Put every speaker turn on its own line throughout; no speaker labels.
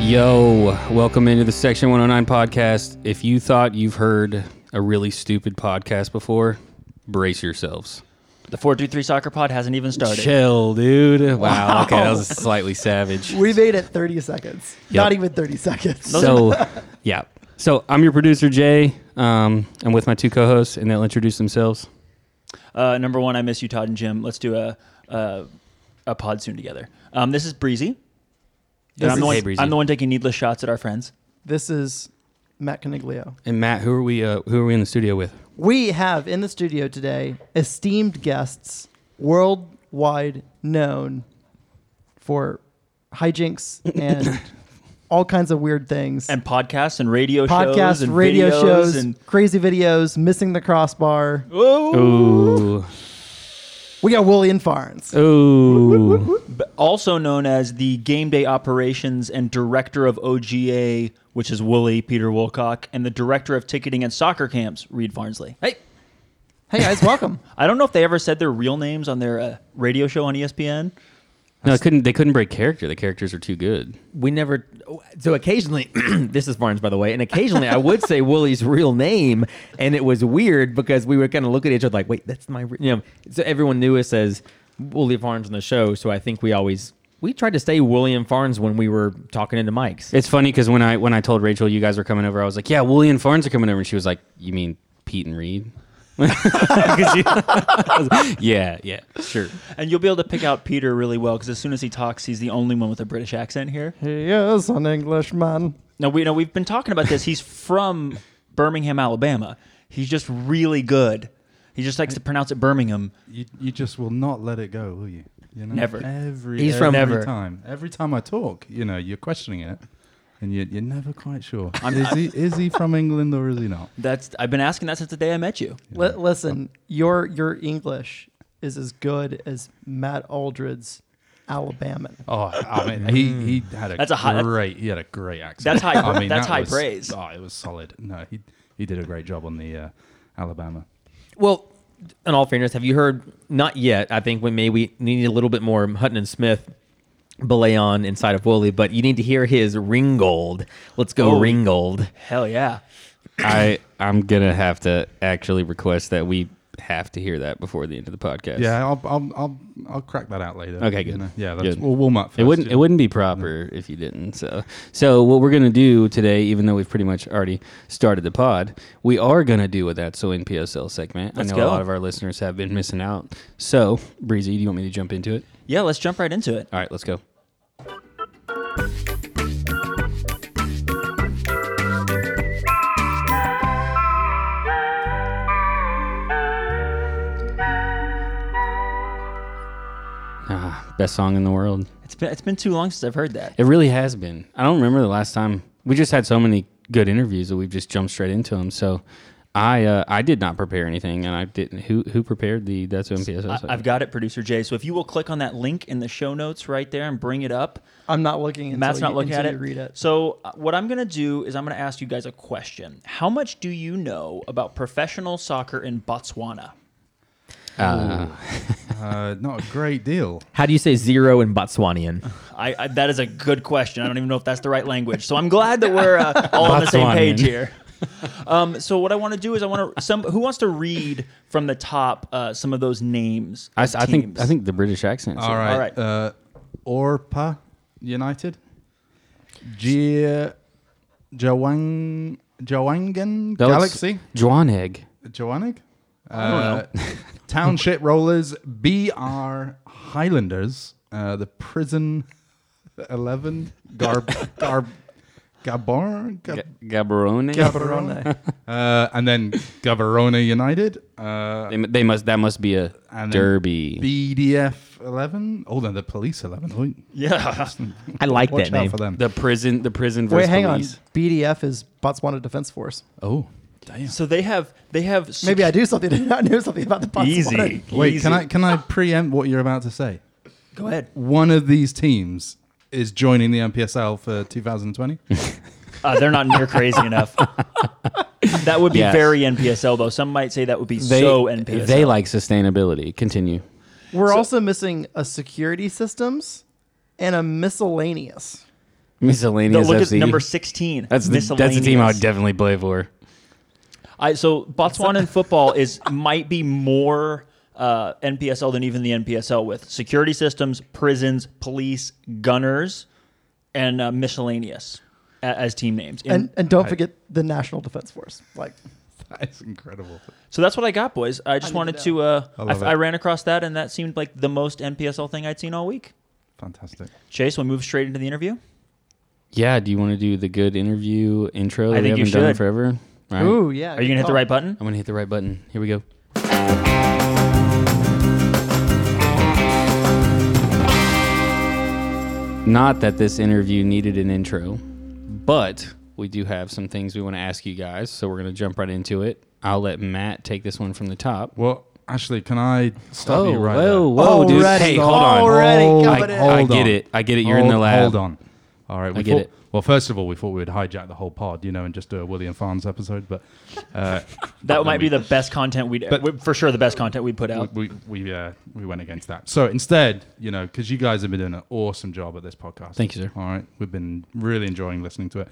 Yo, welcome into the Section 109 podcast. If you thought you've heard a really stupid podcast before, brace yourselves.
The 423 soccer pod hasn't even started.
Chill, dude. Wow. Okay, that was slightly savage.
We made it 30 seconds.
Yep.
Not even 30 seconds.
So, yeah. So, I'm your producer, Jay. Um, I'm with my two co hosts, and they'll introduce themselves.
Uh, number one, I miss you, Todd and Jim. Let's do a a, a pod soon together. Um, this is Breezy. And
This
I'm, the
is-
one,
Hey, Breezy.
I'm the one taking needless shots at our friends.
This is Matt Coniglio.
And, Matt, who are we, uh, who are we in the studio with?
We have in the studio today esteemed guests, worldwide known for hijinks and all kinds of weird things.
And podcasts and radio shows.
Podcasts,
and
radio
videos
shows,
And,
crazy videos, missing the crossbar.
Ooh.
We got Willie and Farns.
Ooh.
but also known as the game day operations and director of OGA, which is Wooly, Peter Wilcock, and the director of ticketing and soccer camps, Reed Farnsley. Hey,
Hey guys, welcome.
I don't know if they ever said their real names on their uh, radio show on ESPN.
No, it couldn't, they couldn't break character. The characters are too good.
We never. So occasionally, this is Barnes, by the way, and occasionally I would say Willie's real name, and it was weird because we would kind of look at each other like, "Wait, that's my," re-, you know. So everyone knew us as Willie Farnes on the show, so I think we always we tried to say William Farnes when we were talking into mics.
It's funny because when I when I told Rachel you guys were coming over, I was like, "Yeah, Wooly and Farns are coming over," and she was like, "You mean Pete and Reed?" 'Cause you- I was like, yeah, yeah, sure.
And you'll be able to pick out Peter really well because as soon as he talks, he's the only one with a British accent here.
He is an Englishman.
Now we know we've been talking about this. He's from Birmingham, Alabama. He's just really good. He just likes to pronounce it Birmingham.
You, you just will not let it go, will you? You know,
Never.
Every
He's
He's
from-
every
Never.
time. Every time I talk, you know, you're questioning it, and you, you're never quite sure. is he is he from England or is he not?
That's I've been asking that since the day I met you.
Li- listen, your your English is as good as Matt Aldridge's Alabama.
Oh, I mean, he, he had a
That's a high-
great he had a great accent.
That's high-
I mean,
that's
that
high
was-
praise.
Oh, it was solid. No, he he did a great job on the uh, Alabama.
Well, in all fairness, have you heard? Not yet. I think we may we need a little bit more Hutton and Smith. Belay on inside of Wooly, but you need to hear his Ringgold. Let's go,
Oh.
Ringgold.
Hell yeah.
I I'm gonna have to actually request that we have to hear that before the end of the podcast.
Yeah, I'll I'll I'll, I'll crack that out later.
Okay,
you
good.
know. Yeah, that's,
Good.
we'll warm up. First,
It wouldn't
you
it
know.
wouldn't be proper if you didn't. So so what we're gonna do today, even though we've pretty much already started the pod, we are gonna do a that's so NPSL segment. I
Let's
know
go.
a lot of our listeners have been missing out. So Breezy, do you want me to jump into it?
Yeah, let's jump right into it.
All right, let's go. Ah, best song in the world.
It's been it's been too long since I've heard that.
It really has been. I don't remember the last time. We just had so many good interviews that we've just jumped straight into them. So I uh, I did not prepare anything, and I didn't. Who who prepared the That's
I,
MPSS?
I've got it, producer Jay. So if you will click on that link in the show notes right there and bring it up,
I'm not looking. Until
Matt's
you,
not looking
until
at
you
it.
Read it.
So uh, what I'm going to do is I'm going to ask you guys a question. How much do you know about professional soccer in Botswana?
Uh,
Uh, not a great deal.
How do you say zero in Botswanian?
I, I that is a good question. I don't even know if that's the right language. So I'm glad that we're uh, all on the same
Botswanian.
page here. Um, so what I want to do is I want to some who wants to read from the top uh, some of those names.
I,
of
I think
teams?
I think the British accent.
All right.
All right.
Uh, Orpa United. Gia Jawang Jawangan
That looks-
Galaxy.
Juaneg.
Jawanig? Uh, Township Rollers, BR Highlanders, uh, the Prison 11, Garb, Garb, Gabor, Gab,
Gabarone.
Barone.
uh, and then Gavarone United, uh,
They, they must. That must be a
and then
derby.
BDF 11. Oh, no, the Police 11. Oh,
yeah.
I like
Watch
that
out
name.
for them.
the prison. The prison versus
Wait, hang on.
police.
BDF is Botswana Defense Force.
oh, damn.
So they have they have sec-
Maybe I do something. I know something about the Botswana.
easy.
Wait,
easy.
can I can I preempt what you're about to say?
go ahead?
One of these teams is joining the MPSL for 2020.
Uh, they're not near crazy enough. That would be
Yes.
very NPSL though. Some might say that would be
They,
so NPSL.
they like sustainability. Continue.
We're also missing a security systems and a miscellaneous.
No,
Miscellaneous
look at
FC.
number sixteen.
that's the, that's the team I would
Miscellaneous.
definitely play for.
I so Botswanan football is might be more uh, NPSL than even the NPSL with security systems, prisons, police, gunners, and uh, miscellaneous a- as team names. And,
and and don't forget the National Defense Force. Like
That's incredible.
so that's what I got, boys. I just
need
wanted
to
to. Uh,
I
I,
love
I
it.
ran across that, and that seemed like the most NPSL thing I'd seen all week.
Fantastic.
Chase, we move straight into the interview.
Yeah, do you want to do the good interview intro that
I
we
think you
haven't done in
should.
forever? Right.
ooh yeah.
Are you gonna hit the
Oh,
right button?
I'm gonna hit the right button. Here we go. Not that this interview needed an intro, but we do have some things we want to ask you guys, so we're gonna jump right into it. I'll let Matt take this one from the top.
Well, Ashley, can I stop
Oh,
you right
whoa,
there?
whoa, dude!
Already,
Hey, hold on.
already
I,
coming in.
I
Hold
get
on.
it. I get it. You're
hold,
in the lab.
Hold on. All right, we
I get
thought-
it.
Well, first of all, we thought we would hijack the whole pod, you know, and just do a William Farms episode, but uh,
That
but
might be
we-
the best content we'd,
But-
we- for sure, the best content we'd put out.
we we we, uh, we went against that. So instead, you know, because you guys have been doing an awesome job at this podcast.
Thank you, sir.
All right, we've been really enjoying listening to it.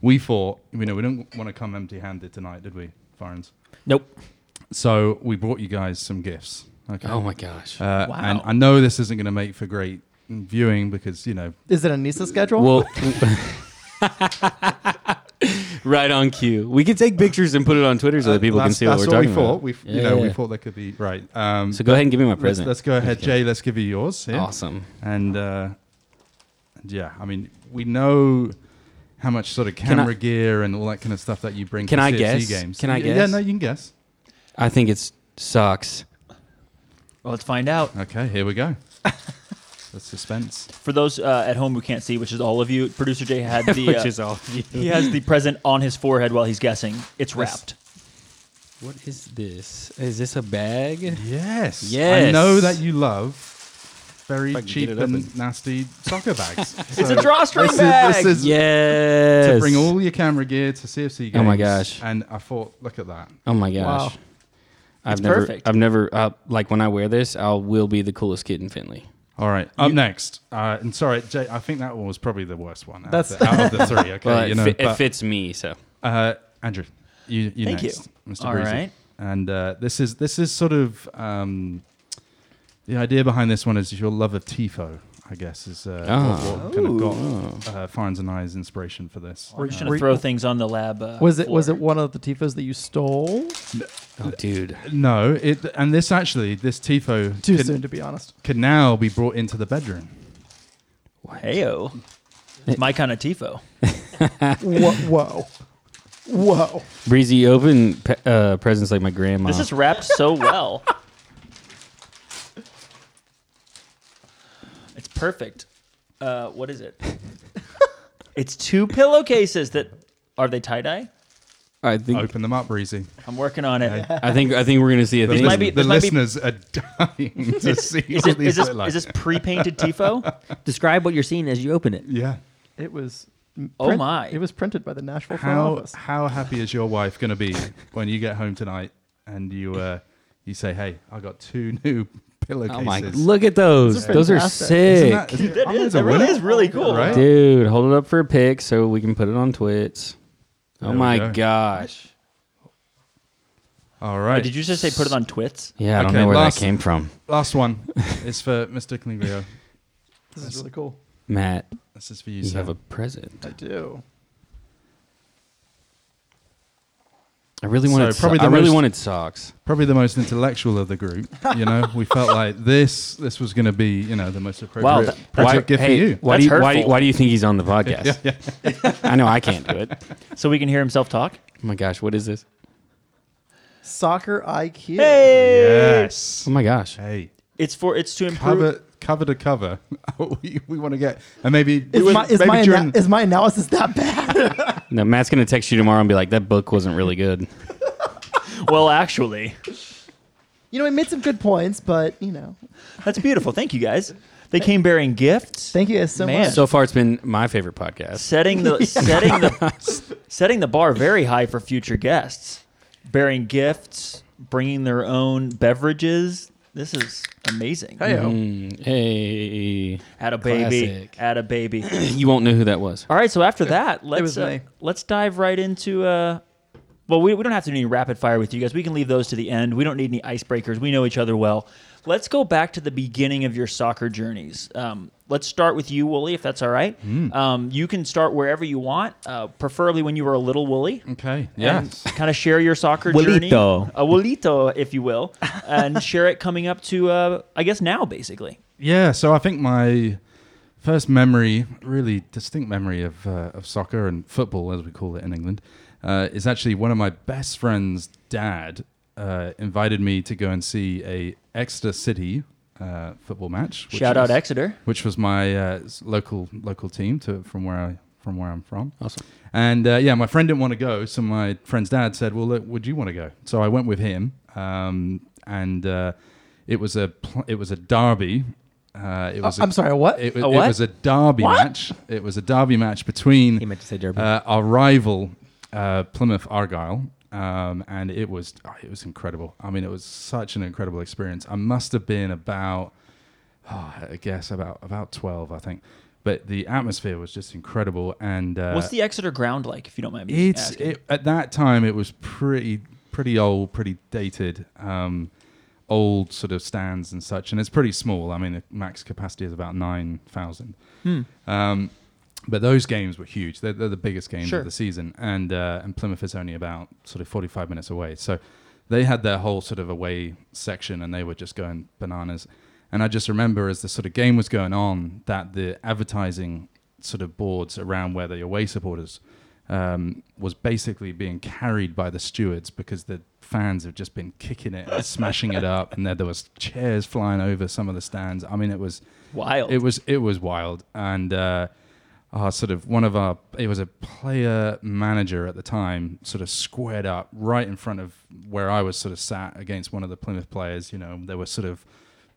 We thought, you know, we don't want to come empty-handed tonight, did we, Farns?
Nope.
So we brought you guys some gifts. Okay.
Oh my gosh.
Uh,
Wow.
And I know this isn't going to make for great viewing because you know
Is it a NISA schedule?
Well, right on cue. We can take pictures and put it on Twitter so that people can
Uh, that's-
see what
that's
we're talking
we thought.
about.
We, f-
Yeah,
you know,
yeah,
we
yeah.
thought that could be right. Um,
So go ahead and give me my
let's,
present.
let's go ahead, Jay. Let's give you yours. Here.
Awesome.
And uh, yeah, I mean, we know how much sort of
I-
camera gear and all that kind of stuff that you bring.
Can
to
I
CFC
guess?
Games.
Can I
Yeah, Yeah,
guess?
no, you can guess.
I think it's socks.
Well, let's find out.
Okay, here we go. the suspense.
For those uh, at home who can't see, which is all of you, producer Jay had the
Which
uh,
is all of you.
he has the present on his forehead while he's guessing. It's wrapped.
What is this? Is this a bag?
Yes. I
Yes.
know that you love very
I can get
cheap
it
and,
up and-
nasty soccer bags.
It's a
So
drawstring
this is-
bag.
this is
Yes.
to bring all your camera gear to CFC games.
Oh my gosh.
And I thought, look at that.
Oh my gosh.
Wow.
I've
It's
never
perfect.
I've never uh, like when I wear this, I will be the coolest kid in Finley.
All right, up next. Uh, and sorry, Jay, I think that one was probably the worst one. Out,
That's-
of, the, out of the three. Okay,
Well,
you
it,
know,
fi- it
but,
fits me, so
uh, Andrew, you, you
Thank you.
next, Mr.
All
Breezy.
right.
And uh, this is this is sort of um, the idea behind this one is your love of tifo. I guess is uh,
Ah.
what, what kind of got uh, Farns and I's inspiration for this.
We're just
Uh,
gonna
Were-
throw things on the lab. Uh,
was it was
floor.
it one of the tifos that you stole?
Oh dude.
no, it and this actually this tifo
Too
could,
soon to be honest.
could now be brought into the bedroom.
Heyo, it's my kind of tifo.
whoa, whoa, whoa!
Breezy you open pe- uh, presents like my grandma.
Oh.
This is wrapped so well. it's perfect. Uh, what is it? it's two pillowcases that are they tie dye?
I think
Open them up, Breezy.
I'm working on it.
I think I think we're gonna see a
The,
thing.
might be-
the
this might be-
listeners are dying to see
Is,
what
it,
these
is, this,
look like.
is this pre-painted tifo?
Describe what you're seeing as you open it.
yeah.
It was. m-
Oh
print-
my.
It was printed by the Nashville front
How
office.
how happy is your wife going to be when you get home tonight and you uh, you say, "Hey, I got two new
Oh
pillowcases."
my! Look at those.
Those are
Those are
fantastic.
sick,
is
That is, that really is really cool.
Right?
dude. Hold it up for a pic so we can put it on Twits.
There
Oh
we
my
go.
gosh!
All right.
Did you just say put it on twits?
Yeah, I don't
Okay,
know where
last-
that came from,
Last one is for Mr. Clinglio.
This is really cool.
Matt.
This is for you.
You
sir.
have a present.
I do.
I really
So,
wanted. So,
probably the
I really
most-
wanted socks.
Probably the most intellectual of the group. You know, we felt like this this was going to be you know the most appropriate.
Wow, that-
appropriate gift
hey,
for you.
Why do
That's
you, why, do you-
hurtful.
why do you think he's on the podcast? I know I can't do it. Oh
So we can hear himself talk.
my gosh, what is this?
Soccer IQ.
Yes.
Oh my gosh.
Hey.
It's for it's to improve.
cover cover to cover. we we want to get and maybe
Is
maybe
my, is, my
maybe
ana-
during
is my analysis that bad?
No, Matt's gonna text you tomorrow and be like, "That book wasn't really good."
Well, actually,
You know, I made some good points, but you know,
that's beautiful. Thank you guys. They came bearing gifts.
thank you guys so
Man.
much.
So far, it's been my favorite podcast.
setting the setting the setting the bar very high for future guests, bearing gifts, bringing their own beverages. This is amazing.
Mm, hey,
Had a baby.
Classic.
Had a baby.
you won't know who that was.
All right, so after that, let's
was
uh,
me.
let's dive right into. Uh, well, we, we don't have to do any rapid fire with you guys. We can leave those to the end. We don't need any icebreakers. We know each other well. Let's go back to the beginning of your soccer journeys. Um, let's start with you, Wooly, if that's all right.
Hmm.
Um, you can start wherever you want, uh, preferably when you were a little Wooly.
Okay. Mm, Yes.
Kind of share your soccer journey,
Wolito.
a Wolito, if you will, and share it coming up to, uh, I guess, now basically.
Yeah, so I think my first memory, really distinct memory of uh, of soccer and football, as we call it in England, uh, is actually one of my best friend's dad uh, invited me to go and see a Exeter City uh, football match. which
Shout out
was-
Exeter.
which was my uh, s- local local team to from where I from where I'm from.
Awesome.
And uh, yeah, my friend didn't want to go, so my friend's dad said, "Well, look, would you want to go?" So I went with him, um, and uh, it was a pl- it was a derby. Uh, it
Oh,
was a-
I'm sorry, what?
It, was-
A
it
what?
was a derby match. It was a derby match between
He meant to say derby.
uh, our rival uh, Plymouth Argyle, um, and it was oh, it was incredible. I mean, it was such an incredible experience. I must have been about oh, I guess about about twelve, I think. But the atmosphere was just incredible, and uh,
What's the Exeter ground like, if you don't mind me
it's
asking?
it, at that time it was pretty pretty old, pretty dated, um, old sort of stands and such, and it's pretty small. I mean, the max capacity is about nine thousand. Um, but those games were huge. They're, they're the biggest games
Sure.
of the season, and uh, and Plymouth is only about sort of forty five minutes away. So they had their whole sort of away section, and they were just going bananas. And I just remember as the sort of game was going on that the advertising sort of boards around where the away supporters um, was basically being carried by the stewards because the fans have just been kicking it and smashing it up, and there, there was chairs flying over some of the stands. I mean, it was
Wild.
it was it was wild, and uh, our sort of one of our it was a player manager at the time, sort of squared up right in front of where I was sort of sat against one of the Plymouth players. You know, they were sort of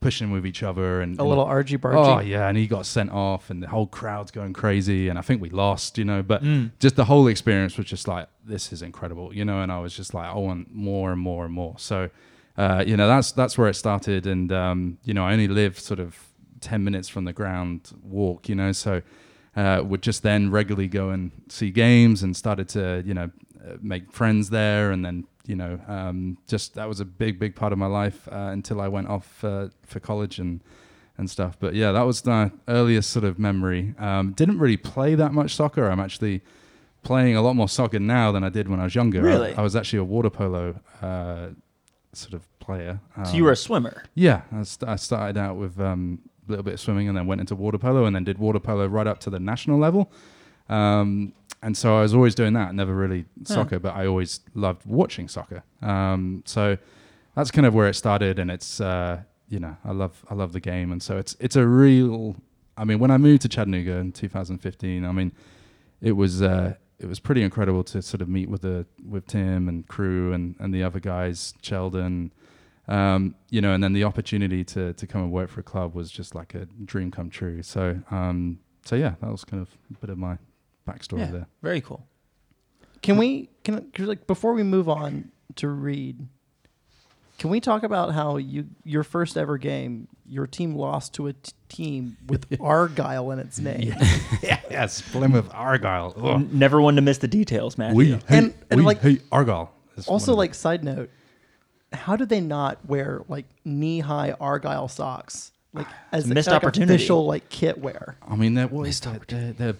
pushing with each other and
A little argy bargy.
Oh yeah, and he got sent off, and the whole crowd's going crazy, and I think we lost, you know. But just the whole experience was just like this is incredible, you know. And I was just like, I want more and more and more. So, uh, you know, that's that's where it started, and um, you know, I only lived sort of ten minutes from the ground walk, you know, so. Uh, would just then regularly go and see games and started to you know uh, make friends there and then you know um, just that was a big big part of my life uh, until I went off uh, for college and and stuff. But yeah, that was my earliest sort of memory. Um, didn't really play that much soccer. I'm actually playing a lot more soccer now than I did when I was younger. I-
Really?
I, was actually a water polo uh, sort of player.
so
Um,
you were a swimmer.
yeah, I, st- I started out with um, a little bit of swimming and then went into water polo and then did water polo right up to the national level. Um, and so I was always doing that, never really soccer, but I always loved watching soccer. Um, so that's kind of where it started, and it's uh, you know I love I love the game, and so it's it's a real. I mean, when I moved to Chattanooga in 2015, I mean, it was uh, it was pretty incredible to sort of meet with the with Tim and crew and and the other guys, Sheldon, um, you know, and then the opportunity to to come and work for a club was just like a dream come true. So um, so yeah, that was kind of a bit of my backstory
Yeah,
there.
very cool.
Can we can 'cause, like before we move on to read? Can we talk about how you your first ever game your team lost to a t- team with Argyle in its name?
yes, Plymouth Argyle.
N- Never one to miss the details, man.
We hate,
And- and
we
like-
hate Argyle. It's
Also,
one
like side note, how did they not wear like knee high Argyle socks like as
Missed
like,
opportunity.
official like kit wear?
of the- I mean, they're, what is that? They're, they're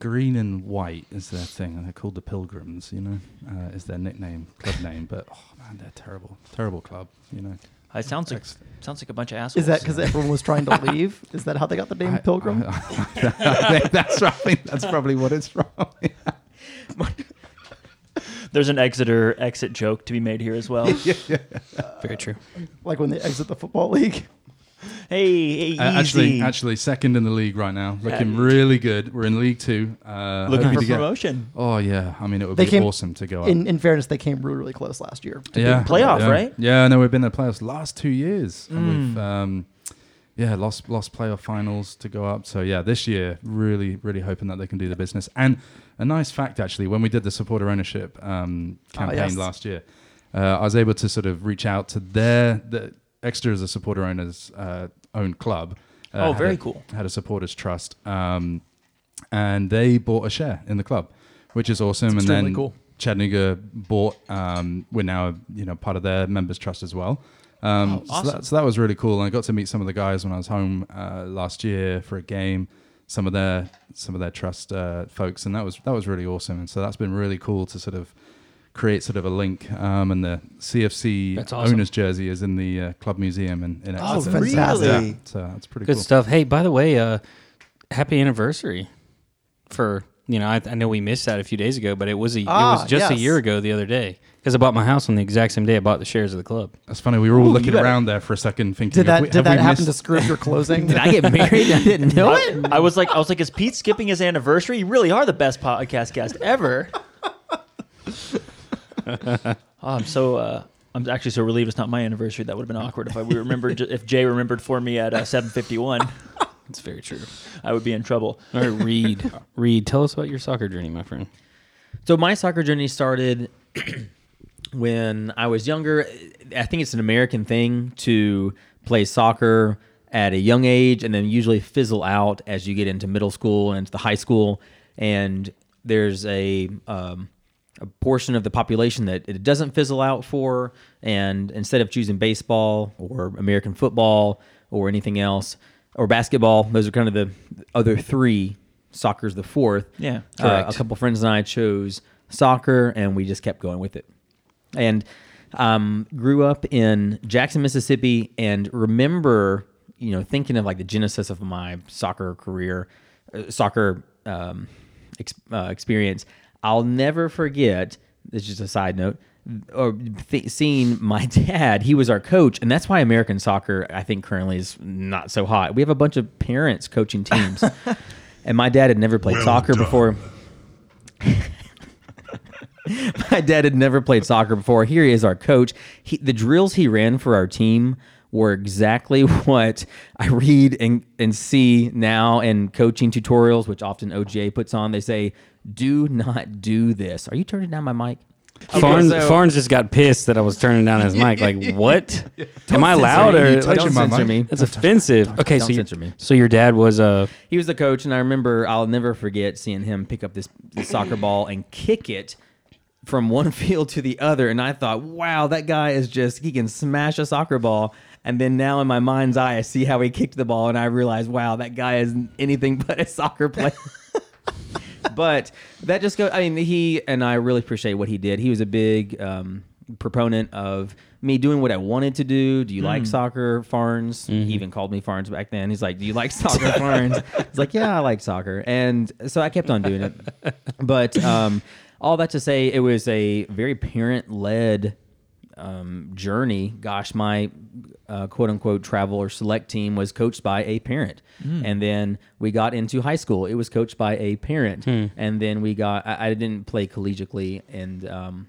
green and white is their thing. They're called the Pilgrims. You know, uh, is their nickname, club name. But oh man, they're terrible, terrible club. You know,
It sounds like sounds like a bunch of assholes.
Is that because everyone was trying to leave? Is that how they got the name Pilgrim?
I think that's right. I think That's probably what it's from. Uh,
There's an Exeter exit joke to be made here as well. hey,
Very true.
like when they exit the football league.
hey, easy.
Uh, actually, actually, second in the league right now, looking really good. We're in League Two. Uh,
looking
hoping
for
to get-
promotion.
Oh yeah, I mean it would
They
be
came
awesome to go up.
In, in fairness, they came really, really close last year.
yeah,
playoff,
yeah.
right? Mm.
Yeah, no, we've been in the playoffs last two years, and we've um, yeah lost lost playoff finals to go up. So yeah, this year really really hoping that they can do the business. And a nice fact actually, when we did the supporter ownership um,
Ah,
Oh,
campaign
yes.
last year, uh, I was able to sort of reach out to their the Exeter is a supporter owners uh, own club. Uh,
Oh,
had
very
a-
cool.
Had a supporters trust, um, and they bought a share in the club, which is awesome. and
extremely
then
cool.
Chattanooga bought. Um, we're now you know part of their members trust as well. Um, so, that, so that was really cool, and I got to meet some of the guys when I was home uh, last year for a game. Some of their some of their trust uh, folks, and that was that was really awesome. And so that's been really cool to sort of create sort of a link. Um, and the CFC
That's awesome.
owners jersey is in the uh, club museum in, in
Oh,
Exeter.
fantastic.
Yeah,
really?
so that's pretty
Good
cool.
stuff. Hey, by the way, uh, happy anniversary for you know. I, I know we missed that a few days ago, but it was a it
Ah,
was just a
yes.
year ago the other day because I bought my house on the exact same day I bought the shares of the club.
That's funny. We were all looking
better-
around there for a second, thinking,
Did
have
that
we-
did
have we
that happen
missed-
to screw up your closing?
Did I get married? I didn't know it.
I was like, I was like, is Pete skipping his anniversary? You really are the best podcast guest ever. oh, I'm so. Uh, I'm actually so relieved it's not my anniversary. That would have been awkward if I remembered. if Jay remembered for me at uh, 7:51,
That's very true.
I would be in trouble.
All right, Reed, Reed, tell us about your soccer journey, my friend.
So my soccer journey started when I was younger. I think it's an American thing to play soccer at a young age and then usually fizzle out as you get into middle school and into the high school. And there's a um, a portion of the population that it doesn't fizzle out for. And instead of choosing baseball or American football or anything else or basketball, those are kind of the other three. Soccer's the fourth.
Yeah.
Uh, a
Correct.
couple friends and I chose soccer, and we just kept going with it. And um, grew up in Jackson, Mississippi, and remember, you know, thinking of like the genesis of my soccer career, uh, soccer um, ex- uh, experience. I'll never forget. This is just a side note. Or th- seeing my dad, he was our coach, and that's why American soccer, I think, currently is not so hot. We have a bunch of parents coaching teams, and my dad had never played soccer before my dad had never played soccer before. Here he is, our coach. He, the drills he ran for our team were exactly what I read and, and see now in coaching tutorials, which often OGA puts on. They say, do not do this. Are you turning down my mic?
Farns,
so-
Farns just got pissed that I was turning down his mic. Like, what? Am I loud
me.
or
Don't
like,
Touching my
censor
mic.
me.
that's offensive? Okay, so
Don't
you-
censor me.
so your dad was uh
He was the coach, and I remember I'll never forget seeing him pick up this, this soccer ball and kick it from one field to the other. And I thought, wow, that guy is just he can smash a soccer ball. And then now in my mind's eye, I see how he kicked the ball, and I realize, wow, that guy is anything but a soccer player. but that just goes. I mean, he and I really appreciate what he did. He was a big um, proponent of me doing what I wanted to do. Do you like soccer, Farns? He even called me Farns back then. He's like, "Do you like soccer, Farns?" He's like, "Yeah, I like soccer," and so I kept on doing it. But um, all that to say, it was a very parent-led um, journey, gosh, my uh, quote unquote travel or select team was coached by a parent.
Hmm.
And then we got into high school. It was coached by a parent.
Hmm.
And then we got, I, I didn't play collegiately. And um,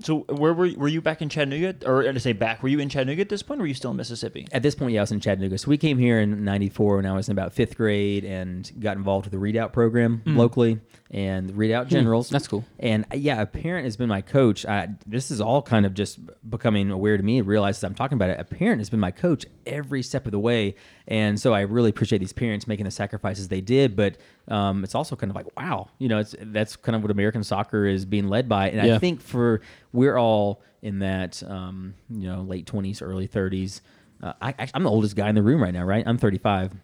So where were you, were you back in Chattanooga, or to say back? Were you in Chattanooga at this point, or were you still in Mississippi?
at this point, yeah, I was in Chattanooga. So we came here in 94 when I was in about fifth grade and got involved with the readout program locally and the readout generals.
Hmm. that's cool.
And uh, yeah, a parent has been my coach. I, this is all kind of just becoming aware to me. and Realize as I'm talking about it. A parent has been my coach every step of the way, and so I really appreciate these parents making the sacrifices they did. But um, it's also kind of like, wow, you know, it's that's kind of what American soccer is being led by. And
Yeah.
I think for we're all in that, um, you know, late 20s, early 30s. Uh, I, I- I'm the oldest guy in the room right now, right? I'm 35,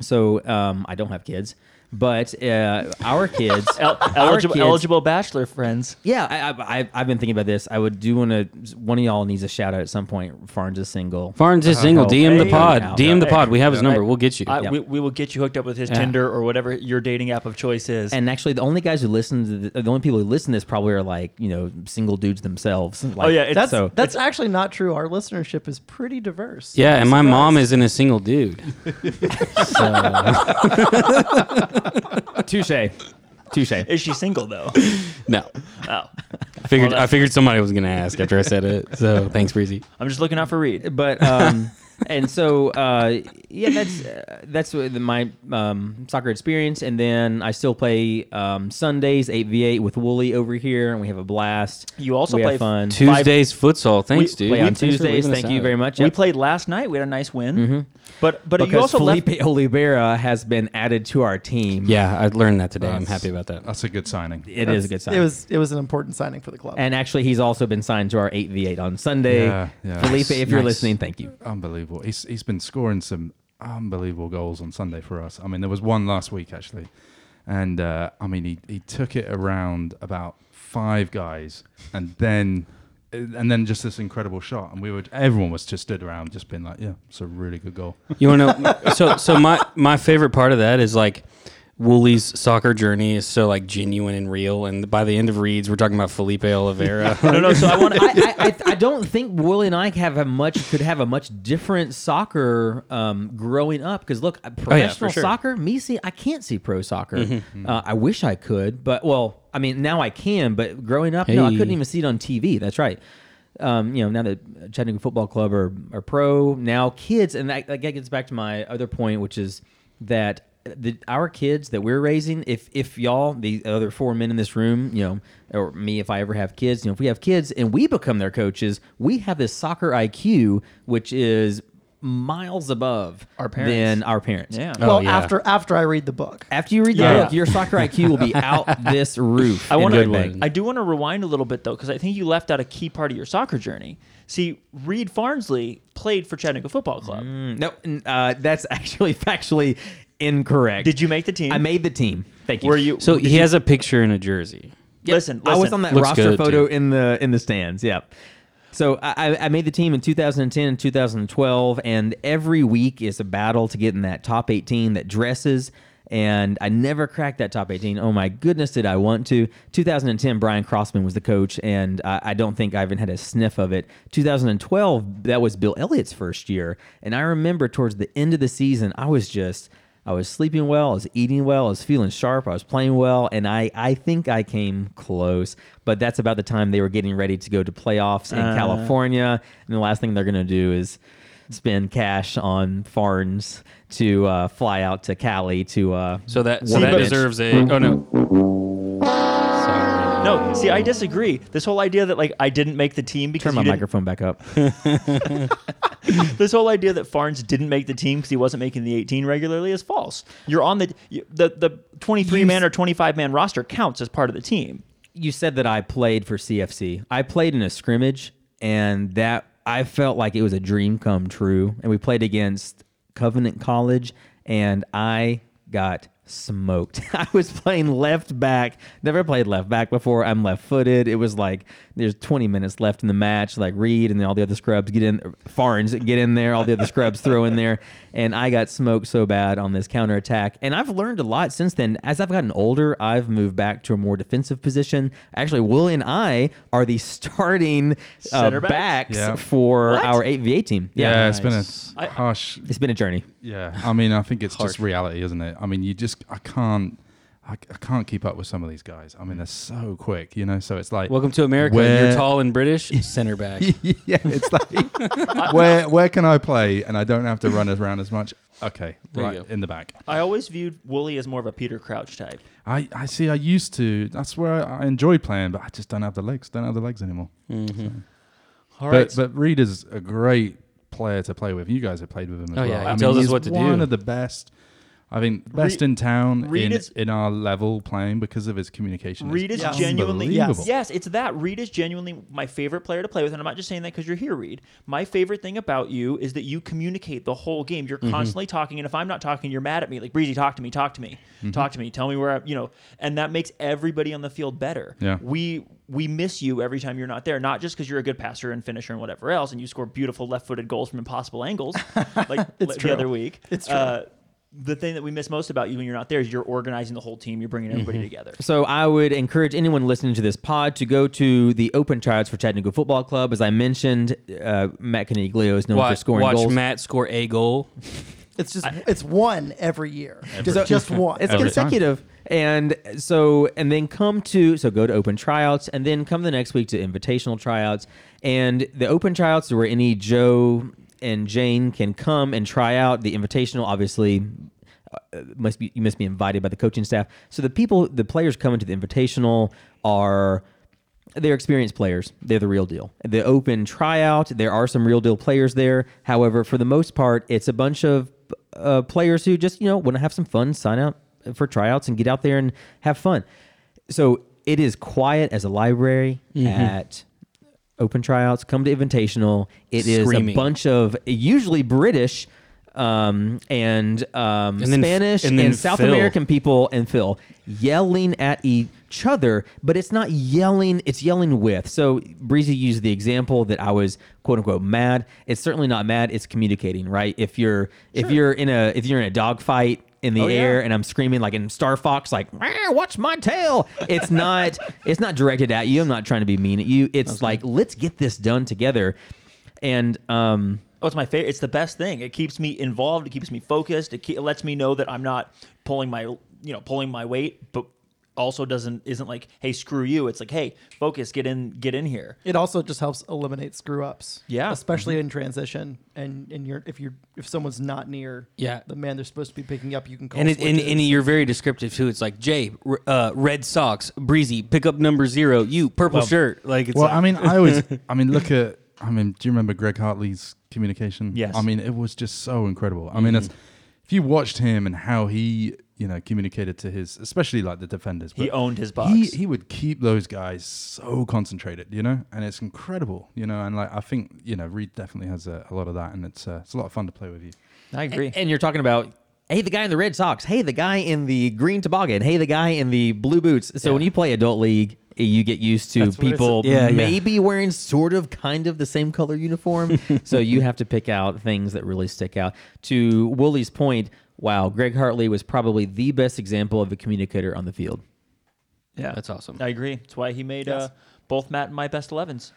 so um, I don't have kids. But uh, our kids,
El-
our
eligible,
kids-
eligible bachelor friends.
yeah, I, I, I, I've been thinking about this. I would do want to. One of y'all needs a shout out at some point. Farns is single.
Farns is single.
oh,
DM the
hey,
pod.
yeah.
DM the
Hey.
pod. We have his
Yeah.
number. We'll get you.
I,
Yeah.
we, we will get you hooked up with his
Yeah.
Tinder or whatever your dating app of choice is.
and actually, the only guys who listen to the, the only people who listen to this probably are like you know single dudes themselves. Like,
yeah, it's-
That's
that's so.
that's actually not true. Our listenership is pretty diverse.
Yeah, and my
Surprise.
mom isn't a single dude. so,
touche, touche.
is she single though?
no,
oh,
I figured
Well, that-
I figured somebody was gonna ask after I said it. So thanks, Breezy.
I'm just looking out for Reed.
But um, and so uh, yeah, that's uh, that's what the- my um, soccer experience. And then I still play um, Sundays eight v eight with Wooly over here, and we have a blast.
You also
we
play
have fun.
Tuesdays futsal. Thanks,
We
dude.
play on
Thanks for
Tuesdays.
leaving us
Thank you
out.
very much.
We
Yep.
played last night. We had a nice win. But but you
because
also
Felipe
left.
Oliveira has been added to our team.
Yeah, I learned that today. I'm
That's-
happy about that.
That's a good signing.
it is a good sign.
It was it was an important signing for the club.
and actually, he's also been signed to our eight v eight on Sunday.
Yeah, yeah.
Felipe, if you're
Nice.
listening, thank you.
Unbelievable. He's he's been scoring some unbelievable goals on Sunday for us. I mean, there was one last week actually, and uh, I mean he he took it around about five guys, and then uh, and then just this incredible shot, and we would everyone was just stood around, just being like, yeah, it's a really good goal.
You want to? so, so my my favorite part of that is like Wooly's soccer journey is so like genuine and real, and by the end of reads, we're talking about Felipe Oliveira.
No, no. So I want.
I, I, I, I don't think Willie and I have a much could have a much different soccer um, growing up because look, uh, professional
sure.
soccer, me see, I can't see pro soccer. Uh, I wish I could, but well, I mean now I can, but growing up, no, I
Hey.
couldn't even see it on TV. That's right. Um, you know, now that Chattanooga Football Club are, are pro now, kids, and that, that gets back to my other point, which is that the, our kids that we're raising, if if y'all, the other four men in this room, you know, or me, if I ever have kids, you know, if we have kids and we become their coaches, we have this soccer IQ, which is miles above
Our parents.
than our parents. Uh,
Yeah.
well,
Oh, yeah.
after after I read the book,
After you read the
Yeah.
book, your soccer IQ will be out this roof.
I
in
want
good
to.
way.
I do want to rewind a little bit though, because I think you left out a key part of your soccer journey. See, Reed Farnsley played for Chattanooga Football Club.
No, n- uh, that's actually factually incorrect.
Did you make the team?
I made the team. Thank you.
Were you?
so he has a picture in a jersey.
Yep.
Listen,
I was
listen.
on that
Looks
roster
good,
photo
too.
in the in the stands. Yeah. So I, I- I made the team in 2010 and 2012, and every week is a battle to get in that top 18 that dresses. And I never cracked that top 18. Oh my goodness, did I want to? 2010, Brian Crossman was the coach, and I, I don't think I even had a sniff of it. 2012, that was Bill Elliott's first year, and I remember towards the end of the season, I was just I was sleeping well, I was eating well, I was feeling sharp, I was playing well, and I, I think I came close. But that's about the time they were getting ready to go to playoffs in California. And the last thing they're going to do is spend cash on farms to uh, fly out to Cali to. Uh,
So that so
work
that
bench.
deserves a. Oh no. Sorry.
No, see, I disagree. This whole idea that like I didn't make the team because
Turn my
you didn't,
microphone back up.
this whole idea that Farnes didn't make the team because he wasn't making the 18 regularly is false. You're on the you- the the 23 man or 25 man roster counts as part of the team.
you said that I played for CFC. I played in a scrimmage, and that I felt like it was a dream come true. And we played against Covenant College, and I got smoked. I was playing left back. Never played left back before. I'm left footed. It was like there's 20 minutes left in the match. Like Reed and then all the other scrubs get in. Farns get in there. All the other scrubs throw in there, and I got smoked so bad on this counterattack. And I've learned a lot since then. As I've gotten older, I've moved back to a more defensive position. Actually, Will and I are the starting uh,
Center backs?
backs,
Yeah.
for our 8v8 team.
Yeah,
Yeah.
it's been a harsh
It's been a journey.
Yeah, I mean, I think it's just reality, isn't it? I mean, you just I can't. I, I can't keep up with some of these guys. I mean, they're so quick, you know. So it's like,
Welcome to America.
Where-
You're tall and British. Center back.
yeah, it's like, where where can I play and I don't have to run around as much? Okay,
There you
right
go.
in the back.
I always viewed Wooly as more of a Peter Crouch type.
I, I see. I used to. That's where I, I enjoyed playing, but I just don't have the legs. Don't have the legs anymore.
Mm-hmm.
All
but
right.
but Reed is a great player to play with. You guys have played with him. As
Oh,
well.
yeah, he
I mean,
tells us
he's
what to do.
One of the best. I think best
Reed-
in town
Reed
in,
is-
in our level playing because of his communication.
Reed is
It's
genuinely
unbelievable.
yes. yes, it's that Reed is genuinely my favorite player to play with, and I'm not just saying that because you're here, Reed. My favorite thing about you is that you communicate the whole game. You're constantly talking, and if I'm not talking, you're mad at me. Like Breezy, talk to me, talk to me, talk to me, tell me where I, you know, and that makes everybody on the field better.
Yeah.
we we miss you every time you're not there, not just because you're a good passer and finisher and whatever else, and you score beautiful left-footed goals from impossible angles, like the
true.
other week.
It's true.
Uh, the thing that we miss most about you when you're not there is you're organizing the whole team. You're bringing everybody together.
So I would encourage anyone listening to this pod to go to the open tryouts for Chattanooga Football Club. As I mentioned, uh, Matt Caniglio is known for
Watch,
scoring
watch
goals.
Matt score a goal.
it's just it's one every year,
So-
just, just one.
It's
Every time.
consecutive. And so, and then come to, so go to open tryouts and then come the next week to invitational tryouts. And the open tryouts were any Joe and Jane can come and try out the invitational. Obviously, uh, must be you must be invited by the coaching staff. So the people, the players coming to the invitational are they're experienced players. They're the real deal. The open tryout, there are some real deal players there. However, for the most part, it's a bunch of uh, players who just you know want to have some fun, sign up for tryouts, and get out there and have fun. So it is quiet as a library at open tryouts. Come to invitational. It is
Screaming.
a bunch of usually British um, and um,
And then f-
Spanish
and
and,
then
South
Phil.
American people and Phil yelling at each other, but it's not yelling, it's yelling with. So Breezy used the example that I was quote unquote mad. It's certainly not mad, it's communicating, right? If you're if you're in a if you're in a dogfight in the
Oh, yeah.
air and I'm screaming like in Star Fox, like "Rah, watch my tail. It's not it's not directed at you. I'm not trying to be mean at you. It's like let's get this done together. And um
Oh, it's my favorite. It's the best thing. It keeps me involved. It keeps me focused. It, ke- it lets me know that I'm not pulling my you know pulling my weight, but also doesn't isn't like hey screw you. It's like hey focus, get in get in here.
It also just helps eliminate screw ups.
Yeah.
especially in transition, and and you're if you're if someone's not near
Yeah.
the man they're supposed to be picking up, you can call
And, it, and,
switches.
and you're very descriptive too. It's like Jay, r- uh, red socks, breezy, pick up number zero. You purple shirt. Like it's
well,
like-
I mean, I always, I mean, look at, I mean, do you remember Greg Hartley's communication?
Yes. Mm.
I mean, it was just so incredible. I mean, it's, if you watched him and how he, you know, communicated to his, especially like the defenders,
He
but
owned his box.
He, he would keep those guys so concentrated, you know, and it's incredible, you know, and like I think you know Reed definitely has a, a lot of that, and it's uh, it's a lot of fun to play with you.
I agree.
And you're talking about hey the guy in the red socks, hey the guy in the green toboggan, hey the guy in the blue boots. So when you play adult league, you get used to
what it's-
people
Yeah, yeah.
maybe wearing sort of kind of the same color uniform. so you have to pick out things that really stick out. To Wooly's point, wow, Greg Hartley was probably the best example of a communicator on the field.
yeah,
that's awesome.
I agree. That's why he made uh,
Yes.
both Matt and my best 11s.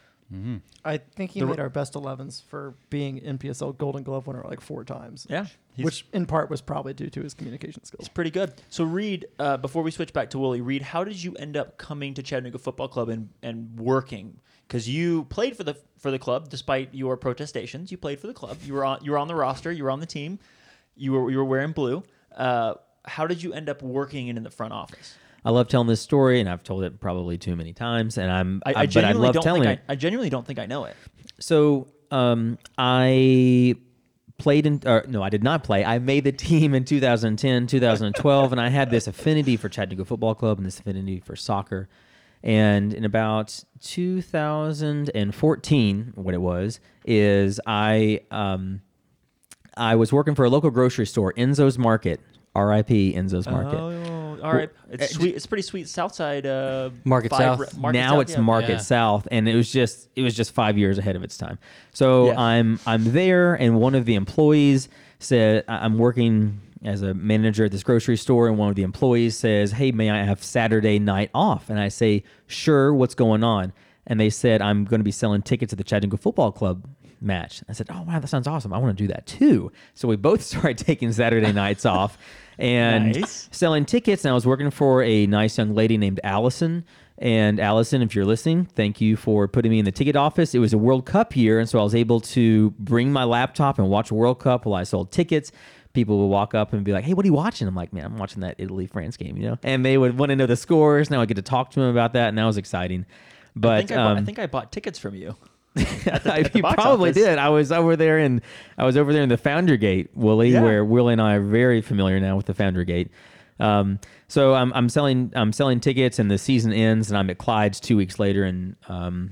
I think he made our best 11s for being NPSL Golden Glove winner like four times.
Yeah, he's-
which in part was probably due to his communication skills.
It's pretty good. So, Reed, uh, before we switch back to Willie, Reed, how did you end up coming to Chattanooga Football Club and, and working? Because you played for the for the club despite your protestations. You played for the club. You were on you were on the roster. You were on the team. You were you were wearing blue. Uh, how did you end up working in, in the front office?
I love telling this story, and I've told it probably too many times. And I'm, I, Uh, but I
genuinely
love
don't
telling
think
it.
I, I genuinely don't think I know it.
So um, I played in, or no, I did not play. I made the team in 2010, 2012, and I had this affinity for Chattanooga Football Club and this affinity for soccer. And in about 2014, what it was is I um, I was working for a local grocery store, Enzo's Market, R.I.P. Enzo's Market.
Oh, all right.
uh,
It's sweet. It's pretty sweet. Southside uh,
Market South.
re- Market
now
South,
it's
yeah.
Market
Yeah.
South, and it was just it was just five years ahead of its time. So
Yeah.
I'm I'm there, and one of the employees said I- I'm working as a manager at this grocery store, and one of the employees says, "Hey, may I have Saturday night off?" And I say, "Sure, what's going on?" And they said, "I'm going to be selling tickets to the Chattanooga Football Club." Match. I said, "Oh wow, that sounds awesome! I want to do that too." So we both started taking Saturday nights off, and
Nice.
selling tickets and I was working for a nice young lady named Allison. And Allison, if you're listening, thank you for putting me in the ticket office. It was a World Cup year, and so I was able to bring my laptop and watch World Cup while I sold tickets. People would walk up and be like, "Hey, what are you watching?" I'm like, "Man, I'm watching that Italy France game," you know. And they would want to know the scores, and I would get to talk to them about that, and that was exciting. But
I think, I, bought, I
um,
think I bought tickets from you. the
you
box
probably
office.
did. I was over there in I was over there in the Founder Gate, Willie,
Yeah.
where Willie and I are very familiar now with the Founder Gate. Um, so I'm, I'm selling I'm selling tickets, and the season ends, and I'm at Clyde's two weeks later, and um,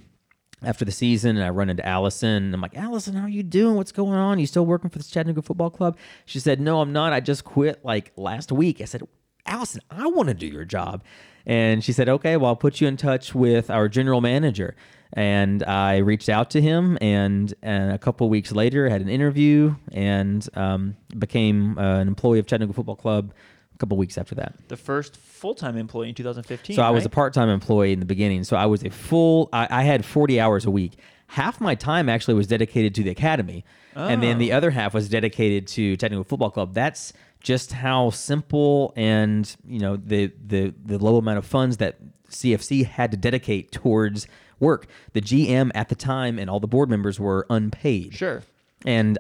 after the season, and I run into Allison, and I'm like, Allison, how are you doing? What's going on? you still working for the Chattanooga Football Club? She said, No, I'm not. I just quit like last week. I said, Allison, I want to do your job. And she said, okay, well, I'll put you in touch with our general manager. And I reached out to him, and, and a couple weeks later, had an interview and um, became uh, an employee of Chattanooga Football Club a couple weeks after that.
The first full time employee in 2015.
So I was
right?
a part-time employee in the beginning. So I was a full. I, I had 40 hours a week. Half my time actually was dedicated to the academy, and then
Oh.
the other half was dedicated to technical football club. That's just how simple and you know the the the low amount of funds that CFC had to dedicate towards work. The GM at the time and all the board members were unpaid.
Sure.
and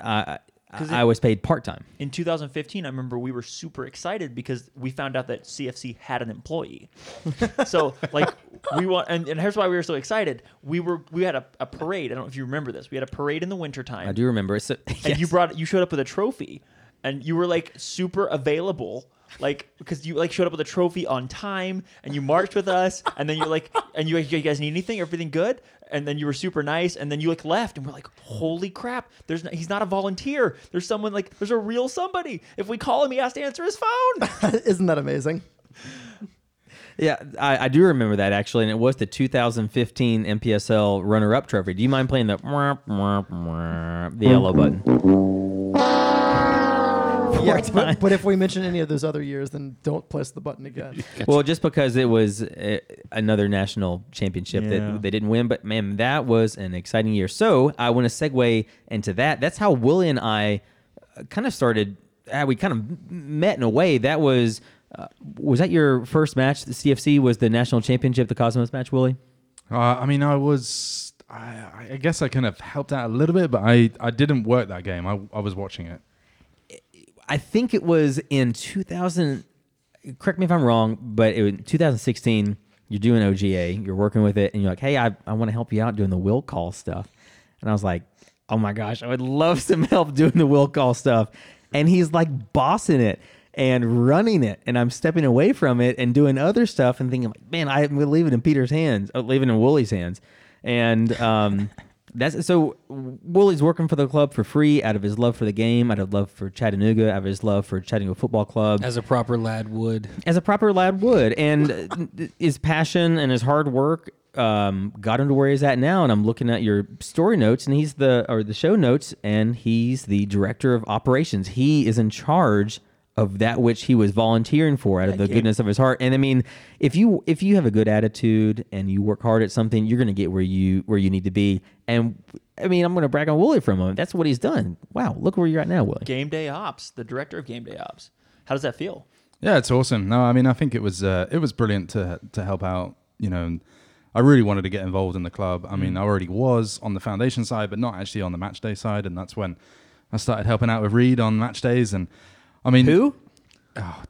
I I,
it-
I was paid part time.
In 2015, I remember we were super excited because we found out that CFC had an employee. so like we want, and, and here's why we were so excited. We were we had a, a parade. I don't know if you remember this. We had a parade in the wintertime.
I do remember. It's a-
and you
yes.
brought you showed up with a trophy and you were like super available like because you like showed up with a trophy on time and you marched with us and then you're like and you, you guys need anything everything good and then you were super nice and then you like left and we're like holy crap there's no, he's not a volunteer there's someone like there's a real somebody if we call him he has to answer his phone
Isn't that amazing?
yeah, I, I do remember that actually, and it was the 2015 MPSL runner up trophy. Do you mind playing the the yellow button?
Yeah,
Part-time.
but, but if we mention any of those other years, then don't press the button again.
Well, just because it was uh, another national championship
Yeah.
that they didn't win, but man, that was an exciting year. So I want to segue into that. That's how Willie and I uh, kind of started. Uh, we kind of met in a way. That was uh, was that your first match? The CFC was the national championship, the Cosmos match, Willie.
Uh, I mean, I was. I, I guess I kind of helped out a little bit, but I, I didn't work that game. I, I was watching it.
I think it was in 2000. Correct me if I'm wrong, but it was in 2016. You're doing OGA, you're working with it, and you're like, "Hey, I, I want to help you out doing the will call stuff." And I was like, "Oh my gosh, I would love some help doing the will call stuff." And he's like bossing it and running it, and I'm stepping away from it and doing other stuff and thinking, like, "Man, I'm gonna leave it in Peter's hands, oh, leave it in Wooly's hands." And um, That's so. Willie's working for the club for free out of his love for the game, out of love for Chattanooga, out of his love for Chattanooga Football Club,
As
as,
a proper lad would.
a proper lad would. And uh, his passion and his hard work um, got him to where he's at now. And I'm looking at your story notes, and he's the or the show notes, and he's the director of operations. He is in charge of that which he was volunteering for out of the goodness of his heart. And I mean, if you if you have a good attitude and you work hard at something, you're going to get where you where you need to be. And I mean, I'm going to brag on Willie for a moment. That's what he's done. Wow, look where you're at now, Willie.
game day ops the director of game day ops how does that feel
Yeah, it's awesome. No, I mean, I think it was uh, it was brilliant to to help out. You know, and I really wanted to get involved in the club. I mean, I already was on the foundation side, but not actually on the match day side. And that's when I started helping out with Reed on match days. And I mean,
Who?
Oh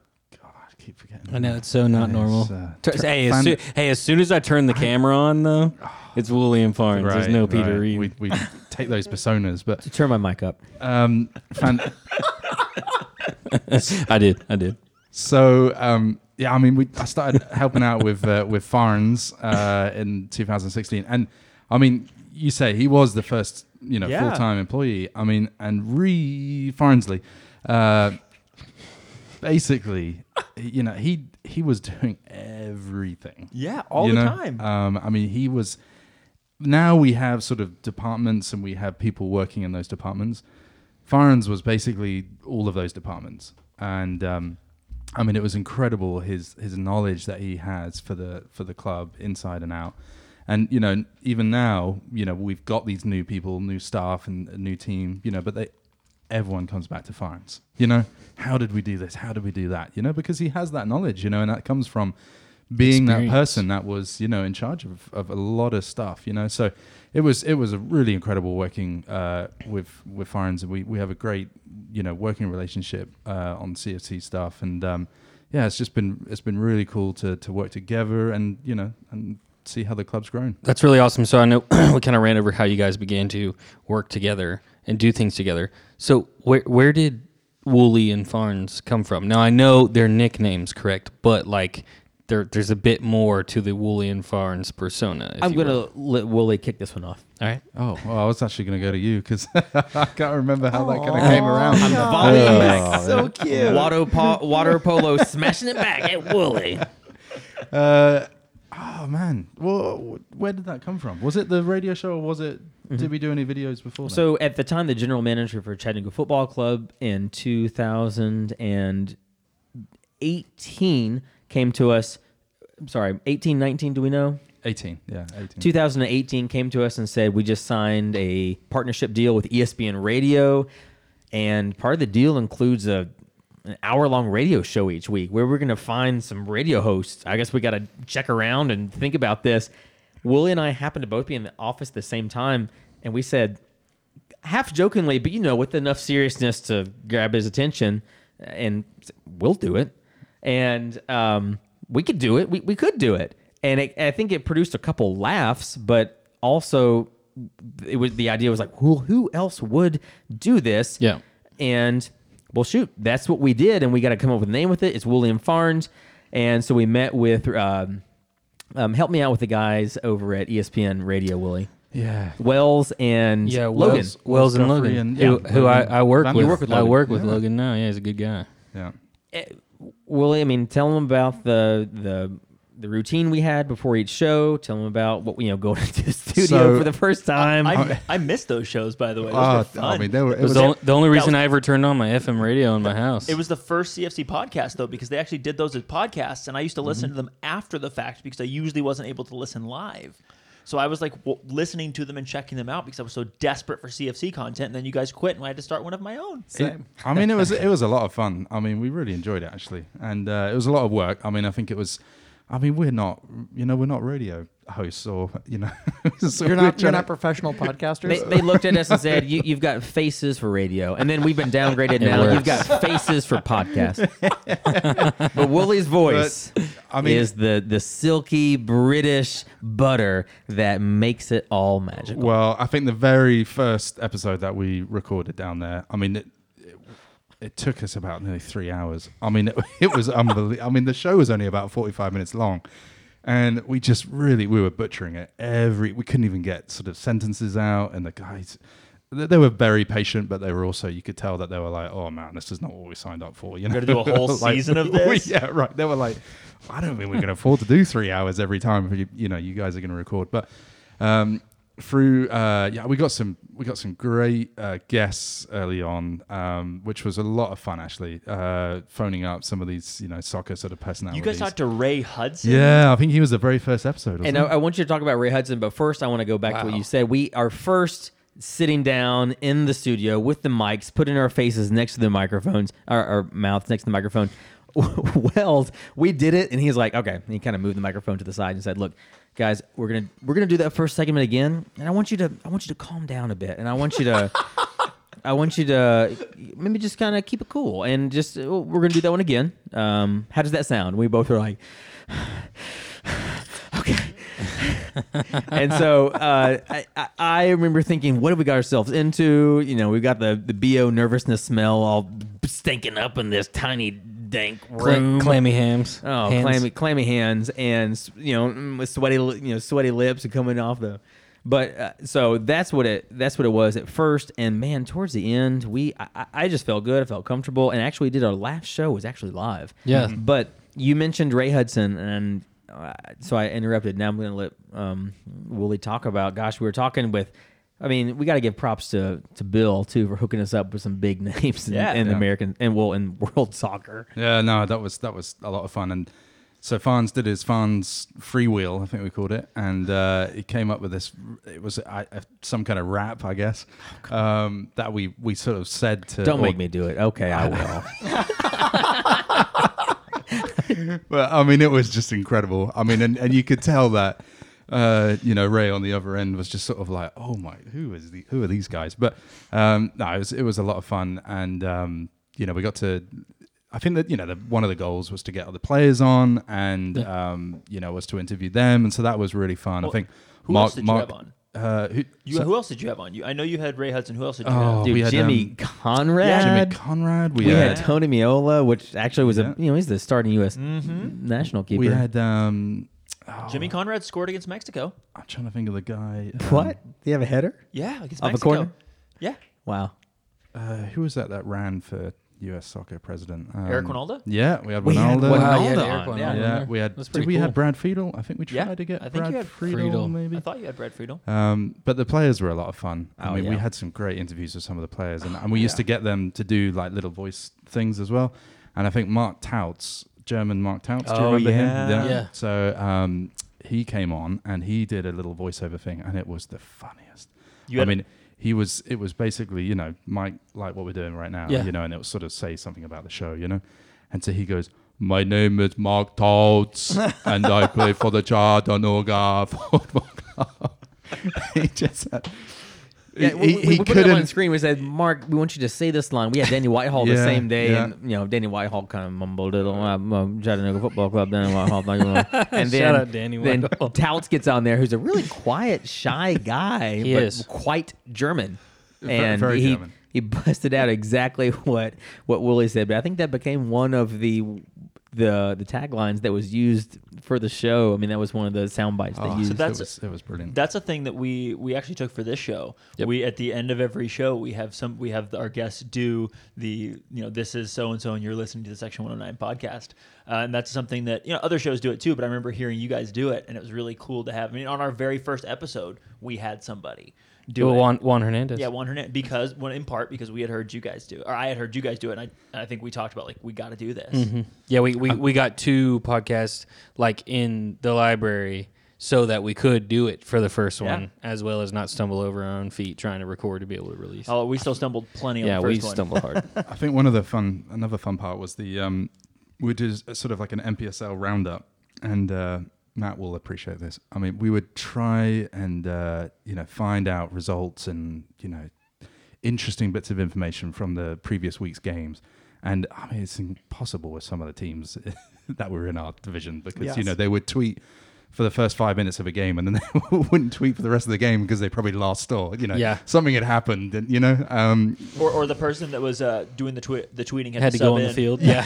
God, I keep forgetting.
I know it's so not
It's,
normal.
uh,
Tur-
tur-
hey, as
fan-
soo- hey, as soon as I turn the camera on, though, it's Wooly and Farns. There's no Peter
right.
Reed.
We, we take those personas, but
Turn my mic up.
um, fan-
I did. I did.
So um, yeah, I mean, we I started helping out with uh, with Farns uh, in 2016, and I mean, you say he was the first, you know,
Yeah.
full time employee. I mean, and Re Farnsley, uh, basically, you know, he he was doing everything.
Yeah, all
you
the
know?
time.
Um, I mean, he was. Now we have sort of departments, and we have people working in those departments. Farron's was basically all of those departments, and um, I mean, it was incredible his his knowledge that he has for the for the club inside and out. And you know, even now, you know, we've got these new people, new staff, and a new team. You know, but they everyone comes back to Farns. You know, how did we do this? How did we do that? You know, because he has that knowledge. You know, and that comes from being that
Experience.
person that was you know in charge of, of a lot of stuff. You know, so it was it was a really incredible working uh, with with Farns. We we have a great you know working relationship uh, on CFC stuff, and um, yeah, it's just been it's been really cool to to work together and you know and see how the club's grown.
That's really awesome. So I know we kind of ran over how you guys began to work together and do things together. So where where did Wooly and Farns come from? Now I know their nicknames, correct? But like there there's a bit more to the Wooly and Farns persona. if
I'm
you
going
will.
to let Willie kick this one off.
All right.
Oh, well, I was actually going to go to you because I can't remember how that kind of came around.
Oh, so cute.
Water, po- water polo smashing it back at Wooly.
Uh, oh man, well, where did that come from? Was it the radio show, or was it?
Mm-hmm.
Did we do any videos before? then?
So at the time, the general manager for Chattanooga Football Club in 2018 came to us. I'm sorry, 18, 19, do we know?
eighteen, yeah, eighteen.
2018 came to us and said, We just signed a partnership deal with E ESPN Radio. And part of the deal includes a an hour long radio show each week where we're going to find some radio hosts. I guess we got to check around and think about this. Willie and I happened to both be in the office at the same time. And we said, half jokingly, but you know, with enough seriousness to grab his attention, and we'll do it. And um, we could do it. We, we could do it. And it, I think it produced a couple laughs, but also it was the idea was like, well, who else would do this?
Yeah.
And well, shoot, that's what we did, and we got to come up with a name with it. It's William Farnes, and so we met with. Um, um, help me out with the guys over at E ESPN Radio, Willie.
Yeah.
Wells and
Yeah,
Logan.
Wells, Wells and
Guthrie
Logan,
and-
who,
yeah,
who I,
Logan.
I work
You
with.
work with
I
Logan.
work with
Yeah.
Logan now. Yeah, he's a good guy.
Yeah.
Willie, I mean, tell them about the the the routine we had before each show. Tell them about what you know going into the studio
So-
for the first time.
I, I missed those shows, by the way. Those were
Oh,
fun.
I mean, they were, it
It was
was
the only, the only
that
reason
was-
I ever turned on my FM radio in my house.
It was the first CFC podcast though, because they actually did those as podcasts, and I used to
Mm-hmm.
listen to them after the fact because I usually wasn't able to listen live. So I was like w- listening to them and checking them out because I was so desperate for CFC content. And then you guys quit, and I had to start one of my own.
It, I mean, it was it was a lot of fun. I mean, we really enjoyed it actually, and uh, it was a lot of work. I mean, I think it was. I mean, we're not, you know, we're not radio hosts, or you know, so
You're not
we're
you're
trying
not
to-
professional
they,
podcasters.
they looked at us and said, you, "You've got faces for radio," and then we've been downgraded. now
works.
you've got faces for podcast. but Willie's voice,
I mean-
is the the silky British butter that makes it all magical.
Well, I think the very first episode that we recorded down there, I mean, it, it, it took us about nearly three hours. I mean, it, it was unbelievable. I mean, the show was only about 45 minutes long. And we just really, we were butchering it every, we couldn't even get sort of sentences out. And the guys, they they were very patient, but they were also, you could tell that they were like, oh man, this is not what we signed up for. You know,
We're gonna do a whole season of this?
yeah, right. They were like, I don't think we're going to afford to do three hours every time. You, you know, you guys are going to record, but um, through uh, yeah, we got some we got some great uh, guests early on, um, which was a lot of fun actually. Uh, phoning up some of these you know soccer sort of
You
personalities.
guys talked to Ray Hudson.
yeah, I think he was the very first episode.
And
Wasn't
I,
he?
I want you to talk about Ray Hudson, but first I want to go back to what you said. We are first sitting down in the studio with the mics, putting our faces next to the microphones, our, our mouths next to the microphone. Wells, we did it, and he's like, okay. And he kind of moved the microphone to the side and said, "Look, guys, we're gonna we're gonna do that first segment again, and I want you to I want you to calm down a bit, and I want you to." I want you to maybe just kind of keep it cool and just oh, we're gonna do that one again. Um, how does that sound? We both were like, okay. and so uh, I, I- I remember thinking, what have we got ourselves into? You know, we've got the, the BO nervousness smell all stinking up in this tiny, dank
Cla-
room.
clammy hams.
Oh,
hands.
clammy, clammy hands, and you know, mm, with sweaty, li- you know, sweaty lips and coming off the. But uh, so that's what it that's what it was at first, and man, towards the end, we I- I, I just felt good, I felt comfortable, and actually did our last show was actually live. Mm-hmm.
Yeah.
But you mentioned Ray Hudson, and uh, so I interrupted. Now I'm going to let um, Wooly talk about. Gosh, we were talking with. I mean, we got to give props to to Bill too for hooking us up with some big names in,
Yeah.
in
Yeah.
American and well in world soccer.
Yeah, no, that was that was a lot of fun. And so Farns did his Farns freewheel, I think we called it, and uh, he came up with this. It was I, I- some kind of rap, I guess, um, that we we sort of said to.
Oh, Don't
or-
make me do it. Okay, I will.
Well, I mean, it was just incredible. I mean, and, and you could tell that, uh, you know, Ray on the other end was just sort of like, oh my, who is the, who are these guys? But um, no, it was it was a lot of fun, and um, you know, we got to. I think that you know the, one of the goals was to get other players on, and um, you know was to interview them, and so that was really fun. I
Well,
think
who
Mark,
else did you
Mark,
have on?
Uh, who,
You,
so-
who else did you have on? You, I know you had Ray Hudson. Who else did you
Oh,
have?
Dude,
we had,
Jimmy Conrad.
Jimmy Conrad. We,
um, we
had,
had Tony Miola, which actually was
Yeah.
a you know he's the starting U.S. national keeper.
we had. Um,
Oh.
Jimmy Conrad scored against Mexico.
I'm trying to think of the guy. um,
what? Do you have a header?
Yeah, against
Off a
Mexico.
corner?
Yeah,
Wow.
Uh, who was that that ran for U.S. soccer president? Um,
Eric Winalda?
Yeah, we had Ronaldo.
We had
Wow, yeah,
Ronaldo
Eric
on,
Ronaldo
yeah.
on
Yeah,
there.
we had.
That's
Did
pretty
we
cool.
have Brad Friedel? I think we tried
Yeah,
to get
I think
Brad
you had
Friedel,
Friedel.
maybe.
I thought you had Brad Friedel.
Um, but the players were a lot of fun. I
Oh,
mean, we
yeah.
had some great interviews with some of the players, and, and we used to get them to do like little voice things as well. And I think Mark Touts, German Mark Touts, do you
Oh,
remember
yeah.
him?
Yeah.
So um, he came on and he did a little voiceover thing, and it was the funniest.
You
I
had-
mean, he was. It was basically, you know, Mike, like what we're doing right now,
Yeah.
you know, and it would sort of say something about the show, you know, and so he goes. My name is Mark Touts, and I play for the Chattanooga Football Club. he just had,
Yeah, we,
He-
we,
he
we put it up on
couldn't-
the screen. We said, "Mark, we want you to say this line." We had Danny Whitehall the
Yeah,
same day,
yeah.
and you know, Danny Whitehall kind of mumbled it on uh, uh, Chattanooga Football Club. Danny Whitehall, blah, blah, blah. and then
Shout out Danny
then
Whitehall.
Touts gets on there, who's a really quiet, shy guy,
He
but
is.
quite German,
Ve-
and
very
he.
German.
He busted out exactly what what Willie said, but I think that became one of the the the taglines that was used for the show. I mean, that was one of the sound bites that
Oh,
used.
it
that's-
was- it was brilliant.
That's a thing that we we actually took for this show. We at the end of every show we have some we have our guests do the you know this is so and so and you're listening to the Section 109 podcast, uh, and that's something that you know other shows do it too. But I remember hearing you guys do it, and it was really cool to have. I mean, on our very first episode, we had somebody do
Well,
it.
Juan, Juan Hernandez.
Yeah, Juan Hernandez. Because, well, in part, because we had heard you guys do, or I had heard you guys do it, and I, I think we talked about like we got to do this.
Yeah, we, we, we got two podcasts like in the library so that we could do it for the first
Yeah.
one as well as not stumble over our own feet trying to record to be able to release.
Oh, we still stumbled plenty on
yeah,
the first
we
one.
stumble hard.
I think one of the fun, another fun part was the um, we did a sort of like an MPSL roundup, and uh, Matt will appreciate this. I mean, we would try and uh, you know find out results and you know interesting bits of information from the previous week's games, and I mean it's impossible with some of the teams that were in our division because you
Yes.
know they would tweet. For the first five minutes of a game, and then they wouldn't tweet for the rest of the game because they probably lost or you know
Yeah.
something had happened, and you know um,
Or, or the person that was uh, doing the twi- the tweeting had,
Had to go
sub
on
in.
the field. Yeah.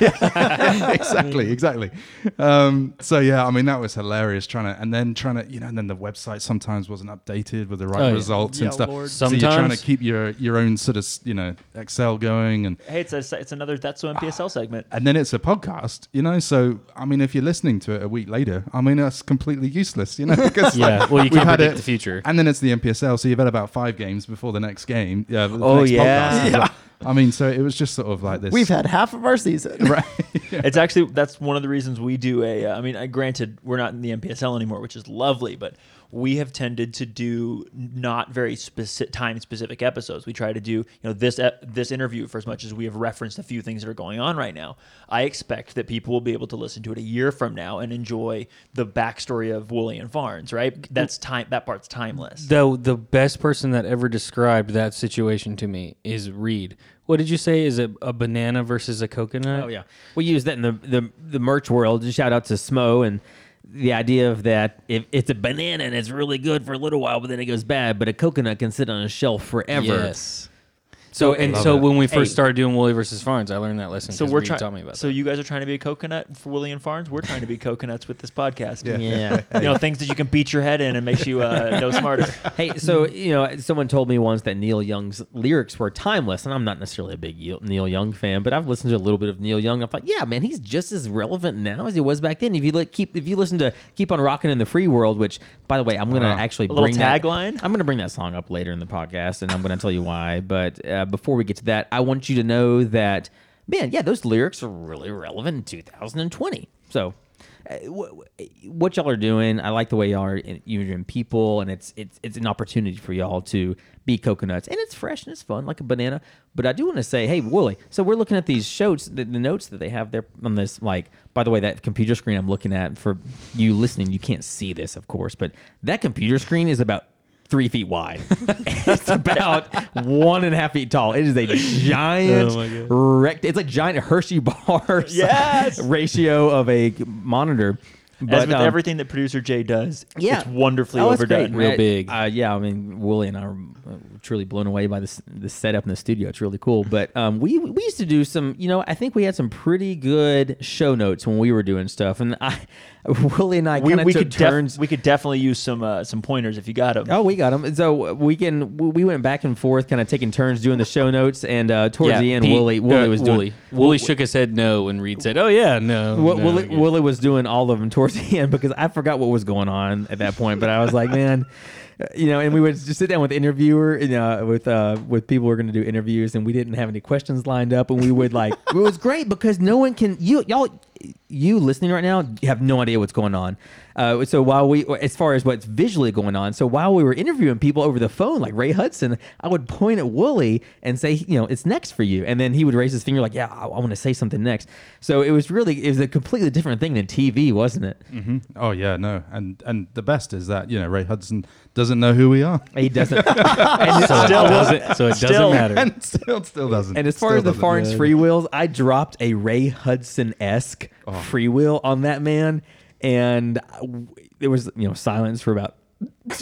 exactly, exactly. Um, so yeah, I mean that was hilarious trying to, and then trying to, you know, and then the website sometimes wasn't updated with the right
Oh, yeah.
results
Yeah,
and stuff.
Lord.
So you're trying to
Sometimes.
keep your your own sort of, you know, Excel going, and
Hey, it's a, it's another that's so MPSL segment.
and then it's a podcast, you know. So I mean, if you're listening to it a week later, I mean that's completely useless, you know, because like,
yeah. Well, you
we've
can't
had
predict
it-
the future.
And then it's the MPSL, so you've had about five games before the next game. Yeah. the
Oh,
next podcast.
yeah.
So, I mean, so it was just sort of like this.
We've had half of our season.
right.
It's actually that's one of the reasons we do a. Uh, I mean, uh, granted, we're not in the MPSL anymore, which is lovely, but we have tended to do not very specific time specific episodes. We try to do you know this ep- this interview for as much as we have referenced a few things that are going on right now. I expect that people will be able to listen to it a year from now and enjoy the backstory of Woolley and Farnes. Right? That's time. That part's timeless.
Though the best person that ever described that situation to me is Reed. What did you say? Is it a banana versus a coconut?
Oh yeah, we use that in the the, the merch world. Just shout out to Smo and the idea of that if it's a banana and it's really good for a little while, but then it goes bad. But a coconut can sit on a shelf forever.
Yes. So and
Love
so
it.
when we first
Hey.
started doing Wooly versus Farns, I learned that lesson.
So
'cause
we're
Reed taught me
trying.
about
So
that.
you guys are trying to be a coconut for Willie and Farnes. We're trying to be coconuts with this podcast.
Yeah.
Yeah.
you know things that you can beat your head in and makes you uh, no smarter.
hey, so you know, someone told me once that Neil Young's lyrics were timeless, and I'm not necessarily a big Yeo- Neil Young fan, but I've listened to a little bit of Neil Young. I thought, yeah, man, he's just as relevant now as he was back then. If you like, keep if you listen to "Keep on Rocking in the Free World," which, by the way, I'm gonna
Wow.
actually
Uh-huh. A little
bring that-
tagline?
I'm gonna bring that song up later in the podcast, and I'm gonna tell you why. But uh, before we get to that, I want you to know that, man, yeah, those lyrics are really relevant in 2020. So uh, wh- what y'all are doing. I like the way y'all are in- you're in people, and it's it's it's an opportunity for y'all to be coconuts, and it's fresh and it's fun, like a banana. But I do want to say, hey, Wooly. So we're looking at these shows, the, the notes that they have there on this. Like, by the way, that computer screen I'm looking at for you listening, you can't see this, of course, but that computer screen is about. Three feet wide. it's about one and a half feet tall. It is
Oh
a giant
Oh my God.
rect. It's like giant Hershey bars
Yes!
ratio of a monitor. But,
As with
um,
everything that producer Jay does,
yeah,
it's wonderfully
Oh, it's
overdone.
great.
Real
Uh,
big.
Uh, yeah, I mean, Wooly and I are uh, truly blown away by this this setup in the studio. It's really cool. But um, we we used to do some, you know, I think we had some pretty good show notes when we were doing stuff, and I, Wooly and I
We,
kind of
we
took
could def-
turns.
we could definitely use some uh, some pointers if you got them.
Oh, we got them. So we can we- we went back and forth, kind of taking turns doing the show notes, and uh, towards the end,
Pete-
Wooly Wooly
uh,
was doing
Wooly. Wooly shook his head no, and Reed said, "Oh yeah, no."
Well,
no,
Willie,
yeah."
Willie was doing all of them towards the end because I forgot what was going on at that point. But I was like, man, uh, you know. And we would just sit down with interviewer, you know, with uh, with people who were going to do interviews, and we didn't have any questions lined up. And we would like, it was great because no one can you y'all. you listening right now have no idea what's going on. Uh, so while we, as far as what's visually going on, so while we were interviewing people over the phone, like Ray Hudson, I would point at Wooly and say, you know, it's next for you, and then he would raise his finger like, yeah, I, I want to say something next. So it was really, it was a completely different thing than TV, wasn't it?
Oh yeah, no, and and the best is that you know Ray Hudson doesn't know who we are.
He doesn't. and,
So it
Still-
doesn't, so it doesn't
still-
matter.
And still, still doesn't.
and as far
Still
as the
doesn't.
Farns free wheels, I dropped a Ray Hudson esque
Oh.
free wheel on that man, and I- w- there was you know silence for about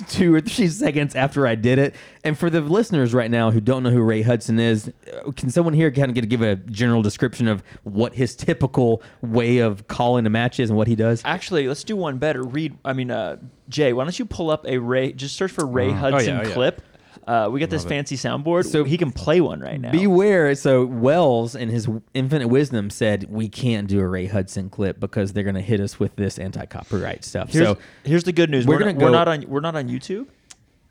two or three seconds after I did it. And for the listeners right now who don't know who Ray Hudson is, uh, can someone here kind of get give a general description of what his typical way of calling a match is and what he does?
Actually, let's do one better. Read, I mean, uh, Jay, why don't you pull up a Ray? Just search for Ray Hudson
oh, yeah.
clip. Uh, we got this fancy soundboard, so
So-
he can play one right now.
Beware. So Wells, in his infinite wisdom, said we can't do a Ray Hudson clip because they're going to hit us with this anti-copyright stuff.
here's,
so
here's the good news: we're,
we're
not,
gonna
we're
go-
not on we're not on YouTube.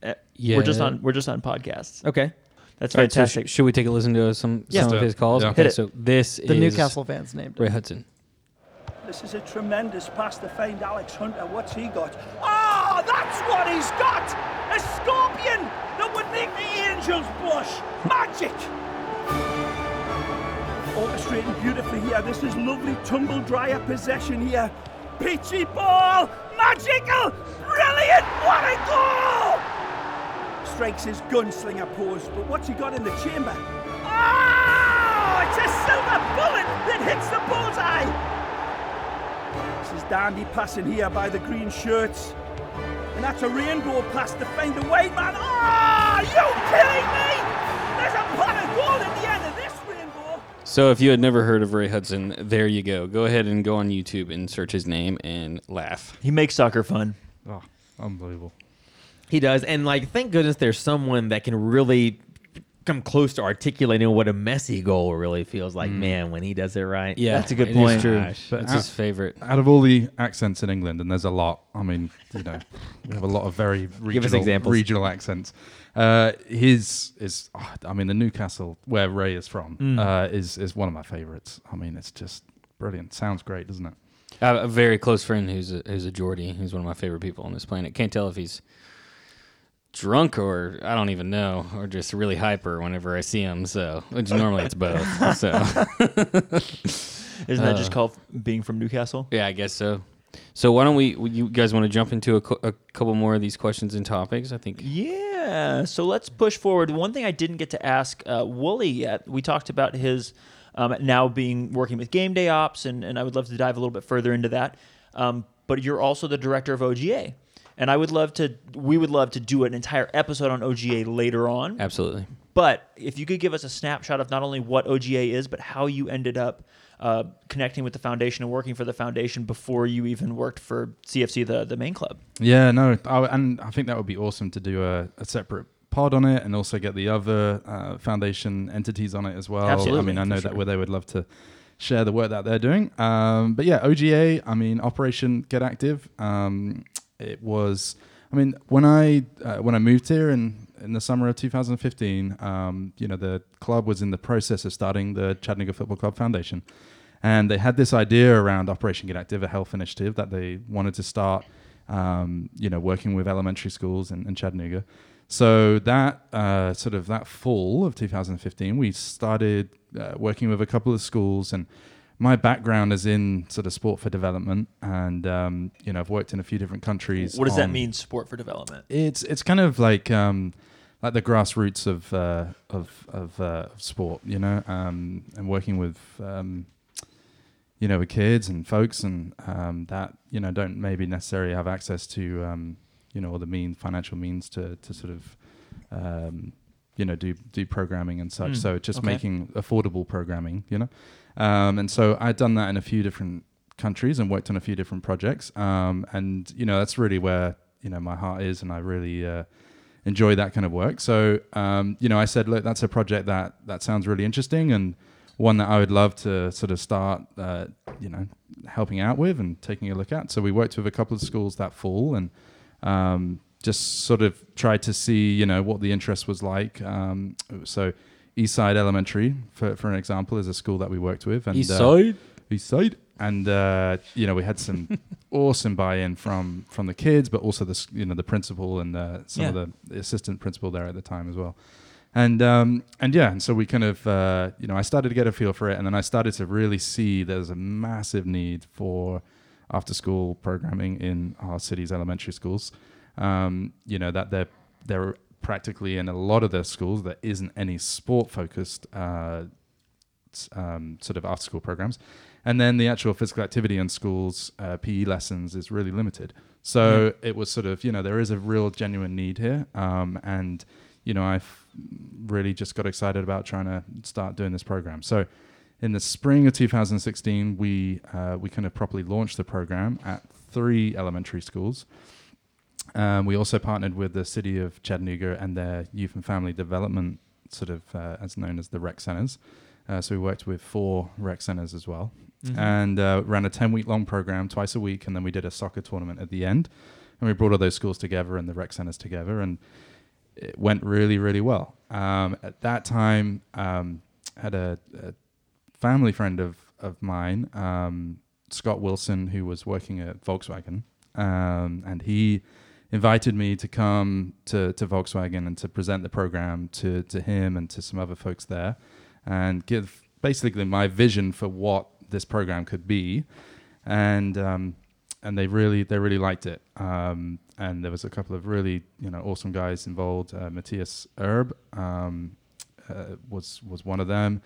Uh, we're just
Yeah.
on we're just on podcasts.
okay,
That's
All right, so
fantastic.
sh- should we take a listen to some,
Yeah.
some of his calls?
Yeah.
Okay,
Hit it.
so this
The
is
Newcastle fans named
Ray
it.
Hudson.
This is a tremendous pass to find Alex Hunter. What's he got? Ah, that's what he's got! A scorpion that would make the angels blush. Magic! Orchestrating beautifully here. This is lovely tumble dryer possession here. Peachy ball! Magical! Brilliant! What a goal! Strikes his gunslinger pose, but what's he got in the chamber? Ah! It's a silver bullet that hits the bullseye! This is Dandy passing here by the green shirts. And that's a rainbow pass to find the white man. Oh, are you kidding me? There's a pot of gold at the end of this rainbow.
So if you had never heard of Ray Hudson, there you go. Go ahead and go on YouTube and search his name and laugh.
he makes soccer fun.
Oh, unbelievable.
He does, and like, thank goodness there's someone that can really come close to articulating what a messy goal really feels like. Man, when he does it right,
Mm. Yeah,
That's a good
it is
point.
true.
Gosh.
But
That's
I-
his favorite.
Out of all the accents in England, and there's a lot. I mean, you know, we have a lot of very regional,
us examples.
regional accents. Uh, his is, ah, I mean, the Newcastle where Ray is from
Mm.
uh, is is one of my favorites. I mean, it's just brilliant. Sounds great, doesn't it?
I have a very close friend who's a, who's a Geordie. He's one of my favorite people on this planet. Can't tell if he's drunk or I don't even know, or just really hyper whenever I see him. So, which normally it's both. So,
Isn't that just called being from Newcastle?
yeah, I guess so. So, why don't we? You guys want to jump into a, cou- a couple more of these questions and topics? I think.
Yeah. So let's push forward. One thing I didn't get to ask uh, Wooly yet, we talked about his um, now being working with game day ops, and, and I would love to dive a little bit further into that. Um, but you're also the director of OGA. And I would love to, we would love to do an entire episode on OGA later on.
Absolutely.
But if you could give us a snapshot of not only what OGA is, but how you ended up uh, connecting with the foundation and working for the foundation before you even worked for CFC, the, the main club.
Yeah, no, I, and I think that would be awesome to do a, a separate pod on it, and also get the other uh, foundation entities on it as well.
Absolutely,
I mean, I
for
know
sure.
that where they would love to share the work that they're doing. Um, but yeah, OGA, I mean, Operation Get Active. Um, it was, I mean, when I uh, when I moved here in in the summer of 2015, um, you know, the club was in the process of starting the Chattanooga Football Club Foundation. And they had this idea around Operation Get Active, a health initiative that they wanted to start um, you know, working with elementary schools in, in Chattanooga. So that uh, sort of that fall of 2015, we started uh, working with a couple of schools, and my background is in sort of sport for development, and um, you know, I've worked in a few different countries.
What does that
on-
mean, sport for development?
It's it's kind of like um, like the grassroots of uh, of of uh, of sport, you know, um, and working with um, you know with kids and folks and um, that you know don't maybe necessarily have access to um, you know all the means financial means to to sort of um, you know do do programming and such. so just
okay.
making affordable programming, you know, um, and so I'd done that in a few different countries and worked on a few different projects. Um, and you know, that's really where you know my heart is, and I really uh, enjoy that kind of work. So um, you know, I said, look, that's a project that that sounds really interesting and one that I would love to sort of start, uh, you know, helping out with and taking a look at. So we worked with a couple of schools that fall and um, just sort of tried to see, you know, what the interest was like. Um, so. Eastside Elementary, for, for an example, is a school that we worked with, and uh, Eastside. and uh, you know we had some awesome buy-in from from the kids, but also the s- you know the principal and uh, some
Yeah.
of the assistant principal there at the time as well. And um, and yeah, and so we kind of uh, you know I started to get a feel for it, and then I started to really see there's a massive need for after-school programming in our city's elementary schools. Um, you know that they're they're practically in a lot of their schools there isn't any sport-focused uh, s- um, sort of after school programs. And then the actual physical activity in schools, uh, PE lessons, is really limited. So it was sort of, you know, there is a real genuine need here. Um, and, you know, I've really just got excited about trying to start doing this program. So in the spring of 2016, we, uh, we kind of properly launched the program at three elementary schools. Um, we also partnered with the city of Chattanooga and their youth and family development, sort of uh, as known as the rec centers. Uh, so we worked with four rec centers as well, and uh, ran a ten week long program twice a week, and then we did a soccer tournament at the end, and we brought all those schools together and the rec centers together, and it went really really well. Um, at that time, um, had a, a family friend of of mine, um, Scott Wilson, who was working at Volkswagen, um, and he invited me to come to, to Volkswagen and to present the program to to him and to some other folks there, and give basically my vision for what this program could be, and um, and they really they really liked it. Um, and there was a couple of really you know awesome guys involved. Uh, Matthias Erb um, uh, was was one of them,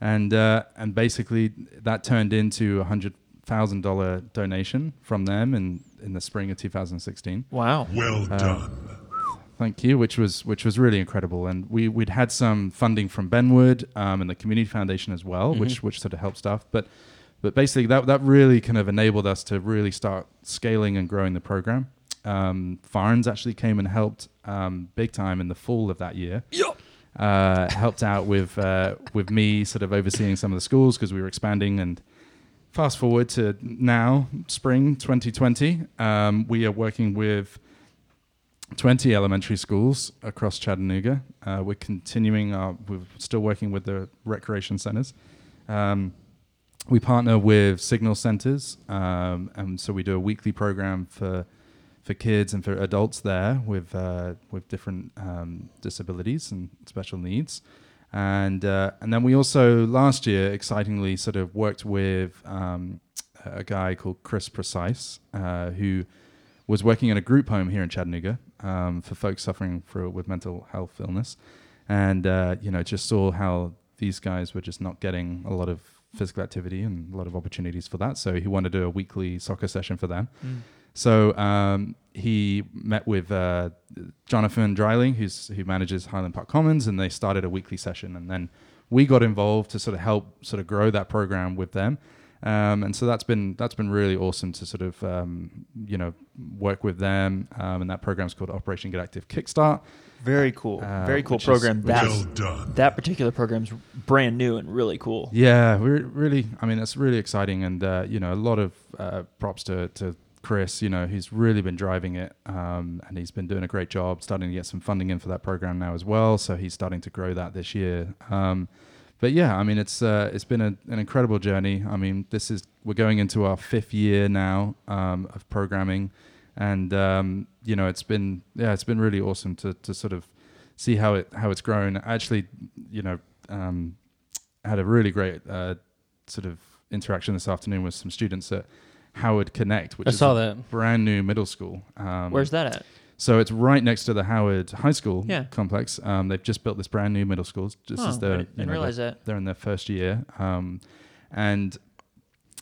and uh, and basically that turned into a hundred thousand dollar donation from them in in the spring of 2016
Wow.
Well done.
thank you, which was which was really incredible. And we we'd had some funding from Benwood um, and the Community Foundation as well, which which sort of helped stuff. But but basically that that really kind of enabled us to really start scaling and growing the program. Um, Farns actually came and helped um, big time in the fall of that year. Uh, helped out with uh, with me sort of overseeing some of the schools because we were expanding and fast forward to now spring 2020 um, we are working with 20 elementary schools across Chattanooga. Uh, we're continuing our, we're still working with the recreation centers. Um, we partner with signal centers. Um, and so we do a weekly program for, for kids and for adults there with, uh, with different um, disabilities and special needs. And, uh, and then we also last year, excitingly, sort of worked with um, a guy called Chris Precise, uh, who was working in a group home here in Chattanooga um, for folks suffering for, with mental health illness, and uh, you know just saw how these guys were just not getting a lot of physical activity and a lot of opportunities for that. So he wanted to do a weekly soccer session for them. So um, he met with uh, Jonathan Dryling, who's who manages Highland Park Commons, and they started a weekly session, and then we got involved to sort of help sort of grow that program with them. Um, and so that's been that's been really awesome to sort of um, you know work with them, um, and that program's called Operation Get Active Kickstart.
Very cool.
Uh,
Very cool
which is-
program.
which
That's,
Well done.
that particular program's brand new and really cool.
Yeah, we're really. I mean, that's really exciting, and uh, you know, a lot of uh, props to to Chris. You know, he's really been driving it, um, and he's been doing a great job. Starting to get some funding in for that program now as well, so he's starting to grow that this year. Um, but yeah, I mean, it's uh, it's been a, an incredible journey. I mean, this is we're going into our fifth year now um, of programming, and um, you know, it's been yeah, it's been really awesome to to sort of see how it how it's grown. Actually, you know. Um, had a really great uh, sort of interaction this afternoon with some students at Howard Connect, which
I
is
saw
a
that.
brand new middle school. Um,
Where's that at?
So it's right next to the Howard High School
Yeah.
complex. Um, they've just built this brand new middle school. This
Oh,
is their,
I didn't
you know,
realize
they're-
that.
they're in their first year, um, and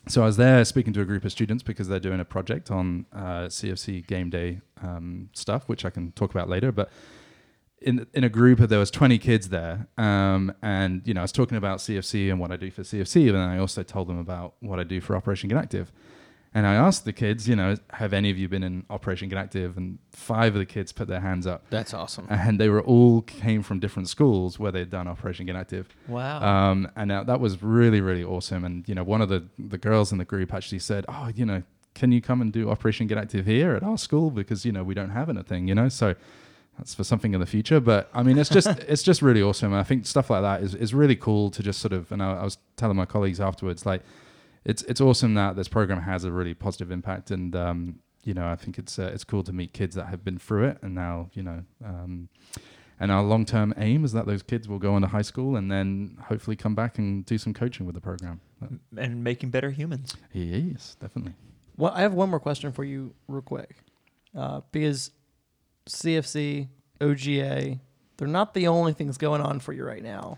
so I was there speaking to a group of students because they're doing a project on uh, CFC game day um, stuff, which I can talk about later. But in in a group of there was 20 kids there, um, and you know I was talking about CFC and what I do for CFC, and then I also told them about what I do for Operation Get Active. And I asked the kids, you know, have any of you been in Operation Get Active? And five of the kids put their hands up
That's awesome.
and they were all came from different schools where they'd done Operation Get Active.
Oh.
Wow.
Um, and that, that was really really awesome. And you know, one of the the girls in the group actually said, "Oh, you know, can you come and do Operation Get Active here at our school because you know we don't have anything, you know." So that's for something in the future. But I mean, it's just it's just really awesome. And I think stuff like that is is really cool to just sort of. And I, I was telling my colleagues afterwards, like it's it's awesome that this program has a really positive impact, and um, you know I think it's uh, it's cool to meet kids that have been through it, and now you know. Um, and our long-term aim is that those kids will go on to high school and then hopefully come back and do some coaching with the program. But-
and making better humans.
Yes, definitely.
Well, I have one more question for you, real quick, uh, because CFC, OGA, they're not the only things going on for you right now.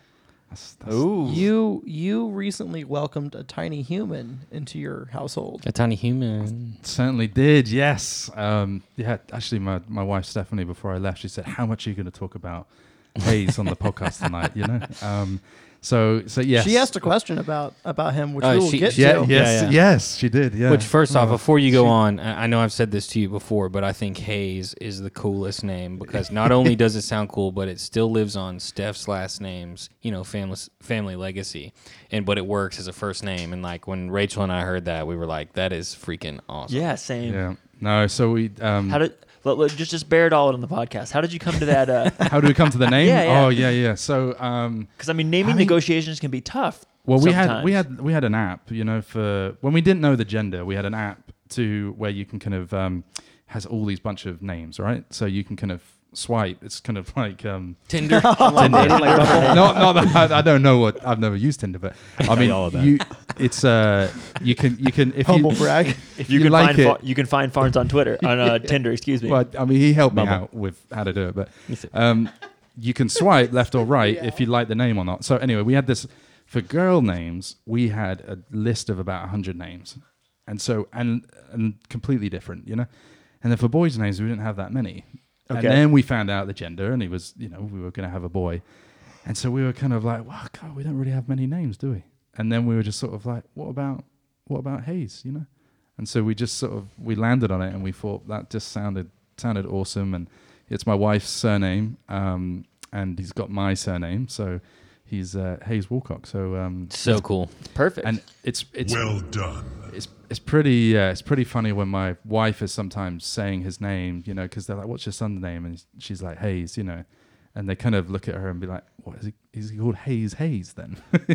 That's, that's
You you recently welcomed a tiny human into your household.
A tiny human.
Certainly did. Yes. Um, yeah. Actually, my, my wife Stephanie, before I left, she said, "How much are you going to talk about Hayes on the podcast tonight?" You know. Um, so so yes. Uh,
She asked a question about about him, which
Oh,
we will
she-
get
she-
Yeah.
to.
Yeah,
Yes.
yeah.
Yes. She did. Yeah.
Which, first off,
Oh,
before you go
she-
on, I I know I've said this to you before, but I think Hayes is the coolest name because not only does it sound cool, but it still lives on Steph's last name's, you know, family family legacy, and but it works as a first name. And like when Rachel and I heard that, we were like, "That is freaking awesome."
Yeah, same.
Yeah. No. So we. Um,
How did let, let- just just bear it all out on the podcast? How did you come to that? uh, Because
how do we come to the name?
Yeah, yeah.
Oh yeah yeah. So um,
I mean, naming
I mean-
negotiations can be tough.
Well, we had
sometimes.
we had we had an app, you know, for when we didn't know the gender, we had an app to where you can kind of um, has all these bunch of names, right? So you can kind of swipe. It's kind of like um,
Tinder.
not not that I, I don't know what I've never used Tinder, but I mean, you it's uh you can you can if
Humble
you,
brag.
If you,
you
can
like
find Fa-
it.
you can find Farns on Twitter on uh, Tinder, excuse me.
Well, I mean, he helped me out with how to do it, but um, you can swipe left or right if you like the name or not. So anyway, we had this for girl names. We had a list of about hundred names, and so and and completely different, you know. And then for boys' names, we didn't have that many.
Okay.
And then we found out the gender, and he was, you know, we were going to have a boy, and so we were kind of like, "Wow, God, we don't really have many names, do we?" And then we were just sort of like, "What about what about Hayes?" You know. And so we just sort of we landed on it, and we thought that just sounded sounded awesome. And it's my wife's surname, um, and he's got my surname, so he's uh, Hayes Walcock. So um,
so cool.
Perfect.
and it's it's
Well done.
it's it's pretty uh, it's pretty funny when my wife is sometimes saying his name, you know, because they're like, "What's your son's name?" and she's like, "Hayes," you know, and they kind of look at her and be like, "What is he? Is he called Hayes Hayes then?"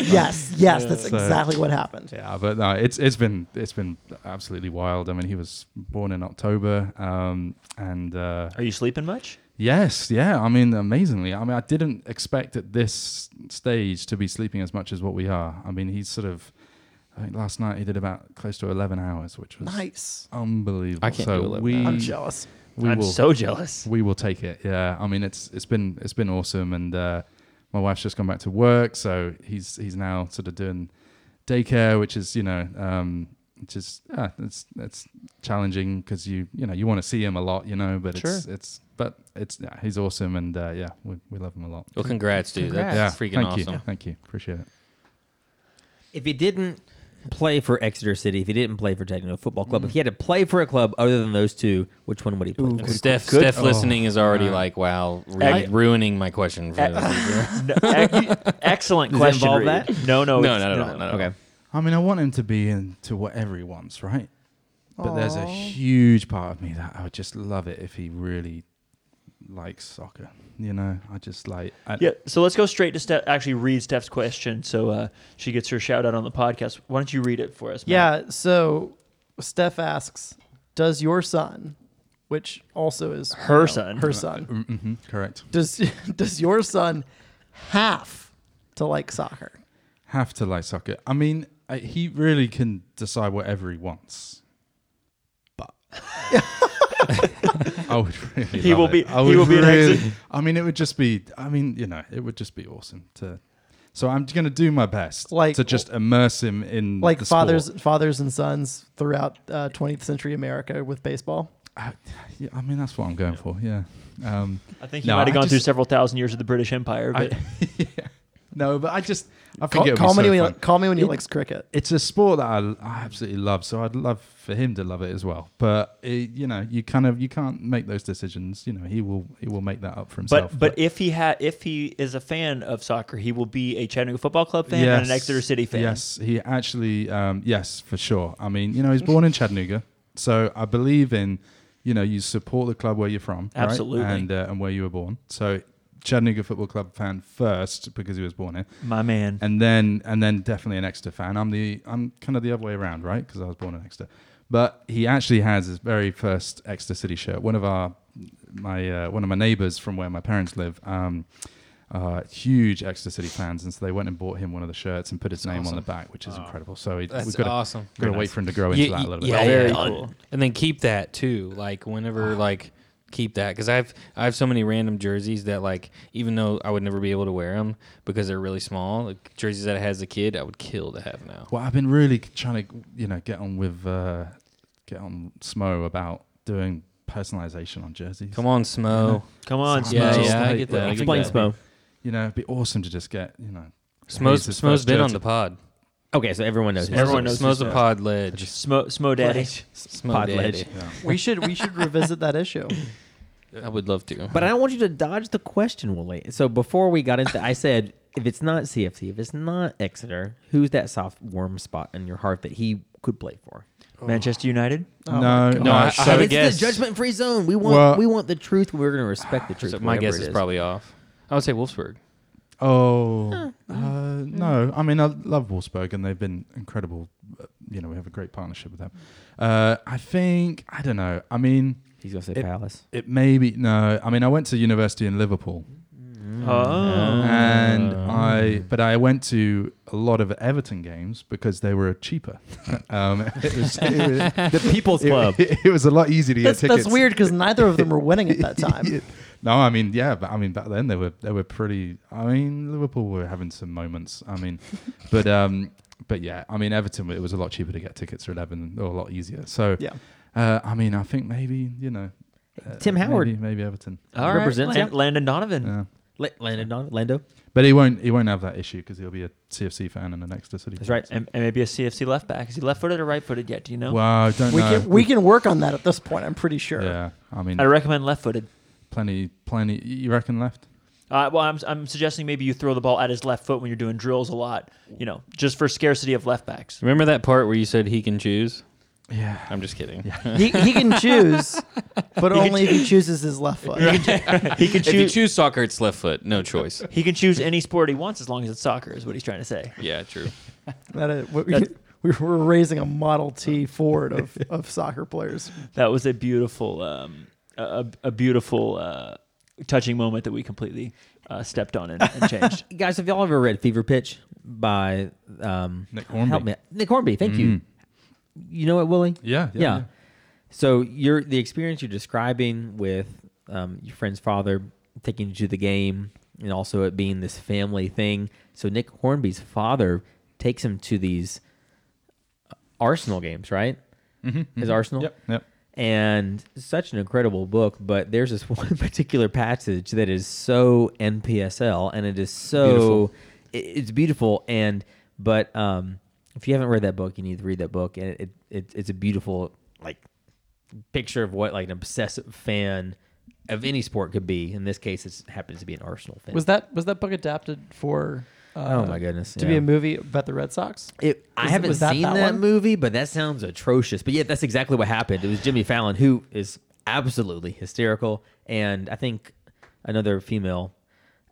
Yes, yes, that's
So-
exactly what happened.
Yeah, but no, it's it's been it's been absolutely wild. I mean, he was born in October, um, and uh,
Are you sleeping much?
yes, yeah. I mean, amazingly. I mean, I didn't expect at this stage to be sleeping as much as what we are. I mean, he's sort of. I think last night he did about close to eleven hours, which was
Nice.
unbelievable.
I can't
so
do 11
we,
I'm jealous.
we
I'm
will
so jealous.
we will take it. Yeah, I mean it's it's been it's been awesome, and uh, my wife's just gone back to work, so he's he's now sort of doing daycare, which is you know um, which is yeah, it's it's challenging because you you know you want to see him a lot, you know, but it's it's but it's yeah, he's awesome, and uh, yeah, we, we love him a lot.
Well, congrats, dude.
yeah,
That's freaking
thank
awesome.
you, thank you, appreciate it.
if he didn't play for Exeter City, if he didn't play for Techno Football Club,
Mm.
if he had to play for a club other than those two, which one would he play? for?
Steph, Steph listening is already like, wow, re-
I-
ruining my question for
No, ac- excellent
Does it
question.
involve
Reed.
that?
No, no,
No,
it's-
not at all, not at all.
Okay.
I mean, I want him to be into whatever he wants, right? But there's a huge part of me that I would just love it if he really likes soccer. You know, I just like. I,
Yeah. So let's go straight to Steph. Actually, read Steph's question so uh, she gets her shout out on the podcast. Why don't you read it for us? Matt?
Yeah. So Steph asks, "Does your son, which also is you
Her son.
her son,
hmm correct.
does does your son have to like soccer?"
Have to like soccer. I mean, I, he really can decide whatever he wants. But. I would really.
He
love
will
it.
be-
I
he
would
will be an
really-
exit.
I mean, it would just be. I mean, you know, it would just be awesome to. So I'm going to do my best
Like-
to just immerse him in
Like
the sport.
fathers, fathers and sons throughout uh, 20th century America with baseball.
I, yeah, I mean, that's what I'm going for. Yeah. Um,
I think he
No,
might
I
have gone through
just-
several thousand years of the British Empire. But
no, but I just I think
Call,
it would
call
be
me
so
when you,
fun.
call me when you
It-
likes cricket.
It's a sport that I, I absolutely love, so I'd love for him to love it as well. But it, you know, you kind of you can't make those decisions. You know, he will he will make that up for himself.
but but if he ha- if he is a fan of soccer, he will be a Chattanooga Football Club fan and an
Yes.
Exeter City fan.
Yes, he actually, um, yes, for sure. I mean, you know, he's born in Chattanooga, so I believe in, you know, you support the club where you're from, right?
Absolutely.
and uh, and where you were born. So Chattanooga Football Club fan first because he was born here,
My man.
and then and then definitely an Exeter fan. I'm the I'm kind of the other way around, right? Because I was born in Exeter. But he actually has his very first Exeter City shirt. One of our my uh, one of my neighbors from where my parents live. Um, uh, huge Exeter City fans, and so they went and bought him one of the shirts and put his name on the back, which is incredible. So he,
That's
we've got
awesome.
To, got to
Very
wait
nice.
for him to grow into
Yeah,
that a little bit.
yeah,
Very
yeah.
cool.
And then keep that too. Like whenever, like keep that because I've I have so many random jerseys that like even though I would never be able to wear them because they're really small, like jerseys that I had as a kid, I would kill to have now.
Well, I've been really trying to, you know, get on with, uh, get on Smo about doing personalization on jerseys.
Come on, Smo.
Come on,
Sounds
Yeah,
Smo.
yeah,
Smoke.
nice.
I get that. I get
Explain
that.
Smo.
You know, it'd be awesome to just get, you know,
Smo's,
Hayes'
Smo's
first
been on
jersey.
the pod.
Okay, so everyone knows.
Everyone
Smo's-
knows
Smo's
who's
a
Smo.
pod ledge.
Smo, Smo Daddy.
Smo
Pod
daddy.
ledge.
We should we should revisit that issue.
I would love to.
But I don't want you to dodge the question, Willie. So before we got into, I said if it's not CFC, if it's not Exeter, who's that soft warm spot in your heart that he could play for?
Oh. Manchester United.
no, no.
no, I, I
so-
have a
It's
guess.
the judgment free zone. We want
Well-
we want the truth. We're going to respect the truth.
So my
whatever
guess
it
is probably off. I would say Wolfsburg.
oh, uh, no. I mean, I love Wolfsburg, and they've been incredible. Uh, You know, we have a great partnership with them. Uh, I think, I don't know. I mean,
He's going to say
It-
Palace.
it may be no. I mean, I went to university in Liverpool.
Oh.
and I but I went to a lot of Everton games because they were cheaper. um, it, was, it, was,
The People's Club.
it, it was a lot easier to get
That's,
tickets.
that's weird because neither of them were winning at that time.
No, I mean, yeah, but I mean, back then they were they were pretty. I mean, Liverpool were having some moments. I mean, but um, but yeah, I mean, Everton it was a lot cheaper to get tickets for eleven, or a lot easier. So
Yeah.
uh, I mean, I think maybe you know, uh,
Tim Howard.
maybe, maybe Everton,
Uh,
All right. Represents
Lan-
him.
Landon Donovan.
yeah.
La- Lando, Lando.
But he won't he won't have that issue because he'll be a CFC fan and an extra city.
That's right.
And, and maybe a CFC left back. Is he left footed or right footed yet? Do you know?
Wow, I don't
We
know.
can we can work on that at this point. I'm pretty sure.
yeah, I mean,
I recommend left footed.
plenty, plenty. You reckon left?
Uh, well, I'm, I'm suggesting maybe you throw the ball at his left foot when you're doing drills a lot, you know, just for scarcity of left backs.
Remember that part where you said he can choose?
Yeah.
I'm just kidding.
He, he can choose, but only if he chooses his left foot.
He can choose. If you choose soccer, it's left foot. No choice.
He can choose any sport he wants as long as it's soccer, is what he's trying to say.
Yeah, true.
That is, we, we were raising a Model T Ford of, of soccer players.
That was a beautiful, um, a, a- a beautiful, uh, touching moment that we completely uh, stepped on and, and changed.
Guys, have y'all ever read Fever Pitch by um,
Nick Hornby. Mm. Mm-hmm.
Help me, Nick Hornby. Thank you. You know it, Willie.
Yeah,
yeah. So you're the experience you're describing with um, your friend's father taking you to the game, and also it being this family thing. So Nick Hornby's father takes him to these uh, Arsenal games, right? Mm-hmm, His Arsenal.
Yep, yep.
And such an incredible book, but there's this one particular passage that is so NPSL, and it is so it, it's beautiful. And but um, if you haven't read that book, you need to read that book, and it, it it's a beautiful like picture of what like an obsessive fan of any sport could be. In this case, it happens to be an Arsenal fan.
Was that was that book adapted for? Uh,
Oh my goodness,
To be
yeah.
a movie about the Red Sox.
It, I
Is-
haven't
was that
seen that,
that one?
movie, but that sounds atrocious. But yeah, that's exactly what happened. It was Jimmy Fallon who is absolutely hysterical, and I think another female.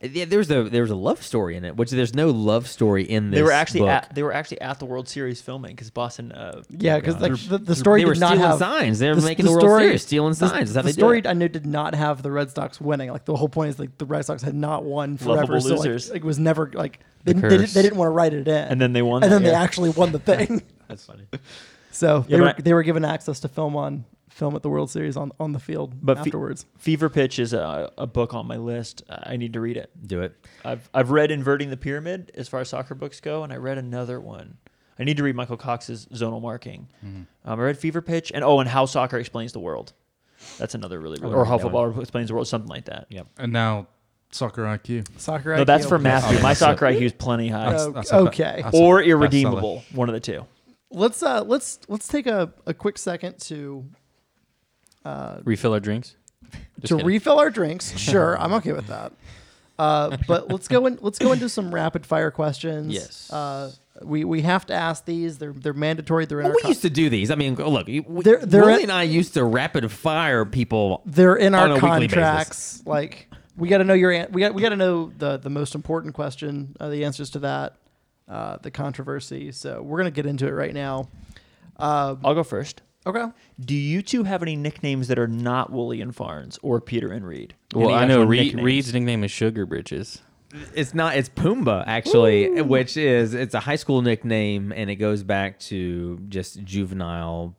Yeah, there's a there's a love story in it, which there's no love story in this.
they were actually
book.
at they were actually at the World Series filming because Boston. Uh,
Yeah, because like the, the story
they were
did not
stealing
have
signs. They were making the World Series, stealing signs. That's how
The,
they
the
do
story
it.
I know did not have the Red Sox winning. Like the whole point is like the Red Sox had not won forever.
Lovable
so like,
losers.
like, it was never like they, they, didn't,
curse.
they didn't want to write it in.
And then they won
And
that
then they
year.
actually won the thing.
That's funny.
So
Yeah,
they, were,
but I-
they were given access to film on film at the World Series on, on the field
But fe-
afterwards.
Fever Pitch is a, a book on my list. Uh, I need to read it.
Do it.
I've I've read Inverting the Pyramid as far as soccer books go, and I read another one. I need to read Michael Cox's Zonal Marking. Um, I read Fever Pitch, and oh, and How Soccer Explains the World. That's another really, really or How Football Explains the World, something like that.
Yep.
And now soccer IQ.
Soccer.
No, that's
IQ.
for Matthew.
Oh,
My
that's
soccer IQ is plenty high,
Oh,
That's a-
okay.
that's a
or
bestseller.
irredeemable. One of the two.
Let's uh let's let's take a, a quick second to
Refill our drinks. Just
to
kidding.
refill our drinks. Sure, I'm okay with that. Uh, but let's go in. Let's go into some rapid fire questions.
Yes.
Uh, we we have to ask these. They're they're mandatory. They're in
Well,
our
we
con-
used to do these. I mean, go- look, you- we,
They're- they're
Willie
at-
and I used to rapid fire people.
they're in
on
our
a weekly basis.
contracts. Like we got to know your an- we got we got to know the the most important question, uh, the answers to that, uh, the controversy. So we're gonna get into it right now. Uh,
I'll go first.
okay.
Do you two have any nicknames that are not Wooly and Farns or Peter and Reed?
Well,
Any
I know
actual
Reed,
nicknames?
Reed's nickname is Sugar Bridges.
It's not. It's Pumbaa actually, which is it's a high school nickname, and it goes back to just juvenile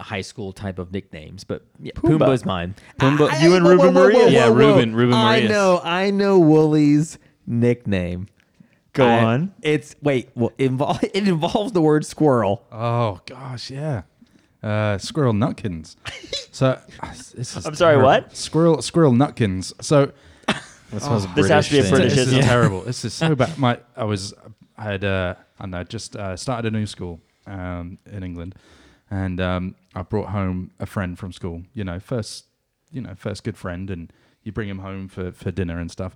high school type of nicknames. But yeah,
Pumbaa.
Pumbaa's mine.
Pumbaa-
I- I-
You and
whoa,
Reuben
whoa, whoa,
Maria?
whoa,
Yeah,
whoa, whoa.
Reuben- Reuben
I
Maria's.
know. I know Wooly's nickname.
Go
I-
on.
It's wait. Well, invol- it involves the word squirrel.
Oh gosh, yeah. Uh, squirrel nutkins. So this is
I'm sorry,
terrible.
what?
Squirrel squirrel nutkins. So
This was
This has to be a
thing.
British
this is
isn't it?
terrible. This is so bad. My I was I had uh, I don't know just uh, started a new school um, in England, and um, I brought home a friend from school. You know, first you know first good friend, and you bring him home for for dinner and stuff.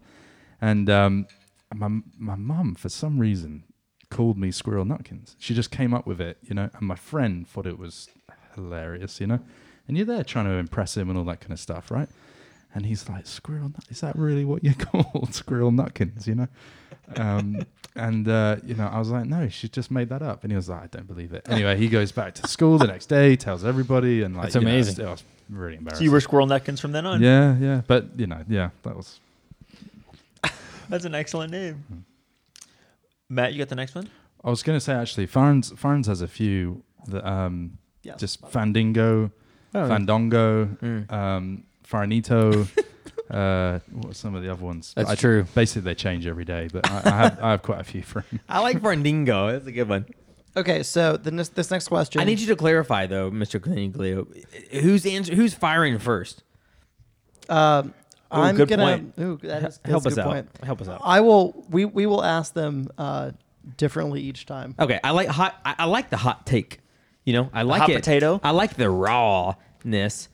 And um, my my mum for some reason called me Squirrel Nutkins. She just came up with it, you know. And my friend thought it was hilarious, you know. And you're there trying to impress him and all that kind of stuff, right? And he's like, Squirrel Nut, is that really what you're called? Squirrel Nutkins, you know? Um, and, uh, you know, I was like, no, she just made that up. And he was like, I don't believe it. Anyway, he goes back to school the next day, tells everybody, and like,
That's
you know,
amazing.
it was really
So
embarrassing.
you were Squirrel Nutkins from then on.
yeah, yeah. But, you know, yeah, that was.
That's an excellent name. Matt, you got the next one?
I was going to say, actually, Farns, Farns has a few that um,
Yes.
just Fandingo, Fandongo, um, Farinito. uh, what are some of the other ones?
That's
I-
true.
Basically, they change every day, but I, I, have, I have quite a few for him.
I like Brandingo. That's a good one.
Okay. So the, nes- this next question.
I need you to clarify though, Mr. Coniglio, who's answer, who's firing first?
Um, I'm
good
gonna
point.
Ooh, that is, that's
Help
a
us
good
out.
Point.
Help us out.
I will. We we will ask them uh, differently each time.
Okay, I like hot. I, I like the hot take. You know, I like
hot
it.
potato?
I like the rawness.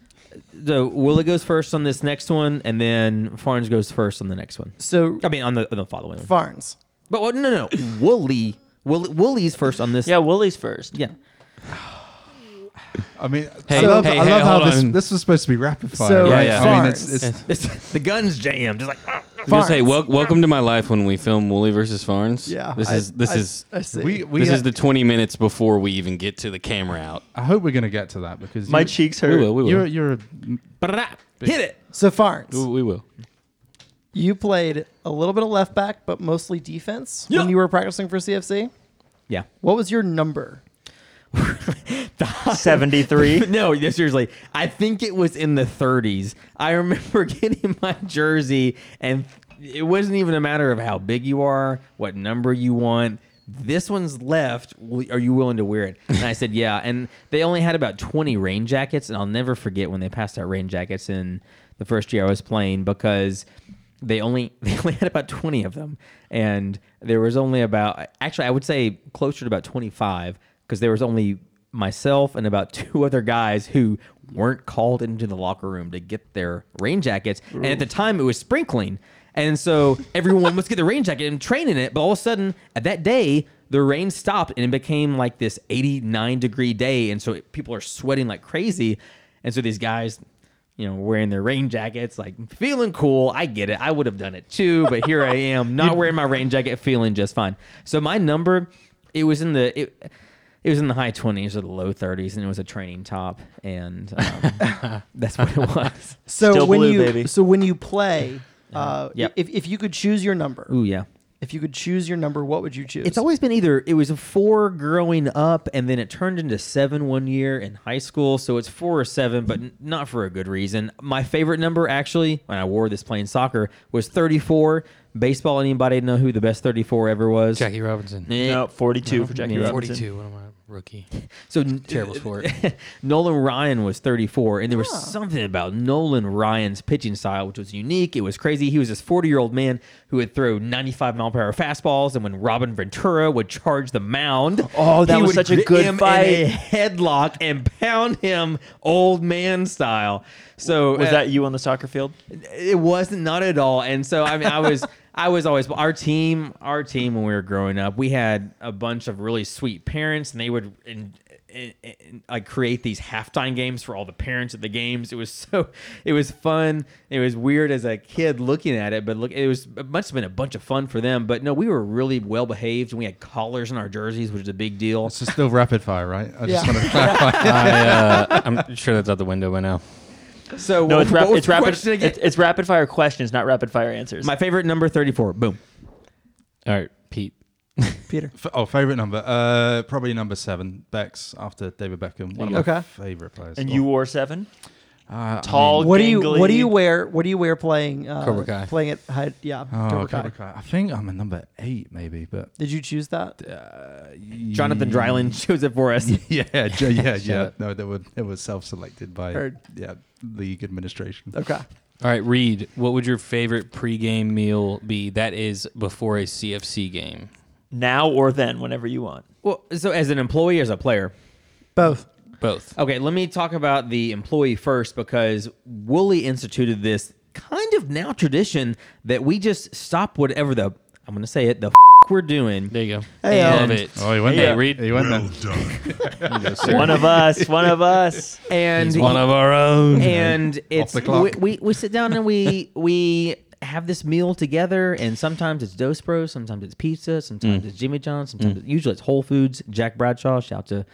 So Willa goes first on this next one, and then Farns goes first on the next one.
So
I mean, on the on the following one.
Farns.
But well, no, no, Wooly, Wooly, Wooly's first on this.
Yeah, Wooly's first.
yeah.
I mean,
Hey,
I love,
hey,
I
hey,
love how
hold
this,
on.
this was supposed to be rapid fire.
So
right?
Yeah, yeah.
I mean, it's,
Farns.
it's
It's, the guns jammed. It's like ah.
I was gonna say, wel- welcome to my life when we film Wooly versus Farns.
Yeah.
this
I-
is this
I-
is
I see.
we, we
this
ha-
is the twenty minutes before we even get to the camera out.
I hope we're gonna get to that because
My
you,
cheeks
We
hurt.
will, we will,
You're you're a,
brah, hit it.
so Farns.
we, we will.
You played a little bit of left back, but mostly defense when you were practicing for CFC.
Yeah.
What was your number?
73.
no, yeah, seriously. I think it was in the 30s. I remember getting my jersey, and it wasn't even a matter of how big you are, what number you want. This one's left. Will- Are you willing to wear it? And I said, yeah. And they only had about 20 rain jackets, and I'll never forget when they passed out rain jackets in the first year I was playing because they only they only had about 20 of them and there was only about actually i would say closer to about 25 because there was only myself and about two other guys who weren't called into the locker room to get their rain jackets and at the time it was sprinkling and so everyone was get the rain jacket and train in it but all of a sudden at that day the rain stopped and it became like this 89 degree day and so it, people are sweating like crazy and so these guys you know, wearing their rain jackets, like feeling cool. I get it. I would have done it too, but here I am, not wearing my rain jacket, feeling just fine. So my number, it was in the it, it was in the high twenties or the low thirties, and it was a training top, and um, that's what it was.
So
Still
when
blue,
you
baby.
so when you play, uh,
Yep.
if if you could choose your number,
Ooh yeah.
if you could choose your number, what would you choose?
It's always been either it was a four growing up, and then it turned into seven one year in high school. So it's four or seven, but n- not for a good reason. My favorite number, actually, when I wore this playing soccer, was thirty four. Baseball. Anybody know who the best thirty four ever was?
Jackie Robinson,
Eh,
No, 42 for Jackie
Yeah.
Robinson.
What am I, rookie?
So n-
Terrible sport.
Nolan Ryan was 34, and there was something about Nolan Ryan's pitching style which was unique. It was crazy. He was this 40 year old man who would throw 95 mile per hour fastballs, and when Robin Ventura would charge the mound,
Oh, that
he
was
would
such a
get
good
him
fight.
In a headlock and pound him old man style. So
Was
uh,
that you on the soccer field?
it wasn't not at all and so i mean i was i was always our team our team when we were growing up we had a bunch of really sweet parents and they would en- and, and like create these halftime games for all the parents at the games. It was so it was fun. It was weird as a kid looking at it, but look, it was it must have been a bunch of fun for them. But no, we were really well behaved. We had collars in our jerseys, which is a big deal.
This is still rapid fire, right? I just
Yeah.
want to clarify.
I, uh, I'm sure that's out the window by now.
So
No, it's,
what
rap-
was
it's
the
rapid.
question again?
It's, it's rapid fire questions, not rapid fire answers.
My favorite number thirty four. Boom.
All right, Pete.
Peter.
F- oh, favorite number? Uh, probably number seven. Bex after David Beckham. One of my
Okay.
favorite players.
and you wore seven.
uh,
Tall.
What do you What do you
gangly-
wear? What do you wear playing? Uh,
Cobra Kai.
Playing it. hi- Yeah.
I mean, oh,
Cobra Kai.
Cobra Kai. I think I'm a number eight, maybe. But
Did you choose that?
Jonathan Dryland chose it for us.
yeah, j- yeah, yeah.
up.
No, they were it was self-selected by
Heard.
yeah league administration.
Okay.
All right, Reed. What would your favorite pregame meal be? That is before a CFC game.
now or then, whenever you want.
Well, so as an employee, or as a player.
Both.
Both.
Okay, let me talk about the employee first because Wooly instituted this kind of now tradition that we just stop whatever the I'm going to say it the f- we're doing.
There you go.
Hey,
I
um,
Love it.
Oh, he went
hey,
there.
Reed.
He went there.
One of us. One of us.
and
He's one of our own.
and it's
the clock.
We, we we sit down and we we have this meal together and sometimes it's Dos Bros, sometimes it's pizza,
Mm.
sometimes it's Jimmy John's, sometimes it- usually it's Whole Foods. Jack Bradshaw, shout to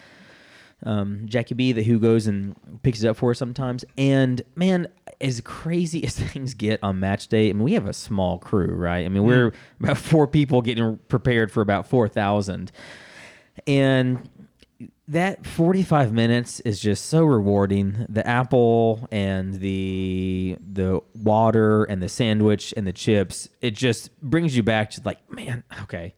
um, Jackie B, the who goes and picks it up for us sometimes. And man, as crazy as things get on match day, I mean, we have a small crew, right? I mean, we're
Mm.
about four people getting prepared for about four thousand, and that 45 minutes is just so rewarding the apple and the the water and the sandwich and the chips it just brings you back to like man okay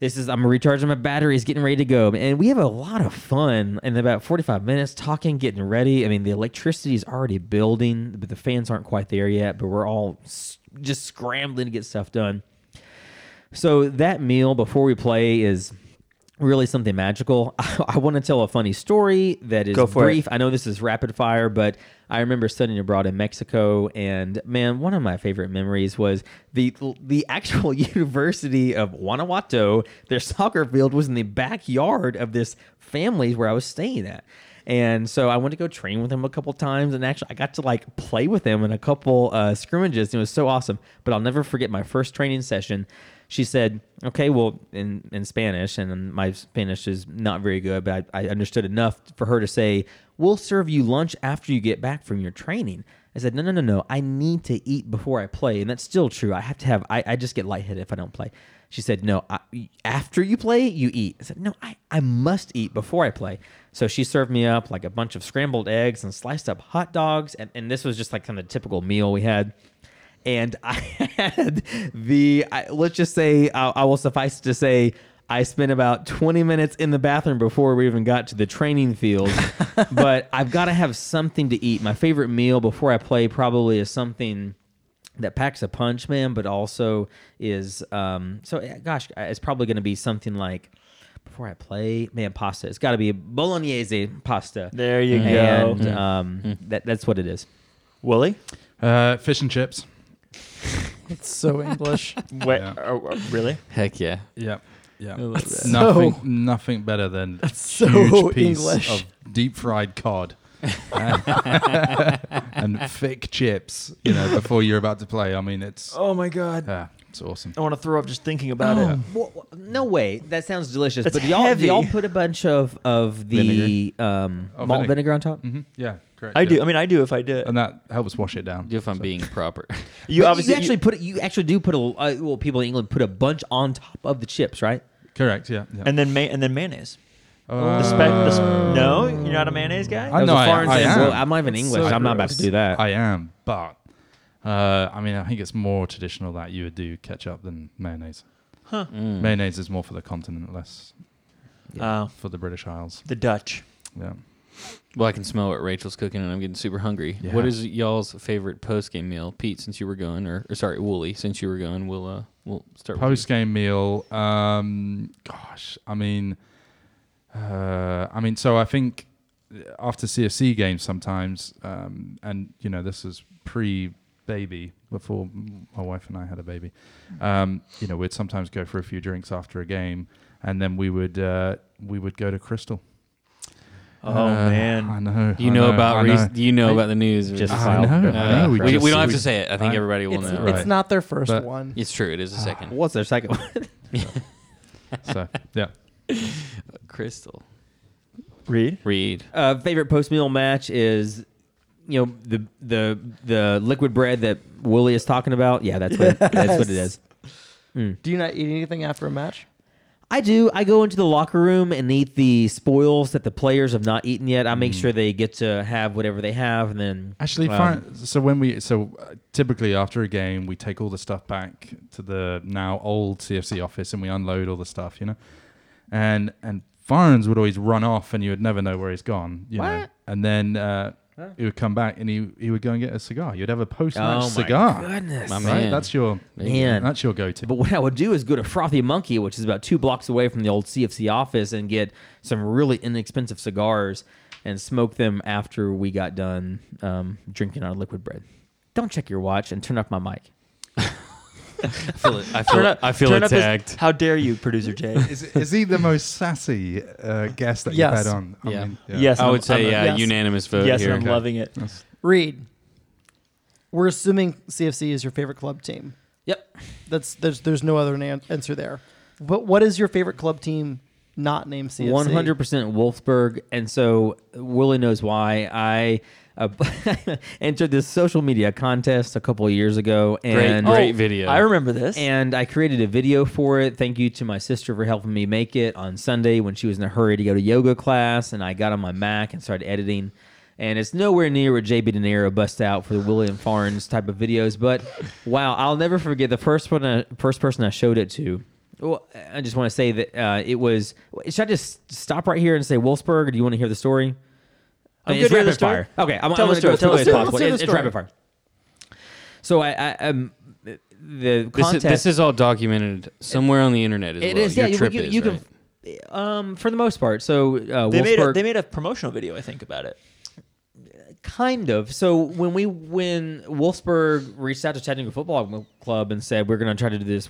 this is i'm recharging my batteries getting ready to go and we have a lot of fun in about 45 minutes talking getting ready i mean the electricity is already building but the fans aren't quite there yet but we're all s- just scrambling to get stuff done so that meal before we play is really something magical. I, want to tell a funny story that is
Go for it.
brief. I know this is rapid fire, but I remember studying abroad in Mexico, and man, one of my favorite memories was the the actual University of Guanajuato. Their soccer field was in the backyard of this family where I was staying at. And so I went to go train with them a couple times, and actually I got to like play with them in a couple uh, scrimmages. And it was so awesome. But I'll never forget my first training session. She said, "Okay, well, in in Spanish, and my Spanish is not very good, but I, I understood enough for her to say, "We'll serve you lunch after you get back from your training." I said, "No, no, no, no. I need to eat before I play, and that's still true. I have to have. I, I just get lightheaded if I don't play." She said, "No, I, after you play, you eat." I said, "No, I, I must eat before I play." So she served me up like a bunch of scrambled eggs and sliced up hot dogs, and, and this was just like kind of the typical meal we had. And I had the I, let's just say I, I will suffice to say I spent about 20 minutes in the bathroom before we even got to the training field. but I've got to have something to eat. My favorite meal before I play probably is something that packs a punch, man, but also is um so eh, gosh, eh, it's probably going to be something like before I play, man, pasta. It's got to be bolognese pasta.
There you go. Uh, Mm-hmm.
and um that that's what it is.
Willie.
Uh, fish and chips.
It's so English.
What?
Yeah.
uh, uh, really?
Heck yeah.
Yeah, yeah.
that.
Nothing,
Oh, So-
nothing better than a
so
huge piece
English.
of deep fried cod and thick chips. You know, before you're about to play. I mean, it's
Oh my god.
yeah, it's awesome.
I want to throw up just thinking about it.
Wha- wha- no way. That sounds delicious.
That's
but do y'all, do
heavy.
y'all put a bunch of of the um,
Oh,
malt
vinegar.
vinegar on top?
Mhm. Yeah, correct.
I
yeah.
do. I mean, I do if I did.
and that helps wash it down.
If I'm being proper.
You
But
obviously
actually put it- you actually do put a uh, well people in England put a bunch on top of the chips, right?
Correct. Yeah. yeah.
and then ma- and then mayonnaise.
Uh,
The spe- the
Oh.
sp- no, you're not a mayonnaise guy.
I
That was
know.
a foreign
I, I
thing.
am.
Well, I'm not even English.
so
I'm not about to
gross.
do that.
I am, but uh, I mean, I think it's more traditional that you would do ketchup than mayonnaise.
Huh.
Mayonnaise is more for the continent, less
Uh,
for the British Isles.
the Dutch.
Yeah.
well, I can smell what Rachel's cooking, and I'm getting super hungry.
Yeah.
What is y'all's favorite post game meal, Pete? Since you were going, or, or sorry, Wooly, since you were going, we'll uh, we'll start. with you.
Post game meal. Um, gosh, I mean, uh, I mean, so I think after CFC games sometimes, um, and you know, this is pre baby before my wife and I had a baby. Um, you know, we'd sometimes go for a few drinks after a game, and then we would uh, we would go to Crystal.
Oh
Uh, I
man,
know.
You know,
I know I
about
know.
rec- you know about the news.
Just
recently.
I
filed.
know.
Uh,
I know.
we,
just-
we don't have to say it. I think
I-
everybody will
It's,
know.
Right.
it's not their first
But-
one.
It's true. It is the second.
What's their second one?
So yeah,
Crystal
Reed.
Reed.
Uh, favorite post meal match is, you know, the the the liquid bread that Wooly is talking about. Yeah, that's what it, that's what it is.
Do you not eat anything after a match?
I do. I go into the locker room and eat the spoils that the players have not eaten yet. I make sure they get to have whatever they have, and then
actually,
um,
fine. So when we so uh, typically after a game, we take all the stuff back to the now old CFC office and we unload all the stuff, you know, and and Farns would always run off and you would never know where he's gone, you know, and then. Uh, he would come back and he, he would go and get a cigar. You'd have a post match
Oh my
cigar.
goodness.
My
right?
man.
That's your
Man.
That's your go to.
But what I would do is go to Frothy Monkey, which is about two blocks away from the old CFC office, and get some really inexpensive cigars and smoke them after we got done um, drinking our liquid bread. Don't check your watch and turn off my mic.
I feel it. I feel, it- I feel
turn up his-
attacked.
how dare you, producer Jay?
Is, is he the most sassy uh, guest that
Yes.
you've had on?
Yeah.
Yes,
I
I'm-
would say
I'm-
yeah,
yes.
unanimous vote
yes,
here.
and I'm loving it.
Reed, we're assuming CFC is your favorite club team.
Yep.
That's there's there's no other nan- answer there. But what is your favorite club team not named CFC?
One hundred percent Wolfsburg, and so Willie knows why. I uh, entered this social media contest a couple of years ago,
Great,
and
great video.
Oh, I remember this.
And I created a video for it. Thank you to my sister for helping me make it on Sunday when she was in a hurry to go to yoga class. And I got on my Mac and started editing. And it's nowhere near what JB De Niro busts out for the William Farns type of videos. But wow, I'll never forget the first one. I, first person I showed it to. Well, I just want to say that uh, it was. Should I just stop right here and say Wolfsburg, or do you want to hear the story?
I'm
it's
good with
rapid
the story.
fire. Okay, I'm,
Tell
I'm
the
going to
story.
go as
Tell the
quickly as
story.
possible.
Let's hear
It-
the
It's
story.
rapid fire. So I, I um, the
this
contest.
is, this is all documented somewhere on the internet as
It
well.
is,
Your
yeah.
trip
you,
is,
you
right?
can, um, for the most part. So uh,
they
Wolfsburg,
made a, they made a promotional video, I think, about it.
kind of. So when we when Wolfsburg reached out to Chattanooga Football Club and said we're going to try to do this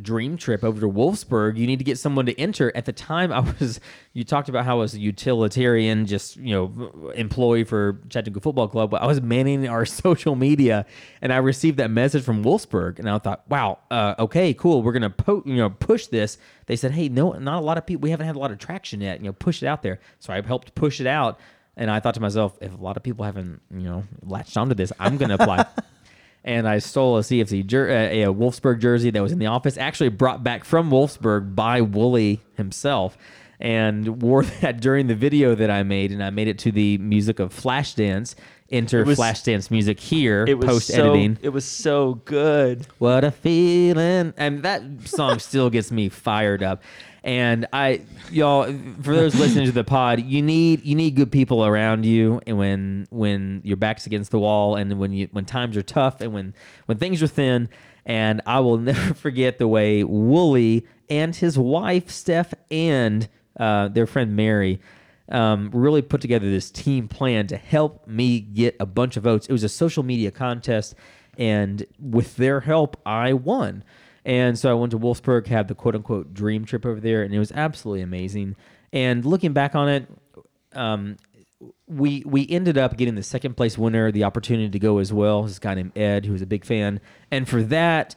dream trip over to Wolfsburg, you need to get someone to enter. At the time, I was you talked about how I was a utilitarian, just you know, employee for Chattanooga Football Club, but I was managing our social media, and I received that message from Wolfsburg, and I thought, wow, uh, okay, cool, we're going to po- you know push this. They said, hey, no, not a lot of people. We haven't had a lot of traction yet. You know, push it out there. So I helped push it out. And I thought to myself, if a lot of people haven't, you know, latched onto this, I'm going to apply. and I stole a CFC jer- uh, a Wolfsburg jersey that was in the office, actually brought back from Wolfsburg by Wooly himself, and wore that during the video that I made. And I made it to the music of Flashdance. Enter
It was-
Flashdance music here.
It was
Post
so,
editing.
It was so good.
What a feeling. And that song still gets me fired up. And I y'all for those listening to the pod, you need you need good people around you and when when your back's against the wall and when you when times are tough and when when things are thin and I will never forget the way Wooly and his wife Steph and uh, their friend Mary um, really put together this team plan to help me get a bunch of votes. It was a social media contest, and with their help, I won. And so I went to Wolfsburg, had the quote unquote dream trip over there, and it was absolutely amazing. And looking back on it, um, we we ended up getting the second place winner the opportunity to go as well. This guy named Ed, who was a big fan, and for that,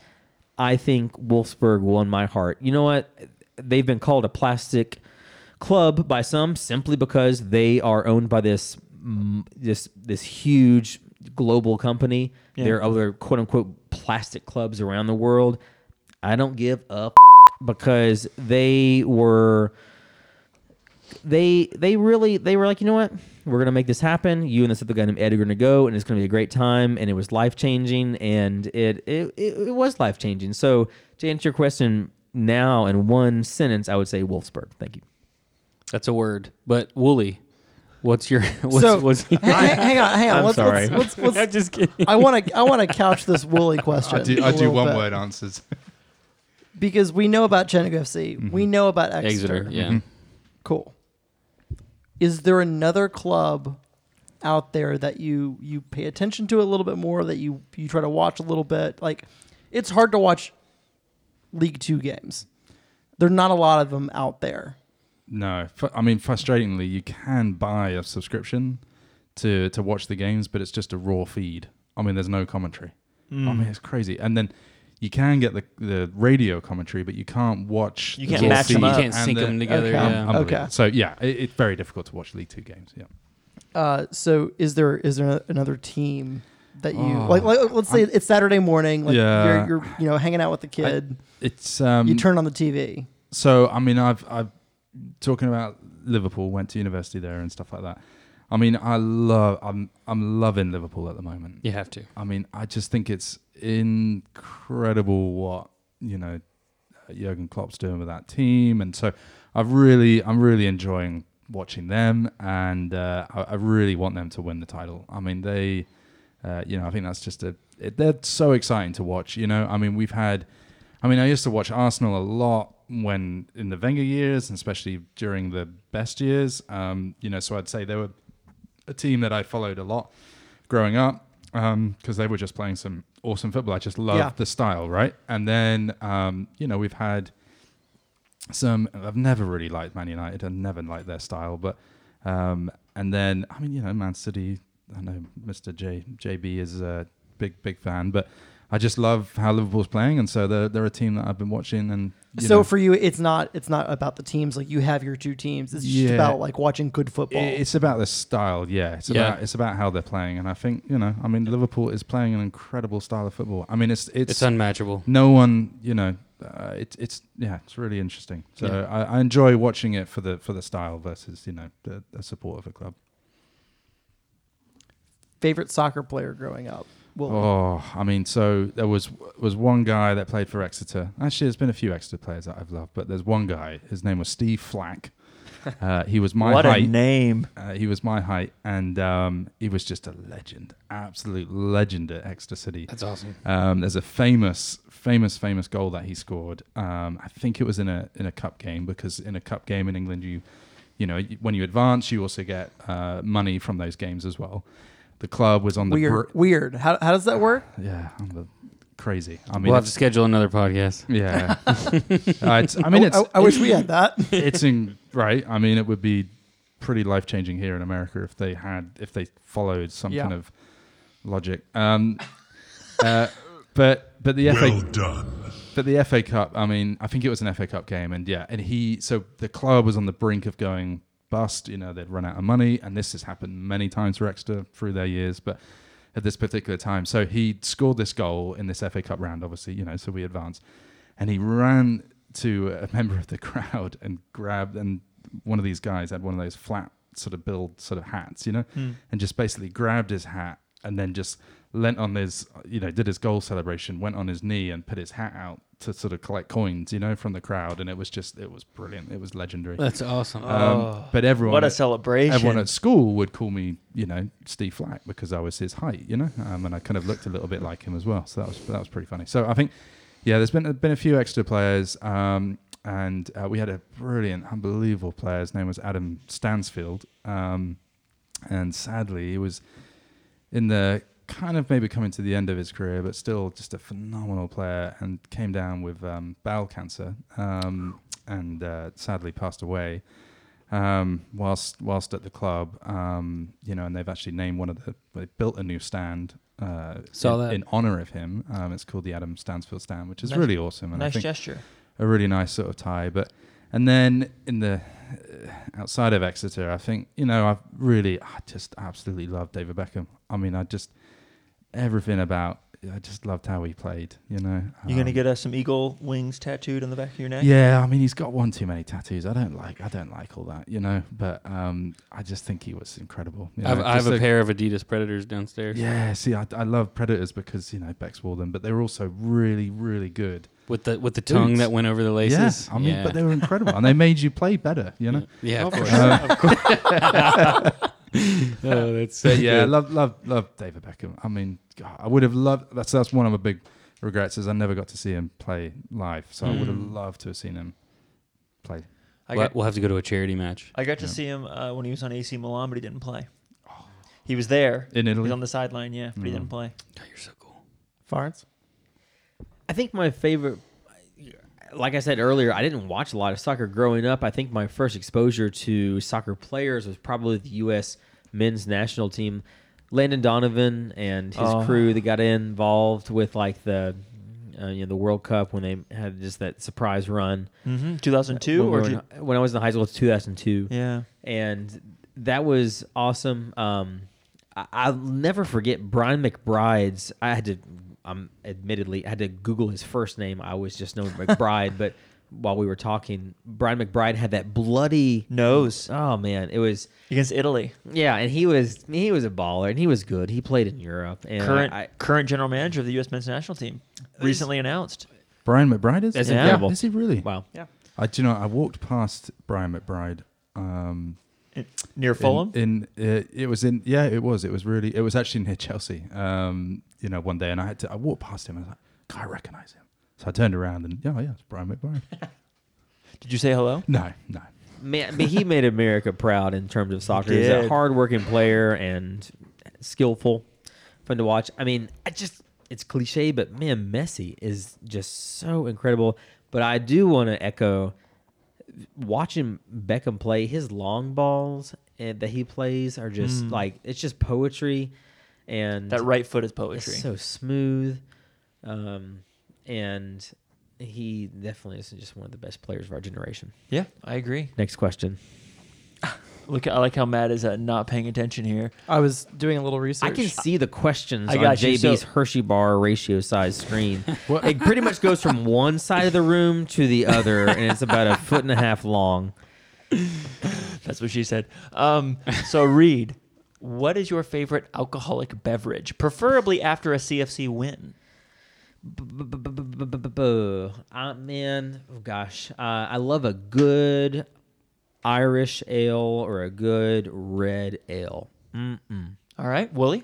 I think Wolfsburg won my heart. You know what? They've been called a plastic club by some simply because they are owned by this mm, this this huge global company. There are other quote unquote plastic clubs around the world. I don't give up because they were they they really they were like, you know what? We're gonna make this happen. You and this other guy named Ed are gonna go, and it's gonna be a great time. And it was life changing, and it it, it, it was life changing. So to answer your question now in one sentence, I would say Wolfsburg. Thank you.
That's a word. But Wooly, what's your what's,
so
what's
hang, hang- hang on, hang on.
I'm
let's,
sorry.
Let's, let's,
I'm
let's,
just kidding.
I want to I want to couch this woolly question.
I do,
a
I do
little
one
bit.
word answers.
because we know about Chattanooga FC. We know about Exeter.
Exeter, yeah.
Cool. Is there another club out there that you you pay attention to a little bit more that you you try to watch a little bit? Like it's hard to watch League 2 games. There're not a lot of them out there.
no. Fu- I mean, frustratingly, you can buy a subscription to to watch the games, but it's just a raw feed. I mean, there's no commentary.
Hmm.
I mean, it's crazy. And then you can get the the radio commentary, but you can't watch.
You
the
can't
raw
match 'em
feed
up.
You can't
and uh,
sync
the-
them together.
Okay.
Yeah.
Um,
Unbelievable.
Okay.
So yeah, it, it's very difficult to watch League Two games. Yeah.
Uh, so is there is there another team that you like, like? Let's say it's Saturday morning. Like
Oh. Yeah.
you're, you're you know hanging out with the kid.
It's um,
you turn on the TV.
so I mean, I've I've talking about Liverpool, went to university there and stuff like that. I mean, I love I'm I'm loving Liverpool at the moment.
You have to.
I mean, I just think it's incredible what you know Jurgen Klopp's doing with that team, and so I've really, I'm really enjoying watching them, and uh, I, I really want them to win the title. I mean, they, uh, you know, I think that's just a, it, they're so exciting to watch. You know, I mean, we've had, I mean, I used to watch Arsenal a lot when in the Wenger years, and especially during the best years. Um, you know, so I'd say they were a team that I followed a lot growing up because they were just playing some awesome football. I just loved
Yeah.
the style, right? And then um, you know we've had some. I've never really liked Man United. I never liked their style, but um, and then I mean you know Man City. I know Mr. J JB is a big big fan, but I just love how Liverpool's playing, and so they're they're a team that I've been watching. And you
so
know,
for you, it's not it's not about the teams. Like you have your two teams. It's just
Yeah.
about like watching good football.
I- It's about the style, yeah. It's
Yeah.
about it's about how they're playing, and I think you know, I mean, Liverpool is playing an incredible style of football. I mean, it's it's,
It's unmatchable.
no one, you know, uh, it's it's yeah, it's really interesting. So
Yeah.
I, I enjoy watching it for the for the style versus you know the, the support of a club.
Favorite soccer player growing up. Well,
Oh, I mean, so there was was one guy that played for Exeter. Actually, there's been a few Exeter players that I've loved, but there's one guy. His name was Steve Flack. Uh, he was my
what
height.
a name!
Uh, he was my height, and um, he was just a legend, absolute legend at Exeter City.
That's awesome.
Um, there's a famous, famous, famous goal that he scored. Um, I think it was in a in a cup game because in a cup game in England, you, you know, you- when you advance, you also get uh, money from those games as well. The club was on the
weird.
br-
weird. How, how does that work?
yeah, I'm the crazy. I mean,
We'll have to
it's-
schedule another podcast.
yeah, Uh, it's, I
Oh,
mean, it's
I, I wish we had that.
it's in right. I mean, it would be pretty life changing here in America if they had if they followed some
Yeah.
kind of logic. Um, uh, but but the FA
Well done.
but the FA Cup. I mean, I think it was an FA Cup game, and yeah, and he so the club was on the brink of going bust. You know, they'd run out of money, and this has happened many times for Exeter through their years, but at this particular time, so he scored this goal in this FA Cup round. Obviously, you know, so we advanced, and he ran to a member of the crowd and grabbed and one of these guys had one of those flat sort of build sort of hats, you know, and just basically grabbed his hat and then just leant on his, you know, did his goal celebration, went on his knee and put his hat out to sort of collect coins, you know, from the crowd. And it was just, it was brilliant. It was legendary.
That's awesome.
Um, but everyone,
Oh, What a celebration!
everyone at school would call me, you know, Steve Flack because I was his height, you know, um, and I kind of looked a little bit like him as well. So that was that was pretty funny. So I think, yeah, there's been been a few extra players, um, and uh, we had a brilliant, unbelievable player. His name was Adam Stansfield, um, and sadly, he was in the kind of maybe coming to the end of his career, but still just a phenomenal player, and came down with um, bowel cancer, um, and uh, sadly passed away um, whilst whilst at the club. Um, you know, and they've actually named one of the they built a new stand uh,
Saw
in,
that.
in honor of him. Um, it's called the Adam Stansfield Stand, which is
Nice-
really awesome, and I
nice
think
gesture.
a really nice sort of tie. But and then in the uh, outside of Exeter, I think you know I've really I just absolutely loved David Beckham. I mean, I just everything about I just loved how he played. You know,
You're gonna
Um,
get us some eagle wings tattooed on the back of your neck.
yeah, I mean, he's got one too many tattoos. I don't like, I don't like all that, you know. But um, I just think he was incredible. you
I have,
know,
I have
just
a pair of Adidas Predators downstairs
Yeah, see, I, I love Predators because you know Bex wore them, but they were also really, really good.
with the with the tongue
Dudes.
that went over the laces.
Yeah, I mean, but they were incredible, and they made you play better, you know. Um,
yeah, of course. oh, that's
But yeah, love, love, love David Beckham. I mean, God, I would have loved. That's that's one of my big regrets is I never got to see him play live. So I would have
Hmm.
loved to have seen him play.
I
We'll-
got,
we'll have to go to a charity match.
I got to see him uh, when he was on AC Milan, but he didn't play. He was there
Oh. In
He
Italy? Mm.
was on the sideline, yeah, but he didn't play.
you're so cool.
Farns.
I think my favorite, like I said earlier, I didn't watch a lot of soccer growing up. I think my first exposure to soccer players was probably the U.S. men's national team. Landon Donovan and his crew that got involved with like the uh, you know the World Cup when they had just that surprise run.
2002
when, we
or
were in-
ju-
when I was in high school, it's 2002.
Yeah.
and that was awesome. Um, I, I'll never forget Brian McBride's. I had to, I'm admittedly, I had to Google his first name. I was just known McBride, but while we were talking, Brian McBride had that bloody.
nose
Oh man, it was
against Italy.
yeah, and he was he was a baller and he was good. He played in Europe and
Current
I,
current general manager of the U.S. men's national team, recently announced.
Brian McBride is?
That's
Yeah.
incredible.
Is he really?
wow.
Yeah,
I do you know. I walked past Brian McBride. Um,
near
in-
Fulham.
In, uh, it was in yeah, it was. It was really. It was actually near Chelsea. Um, you know, one day, and I had to. I walked past him. and I was like, "Can I recognize him?" So I turned around and yeah, yeah, it's Brian McBride.
Did you say hello?
no, no.
Man, but he made America proud in terms of soccer. He's a
did.
hardworking player and skillful, fun to watch. I mean, I just it's cliche, but man, Messi is just so incredible. But I do want to echo watching Beckham play. His long balls and, that he plays are just like it's just poetry. And
Hmm. That right foot is poetry.
it's so smooth, um, and he definitely is just one of the best players of our generation.
yeah, I agree.
Next question.
Look, I like how Matt is uh, not paying attention here.
I was doing a little research.
I can see the questions
I
on
got you,
JB's
so-
Hershey bar ratio size screen. it pretty much goes from one side of the room to the other, and it's about a foot and a half long.
That's what she said. Um, so Reed, what is your favorite alcoholic beverage, preferably after a CFC win?
Uh, man, oh gosh, uh, I love a good Irish ale or a good red ale.
All right, Wooly.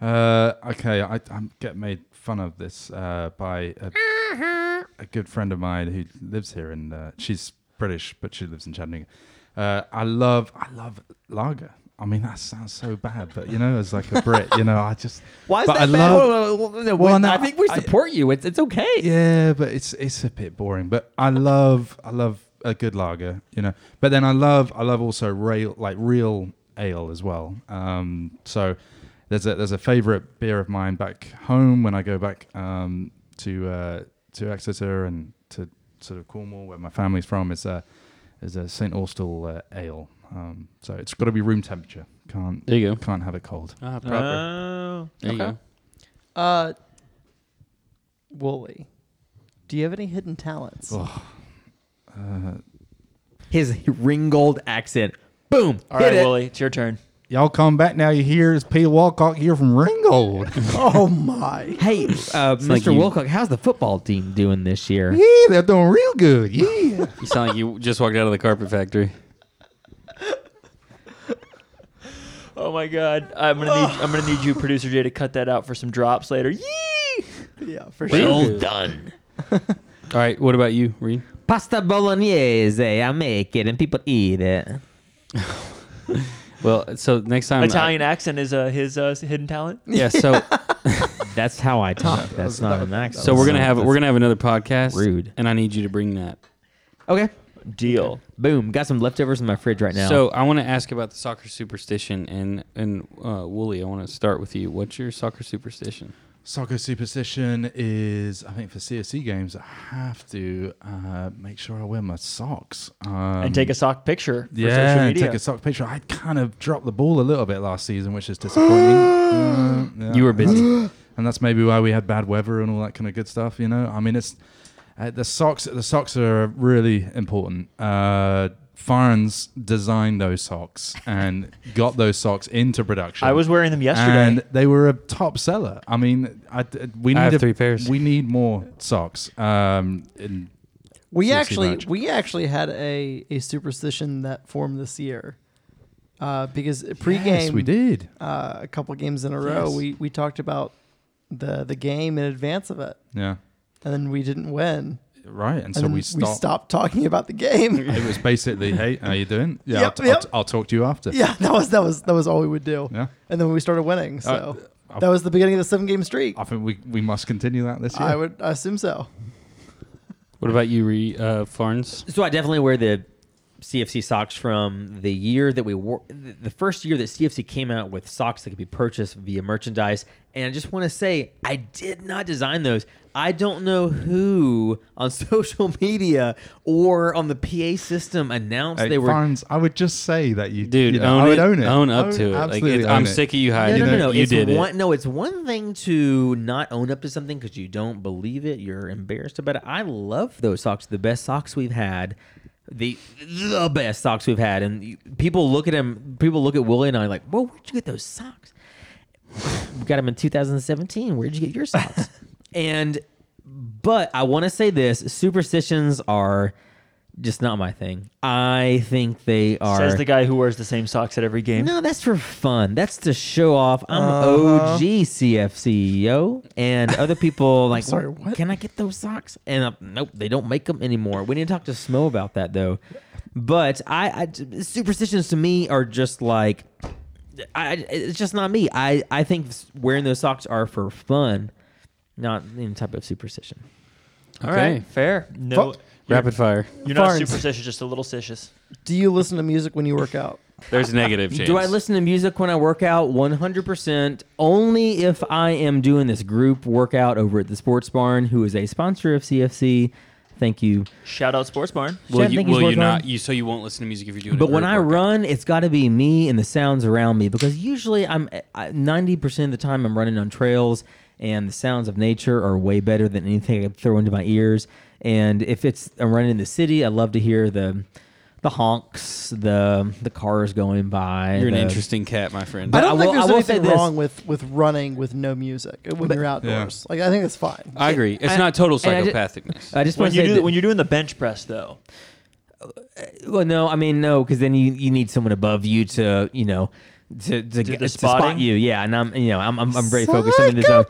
Uh, okay, I, I get made fun of this uh, by a, a good friend of mine who lives here, and uh, she's British, but she lives in Chattanooga. Uh, I love, I love lager. I mean, that sounds so bad, but you know, as like a Brit, you know, I just but I love- oh, Well, no,
I think we
I-
support you. It's it's okay.
Yeah, but it's it's a bit boring. But I love I love a good lager, you know. But then I love I love also real like real ale as well. Um, so there's a there's a favorite beer of mine back home when I go back um, to uh, to Exeter and to sort of Cornwall where my family's from is a is a St Austell uh, ale. Um, so it's got to be room temperature. Can't
There you go.
can't have it cold.
Ah, proper.
Oh,
there you go.
Uh, Wooly, do you have any hidden talents?
His ringgold accent. Boom.
all
hit
right,
it.
Wooly, it's your turn.
Y'all come back now. You hear is Peter Walcock here from Ringgold.
oh my!
Hey, uh, Mr.
like you-
Wilcock, how's the football team doing this year?
yeah, they're doing real good. Yeah.
You sound like you just walked out of the carpet factory.
Oh my God, I'm gonna need I'm gonna need you, producer Jay, to cut that out for some drops later. Yee!
Yeah, for sure.
Well done. All right. What about you, Reed?
Pasta bolognese, I make it and people eat it.
Well, so next
Um,
time, I-
Italian accent is uh, his uh, hidden talent.
yeah. So
That's how I talk. That's not an accent.
so we're gonna have we're gonna have another podcast.
Rude.
And I need you to bring that.
Okay.
Deal.
Boom. Got some leftovers in my fridge right now.
So I want to ask about the soccer superstition and and uh, Wooly. I want to start with you. What's your soccer superstition?
Soccer superstition is, I think, for CSC games, I have to uh, make sure I wear my socks um,
and take a sock picture. For
yeah,
social
and
media.
take a sock picture. I kind of dropped the ball a little bit last season, which is disappointing. Uh, yeah,
You were
and that's-
busy.
and that's maybe why we had bad weather and all that kind of good stuff. You know, I mean, it's uh, the socks. The socks are really important. Uh, Farns designed those socks and got those socks into production.
I was wearing them yesterday.
and they were a top seller. I mean, I, we need
I have
a-
three pairs.
We need more socks. Um, and
We
Seriously
actually
much.
we actually had a, a superstition that formed this year. Uh, because pregame
yes, we did.
Uh, a couple games in a row
Yes.
we, we talked about the the game in advance of it
Yeah,
and then we didn't win.
right. And,
And
so
then
we stopped.
stopped talking about the game.
It was basically, hey, how you doing? Yeah,
Yep,
I'll, t- I'll,
yep.
t- I'll talk to you after.
yeah, that was that was that was all we would do.
Yeah.
And then we started winning. So
uh,
that was the beginning of the seven game streak.
I think we, we must continue that this year.
I would assume so.
What about you, Re, uh, Farns?
So I definitely wear the CFC socks from the year that we wore, th- the first year that CFC came out with socks that could be purchased via merchandise. And I just want to say, I did not design those. I don't know who on social media or on the PA system announced
Hey,
they were.
Farns, I would just say that you,
Dude,
you
own
know, I would
it,
own it,
own up
I would
to it. Like,
absolutely
it's- I'm
own it.
sick of you
no,
hiding.
no,
it.
no, no.
You
it's
did
one,
it.
No, it's one thing to not own up to something because you don't believe it, you're embarrassed about it. I love those socks. The best socks we've had. The the best socks we've had, and you- people look at him. People look at Willie and I like, "Whoa, where'd you get those socks?" We got them in 2017. Where'd you get your socks? and but I want to say this: superstitions are just not my thing. I think they are.
Says the guy who wears the same socks at every game.
No, that's for fun. That's to show off. I'm
Uh-huh.
OG CFC, yo. And other people like,
sorry, what?
can I get those socks? And I'm, nope, they don't make them anymore. We need to talk to Smo about that though. But I, I superstitions to me are just like, I, it's just not me. I, I think wearing those socks are for fun, not any type of superstition.
Okay.
fair. No,
Rapid fire.
you're not
Farns.
superstitious, just a little stitious.
Do you listen to music when you work out?
There's a negative chance.
Do I listen to music when I work out? 100%. Only if I am doing this group workout over at the Sports Barn, who is a sponsor of CFC. Thank you.
Shout out Sports Barn.
Will
Shannon,
you,
thank you,
will you
Sports Bar.
not? You so you won't listen to music if you're doing. a
But when
group
I
workout.
run, it's got to be me and the sounds around me because usually I'm I- 90% of the time I'm running on trails and the sounds of nature are way better than anything I could throw into my ears. And if it's I'm running in the city, I love to hear the the honks, the the cars going by.
you're an
the-
interesting cat, my friend.
I
I,
don't
I
think
will- I
there's
will
anything
say this.
wrong with with running with no music uh, when you're outdoors. Like I think that's fine.
agree. It's
I-
not total
and I ju-
psychopathicness.
I just
When
want to
you
say
do
that-
when you're doing the bench press though,
Well, no, I mean no, because then you, you need someone above you to you know to to,
the
get, to spot
spotting?
you. Yeah, and I'm you know I'm I'm, I'm very focused on this. Own.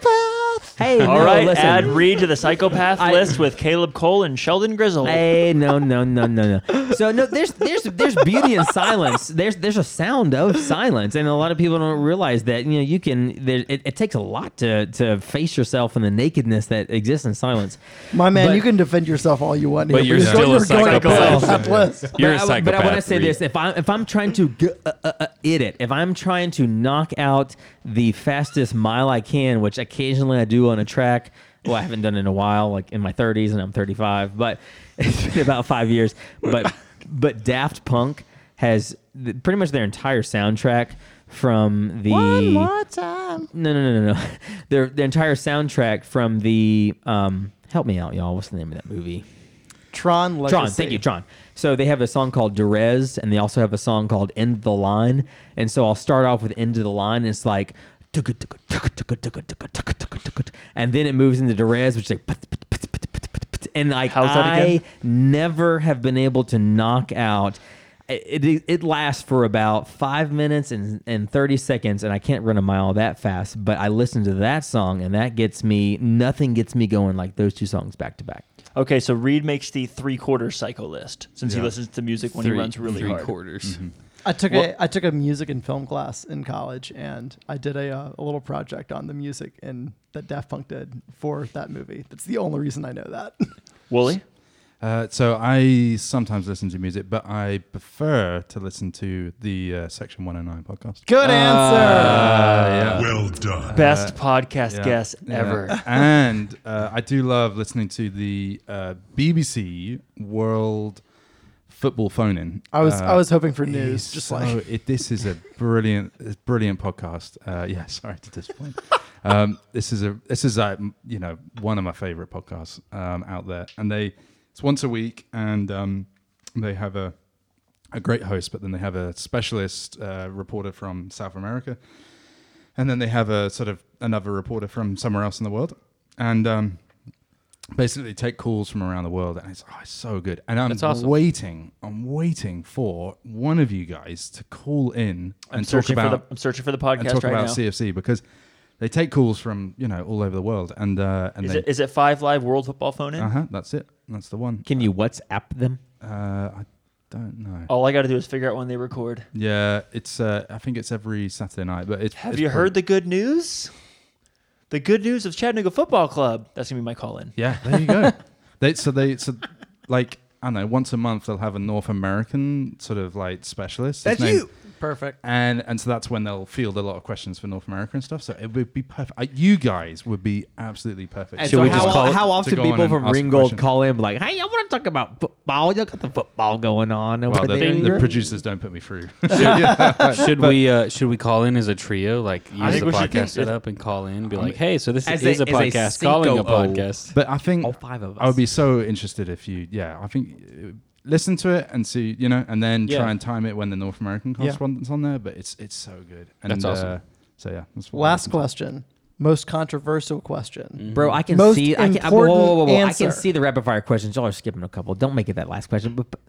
Hey,
All
no,
right,
listen.
add Reed to the psychopath
I-
list with Caleb Cole and Sheldon Grizzle.
Hey, no, no, no, no, no. So no, there's there's there's beauty in silence. There's there's a sound of silence, and a lot of people don't realize that you know you can. There, it, it takes a lot to to face yourself in the nakedness that exists in silence.
My man,
But-
you can defend yourself all you want.
But
here,
you're
just
still
don't-
a
you're going
psychopath.
above that list.
you're a
but I,
psychopath.
But I want to say
Reed.
this: if I'm if I'm trying to g- uh, uh, uh, it it, if I'm trying to knock out the fastest mile I can, which occasionally I do on a track. Well, I haven't done it in a while, like in my 30s, and I'm 35, but it's been about five years. But but Daft Punk has th- pretty much their entire soundtrack from the
time.
no, no, no, no, no. Their their entire soundtrack from the um. Help me out, y'all. What's the name of that movie?
Tron Legacy.
Tron, thank you, Tron. So they have a song called Derez, and they also have a song called End of the Line. And so I'll start off with End of the Line, and it's like, "Tugga, tugga, tugga, tugga, tugga, tugga, tugga, tugga, tugga," and then it moves into Derez, which is like, "Put, put, put, put, put, put, put," and like,
How's that
I
again?
never have been able to knock out. It, it, it lasts for about five minutes and, and 30 seconds, and I can't run a mile that fast. But I listen to that song, and that gets me, nothing gets me going like those two songs back to back.
Okay, so Reed makes the three quarter psycho list since he listens to music when
three,
he runs really
three
hard. Mm-hmm.
quarters.
I took a I took a music and film class in college, and I did a, uh, a little project on the music and that Daft Punk did for that movie. That's the only reason I know that.
Wooly?
Uh, so I sometimes listen to music, but I prefer to listen to the uh, Section 109 podcast.
Good answer.
Uh, yeah.
Well done.
Best podcast
Yeah.
guest
Yeah.
ever.
and uh, I do love listening to the uh, BBC World Football Phone In.
I was
Uh,
I was hoping for news,
it's
just
so-
like
it, this is a brilliant, it's brilliant podcast. Uh, yeah, sorry to disappoint. um, this is a this is a you know one of my favorite podcasts um, out there, and they it's once a week, and um, they have a a great host, but then they have a specialist uh, reporter from South America, and then they have a sort of another reporter from somewhere else in the world, and um, basically take calls from around the world, and it's, oh, it's so good. And I'm
awesome.
waiting, I'm waiting for one of you guys to call in
I'm
and talk
searching for
about
the I'm searching for the
and talk
podcast right
about
now.
CFC because they take calls from you know all over the world, and uh, and
Is
they,
it is it five live world football phone in?
uh-huh, that's it, that's the one.
Can you WhatsApp them?
Uh, I don't know.
All I gotta do is figure out when they record.
Yeah, it's uh, I think it's every Saturday night, but it's
Have
it's
you
brilliant.
heard the good news? The good news of Chattanooga Football Club. That's gonna be my call in.
Yeah, there you go. They so they so like I don't know. Once a month they'll have a North American sort of like specialist. His
That's
name-
you.
Perfect.
And and so that's when they'll field a lot of questions for North America and stuff. So it would be perfect. Uh, You guys would be absolutely perfect.
And
Should
so
we
how,
just call it-
how
to
often
go on
people
and
from
ask a
Ringgold
question?
call in like, hey, I want to talk about football. You got the football going on over
Well, the,
there.
the producers don't put me through.
should we uh, should we call in as a trio? Like use
think
the
we should do-
podcast setup and call in, be like, hey, so this
As
is
a-
a,
as a
podcast calling a
cinco-o.
podcast.
But I think
All five of
I
us.
would be so interested if you, yeah, I think uh, listen to it and see, you know, and then
Yeah.
try and time it when the North American
Yeah.
correspondent's on there. But it's it's so good. And, uh,
That's awesome.
so yeah, that's what I'm
Last
looking
question. Most controversial question.
Bro, I can
Most
see. I can, I, whoa,
important
whoa, whoa, whoa. I
answer.
can see the rapid fire questions. Y'all are skipping a couple. Don't make it that last question. But, but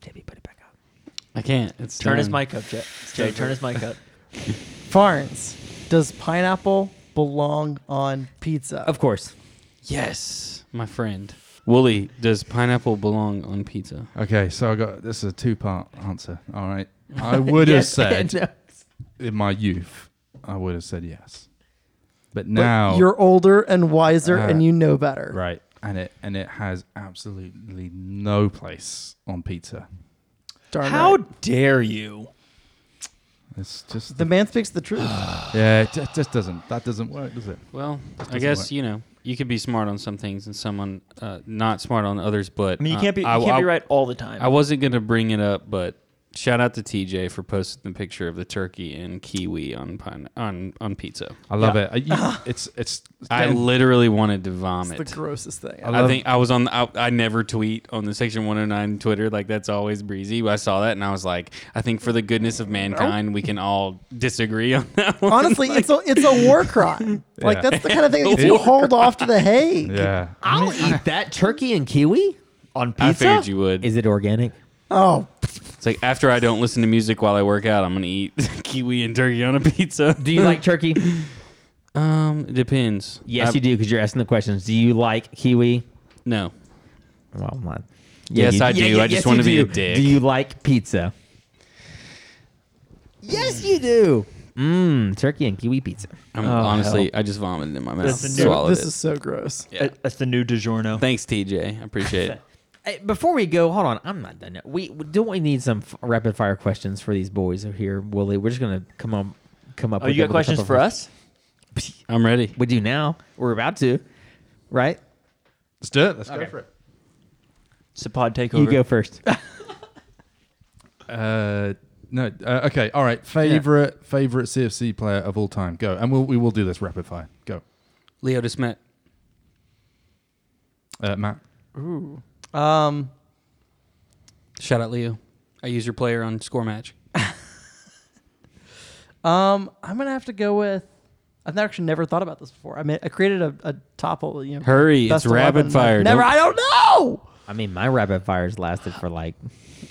JB, put it back up.
I can't. It's
Turn his
done.
mic up, Jay. Jay, turn his mic up.
Farns, does pineapple belong on pizza?
Of course.
Yes, my friend. Wooly, does pineapple belong on pizza?
for. Okay, so I got this is a two part answer. All right, I would have said
No.
in my youth, I would have said yes, but
But
now
you're older and wiser,
Uh,
and you know better.
right, and it and it has absolutely no place on pizza.
Darn
How
right.
dare you?
It's just
The man speaks the truth.
yeah, it ju- just doesn't that doesn't work, does it?
Well, I
doesn't
guess
work.
you know you could be smart on some things and some on uh, not smart on others. But
I mean, you
uh,
can't be you
I-
can't
I-
be right all the time.
I wasn't gonna bring it up, but shout out to TJ for posting the picture of the turkey and kiwi on pine on on pizza.
I love it. Uh, you- it's it's.
I
getting-
literally wanted to
It's the
vomit.
grossest thing.
I
I
love-
think I was on. The, I, I never tweet on the section 109 Twitter. Like that's always breezy. But I saw that and I was like, I think for the goodness of mankind, we can all disagree on that. One.
Honestly, it's a it's a war crime. Like
Yeah.
that's the kind of thing that you hold off to the hate.
Yeah.
I'll eat that turkey and kiwi on pizza.
I figured you would.
Is it organic?
Oh,
It's like after I don't listen to music while I work out, I'm gonna eat kiwi and turkey on a pizza.
Do you like turkey?
Um, it depends.
Yes,
I-
you do because you're asking the questions. Do you like kiwi?
No.
Well, I'm not.
Yes, I do. I just
you
wanna be a
do.
dick.
Do you like pizza? Yes, you do. Mmm, turkey and kiwi pizza.
I'm,
Oh,
honestly,
hell.
I just vomited in my mouth.
That's a new-
Swallowed
this
it.
is so gross.
Yeah.
That- That's the new DiGiorno.
Thanks, TJ. I appreciate it.
Hey, before we go, hold on. I'm not done yet. We we- don't we need some f- rapid fire questions for these boys over here, Willie? We're just gonna come up, come up.
Oh,
with
you got
them with a
questions
couple
for
of-
us?
I'm ready.
We do now. We're about to, right?
Let's do it. Let's go for it.
It's a pod takeover.
You go first.
Uh, no. Uh, okay. All right. Favorite favorite CFC player of all time. Go, and we'll we will do this rapid fire. Go,
Leo Desmet.
uh, Matt.
Ooh. Um.
Shout out, Leo. I use your player on Score Match.
Um. I'm gonna have to go with. I've actually never thought about this before. I mean, I created a, a topple. You know,
Hurry,
best
it's rapid
11.
fire.
Never.
Don't-
I don't know.
I mean, my rapid fires lasted for like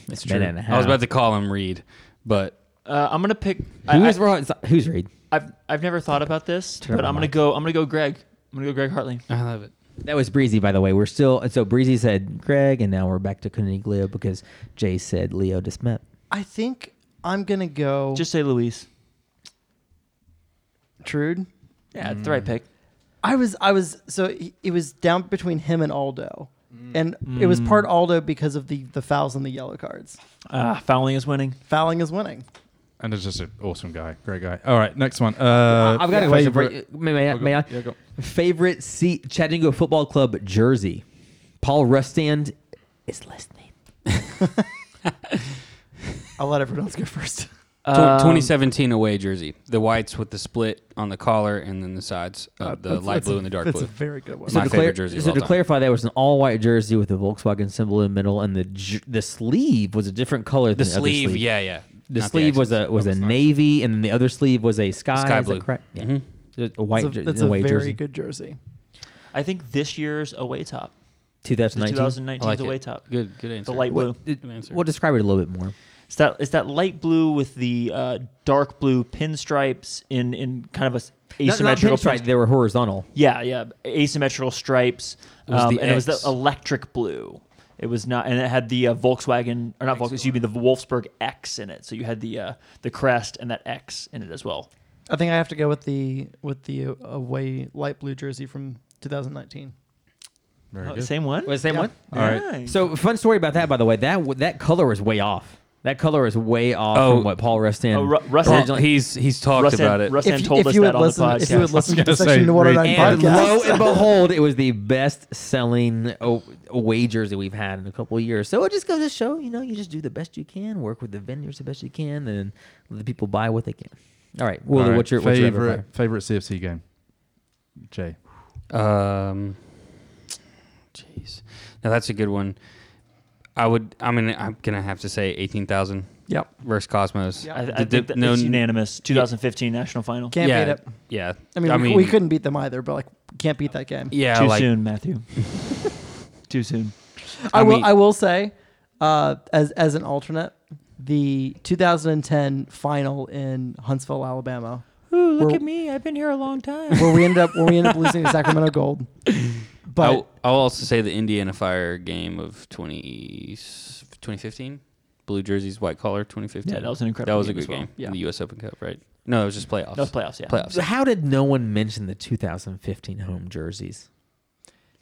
It's
minute and a
I was
half.
about to call him Reed, but
Uh, I'm gonna pick. I,
who's
I,
wrong? Who's Reed?
I've I've never thought about this,
Turn
but
on
I'm gonna
mic.
go. I'm gonna go Greg. I'm gonna go Greg Hartley.
I love it.
That was Breezy, by the way. We're still so Breezy said Greg, and now we're back to Cuniglio because Jay said Leo Desmet.
I think I'm gonna go.
Just say Luis.
Trude.
Yeah, it's the right pick.
I was I was so he- it was down between him and Aldo,
Mm.
and it was part Aldo because of the the fouls and the yellow cards.
Uh, fouling is winning.
Fouling is winning.
And it's just an awesome guy, great guy. All right, next one. Uh,
I've got a question for
favorite-
you. May, may I?
Oh, go-
May I?
yeah, go.
Favorite C- Chattanooga Football Club jersey. Paul Rustand is listening.
I'll let everyone else go first.
Tw-
Um,
2017 away jersey. The whites with the split on the collar and then the sides, uh, the
That's-
light
that's
blue
a-
and the dark
That's
blue.
a very good one.
So- My
to
favorite
clar-
jersey of
So
all
to
time.
clarify, that was an all-white jersey with the Volkswagen symbol in the middle, and the j- the sleeve was a different color than
the
the, other
sleeve,
sleeve.
yeah, yeah.
The
Not
sleeve was
accents.
a was a navy, and then the other sleeve was a sky.
oh, Sky
is that
blue.
correct? Yeah.
Mhm.
A white,
That's a,
jer-
that's a
away
very
jersey.
good jersey.
I think this year's away top. The
2019.
I
2019's
like it.
away top.
Good, good answer.
The light blue.
Good answer.
We'll describe it a little bit more.
It's that it's that light blue with the uh, dark blue pinstripes in in kind of a s-
Not- not
asymmetrical.
pinstripe,
pin-
They were horizontal.
yeah, yeah, asymmetrical stripes.
was
um,
the
and it was the
X.
electric blue. It was not, and it had the uh, Volkswagen or not Volkswagen. Excuse me, the Wolfsburg X in it. So you had the uh, the crest and that X in it as well.
I think I have to uh, go with the with the away light blue jersey from 2019.
Very
Oh,
good.
Same one.
Was the same
Yeah.
one?
All right.
Nice.
So fun story about that, by the way. That w- that color was way off. That color is way off
Oh.
from what Paul Rustin.
Oh, Ru- Rustin-
Well, he's he's talked
Russ and-
about it.
Russ
If,
and
you-
told
if
us
you
that
had
on
listen,
the podcast.
if you had listened to
gonna
section
say,
109
and lo
podcast,
and behold, it was the best selling o- wagers that we've had in a couple of years. So it just goes to show, you know, you just do the best you can, work with the vendors the best you can, and let the people buy what they can. All right, Wooly,
All right.
what's your what's your rapid fire?
favorite favorite CFC game? Jay.
Um, jeez, now that's a good one. I would. I mean, I'm gonna have to say eighteen thousand
yep,
versus Cosmos.
Yeah.
I, I
The
think
dip-
that
no-
it's unanimous. 2015 national final.
can't
yeah,
beat it.
yeah.
I mean, we, we couldn't beat them either, but like can't beat that game.
Yeah,
Too
like
soon, Matthew. Too soon.
I,
I
will.
mean-
I will say, uh, as as an alternate, the 2010 final in Huntsville, Alabama,
Ooh, look
We're-
at me! I've been here a long time.
where we ended up where we ended up losing to Sacramento Gold.
I
But
will- I'll also say the Indiana Fire game of 20, 2015. Blue jerseys, white collar, 2015.
Yeah, that was an incredible
That was a
game as
good
well.
game.
Yeah.
In the U.S. Open Cup, right? No, it was just playoffs.
That was playoffs. Yeah.
Playoffs.
So how did no one mention the 2015 home jerseys?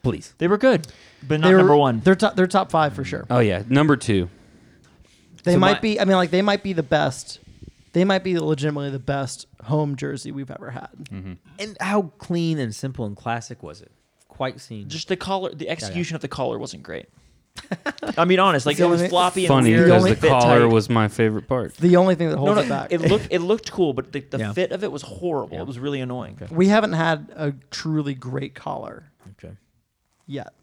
Please.
They were good, but not
they were-
number one.
They're top. They're top five for sure.
Oh yeah, number two.
They
So
might
my-
be. I mean, like they might be the best. They might be legitimately the best home jersey we've ever had.
Mm.
And how clean and simple and classic was it? Quite seen.
Just the collar, the execution of the collar wasn't great. I mean, honest, like
See
it
what I
was
mean?
floppy and
Funny
weird.
because
and
the
fit
collar
tight.
was my favorite part.
The only thing that
No,
holds
no,
it back.
it looked it looked cool, but the, the
Yeah.
fit of it was horrible. It was really annoying.
we haven't had a truly great collar
okay.
yet.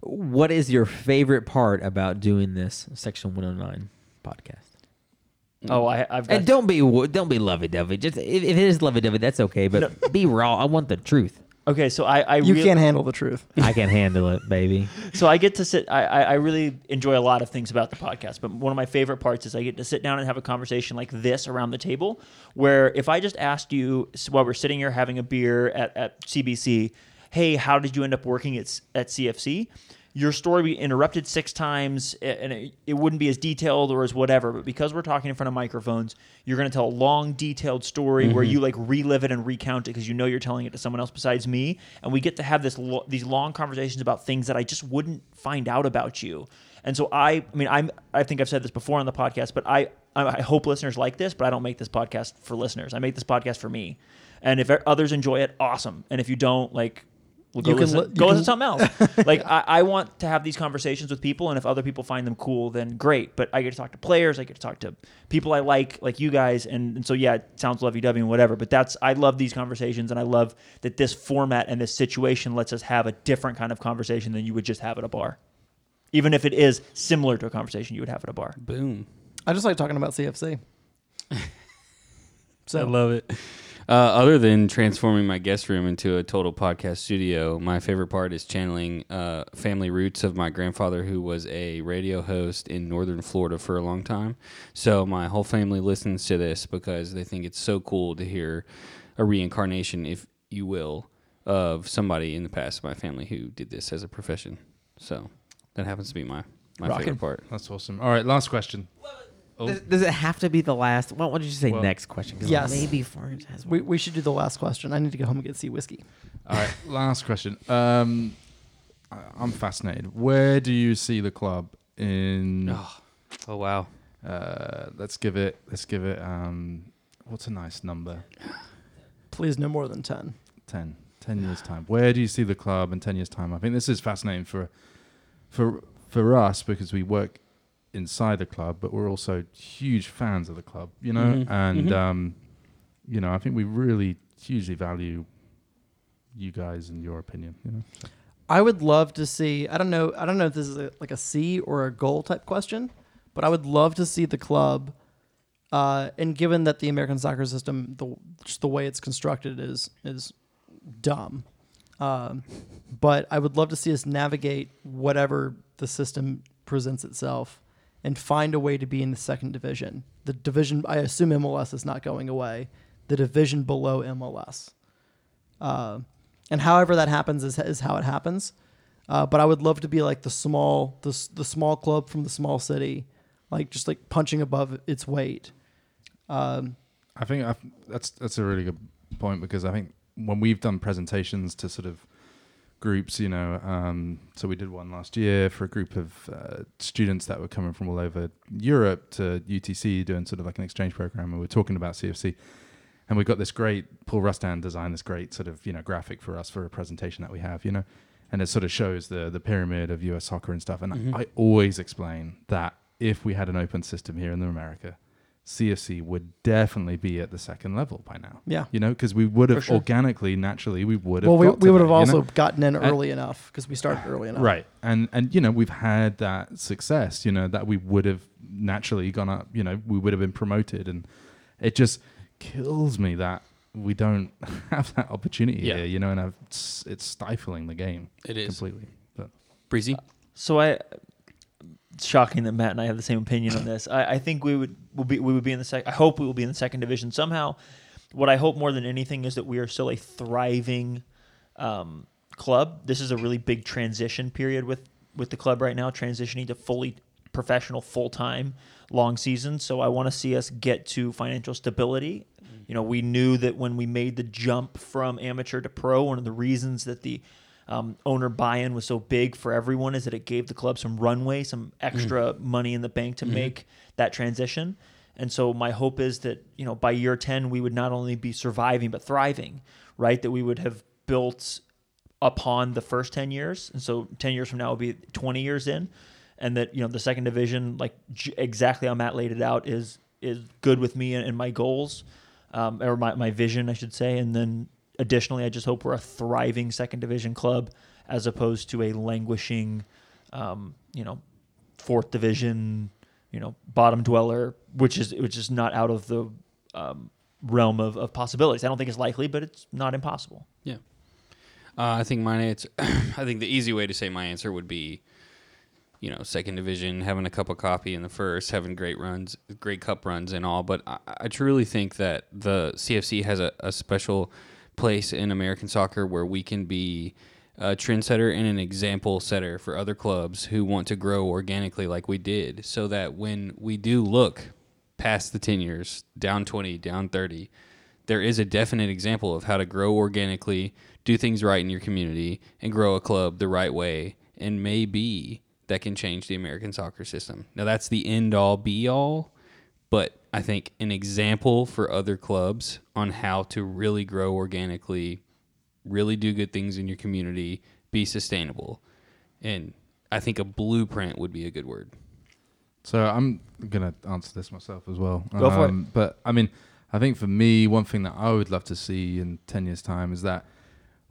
What is your favorite part about doing this Section 109 podcast?
Oh, I, I've got
And don't be wo- don't be lovey-dovey. Just if, if it is lovey-dovey, that's okay. But be raw. I want the truth.
okay. So I, I
You
real-
can't handle the truth.
I can handle it, baby.
So I get to sit. I, I I really enjoy a lot of things about the podcast, but one of my favorite parts is I get to sit down and have a conversation like this around the table. Where if I just asked you s- while we're sitting here having a beer at, at CBC, hey, how did you end up working at s- at CFC? Your story would be interrupted six times, a- and it, it wouldn't be as detailed or as whatever. But because we're talking in front of microphones, you're going to tell a long, detailed story where
Mm-hmm.
you like relive it and recount it because you know you're telling it to someone else besides me. And we get to have this lo- these long conversations about things that I just wouldn't find out about you. And so I, I mean, I'm I think I've said this before on the podcast, but I I I hope listeners like this, but I don't make this podcast for listeners. I make this podcast for me. And if others enjoy it, awesome. And if you don't, like. Well, go
You can
listen,
li- you
go
can-
listen to something else. like I, I want to have these conversations with people, and if other people find them cool, then great. But I get to talk to players, I get to talk to people I like, like you guys, and, and so yeah, it sounds lovey-dovey and whatever. But that's I love these conversations, and I love that this format and this situation lets us have a different kind of conversation than you would just have at a bar, even if it is similar to a conversation you would have at a bar.
Boom.
I just like talking about CFC.
I love it. Uh, other than transforming my guest room into a total podcast studio, my favorite part is channeling uh, family roots of my grandfather, who was a radio host in northern Florida for a long time. So my whole family listens to this because they think it's so cool to hear a reincarnation, if you will, of somebody in the past of my family who did this as a profession. So that happens to be my, my favorite part.
That's awesome. All right, last question.
Does, does it have to be the last? Well, why don't you say next question? 'Cause
Yes.
Maybe Florence has
We,
one.
we should do the last question. I need to go home and get sea whiskey.
All right, last question. Um, I- I'm fascinated. Where do you see the club in?
Oh, wow.
Uh, let's give it. Let's give it. Um, what's a nice number?
Please, no more than ten.
10 10 years time where do you see the club in 10 years time i think this is fascinating for for for us because we work inside the club but we're also huge fans of the club you know
Mhm.
and
Mhm.
um you know i think we really hugely value you guys and your opinion you know So-
I would love to see. I don't know. I don't know if this is a, like a C or a goal type question, but I would love to see the club. Uh, and given that the American soccer system, the just the way it's constructed is is dumb. Um, but I would love to see us navigate whatever the system presents itself and find a way to be in the second division. The division, I assume MLS is not going away. The division below MLS. Uh, and however that happens is, is how it happens. Uh, but I would love to be like the small, the, s- the small club from the small city, like just like punching above its weight. Um,
I think i that's that's a really good point because I think when we've done presentations to sort of groups. You know, um, so we did one last year for a group of uh, students that were coming from all over Europe to UTC doing sort of like an exchange program, and we are talking about CFC. And we got this great Paul Rustan designed this great sort of you know graphic for us for a presentation that we have, you know, and it sort of shows the the pyramid of U.S. soccer and stuff. And
Mm-hmm.
I, I always explain that if we had an open system here in America, CFC would definitely be at the second level by now.
Yeah.
you know, because we would have organically, naturally, we would have.
Well, we,
got to
we would
there,
have
you know?
also gotten in early enough because we started early enough.
Right. And and you know, we've had that success, you know, that we would have naturally gone up, you know, we would have been promoted and it just kills me that we don't have that opportunity
Yeah.
here, you know, and I've, it's, it's stifling the game.
It is.
completely. But
Breezy.
So I, it's shocking that Matt and I have the same opinion on this. I, I think we would will be we would be in the sec. I hope we will be in the second division somehow. What I hope more than anything is that we are still a thriving um, club. This is a really big transition period with with the club right now, transitioning to fully professional, full time, long season. So I want to see us get to financial stability. You know, we knew that when we made the jump from amateur to pro, one of the reasons that the um, owner buy-in was so big for everyone is that it gave the club some runway, some extra money in the bank to make that transition. And so my hope is that you know by year ten we would not only be surviving but thriving, right? That we would have built upon the first ten years, and so ten years from now will be twenty years in, and that you know the second division, like j- exactly how Matt laid it out, is is good with me and, and my goals, um, or my, my vision, I should say, and then additionally, I just hope we're a thriving second division club as opposed to a languishing, um, you know, fourth division, you know, bottom dweller, which is which is not out of the um, realm of, of possibilities. I don't think it's likely, but it's not impossible.
Yeah. Uh, I think my answer. I think the easy way to say my answer would be, you know, second division, having a cup of coffee in the first, having great runs, great cup runs, and all. But I, I truly think that the CFC has a, a special place in American soccer where we can be a trendsetter and an example setter for other clubs who want to grow organically like we did, so that when we do look past the 10 years, down 20, down 30, there is a definite example of how to grow organically, do things right in your community, and grow a club the right way. And maybe that can change the American soccer system. Now, that's the end all be all, but I think an example for other clubs on how to really grow organically, really do good things in your community, be sustainable. And I think a blueprint would be a good word.
So I'm gonna answer this myself as well. Um,
Go for it.
But I mean, I think for me, one thing that I would love to see in ten years' time is that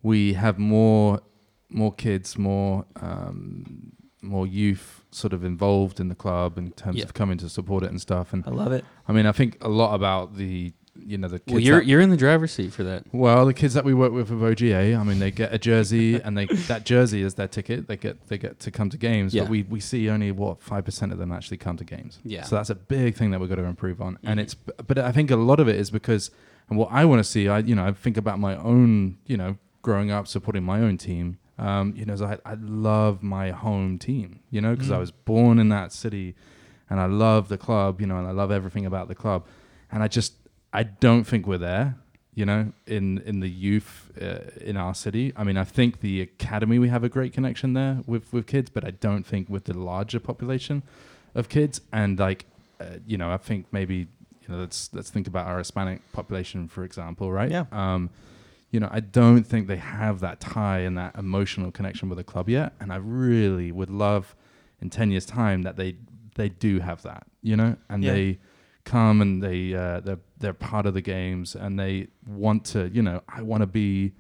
we have more, more kids, more, um, more youth sort of involved in the club in terms
Yeah.
of coming to support it and stuff. And
love it.
I mean, I think a lot about the, you know, the kids.
Well, you're,
that-
you're in the driver's seat for that.
well, the kids that we work with with OGA, I mean, they get a jersey, and they that jersey is their ticket. They get they get to come to games,
Yeah.
but we, we see only what five percent of them actually come to games.
Yeah. Mm-hmm.
So that's a big thing that we've got to improve on, and it's but I think a lot of it is because and what I want to see, I you know I think about my own you know growing up supporting my own team. Um, you know, so I I love my home team. You know, because
Mm.
I was born in that city, and I love the club. You know, and I love everything about the club, and I just I don't think we're there. You know, in in the youth uh, in our city. I mean, I think the academy we have a great connection there with with kids, but I don't think with the larger population of kids. And like, uh, you know, I think maybe you know let's let's think about our Hispanic population, for example, right?
Yeah.
Um, you know, I don't think they have that tie and that emotional connection with the club yet, and I really would love in ten years' time that they they do have that, you know, and
Yeah.
they come and they uh, they're they're part of the games and they want to, you know, I want to be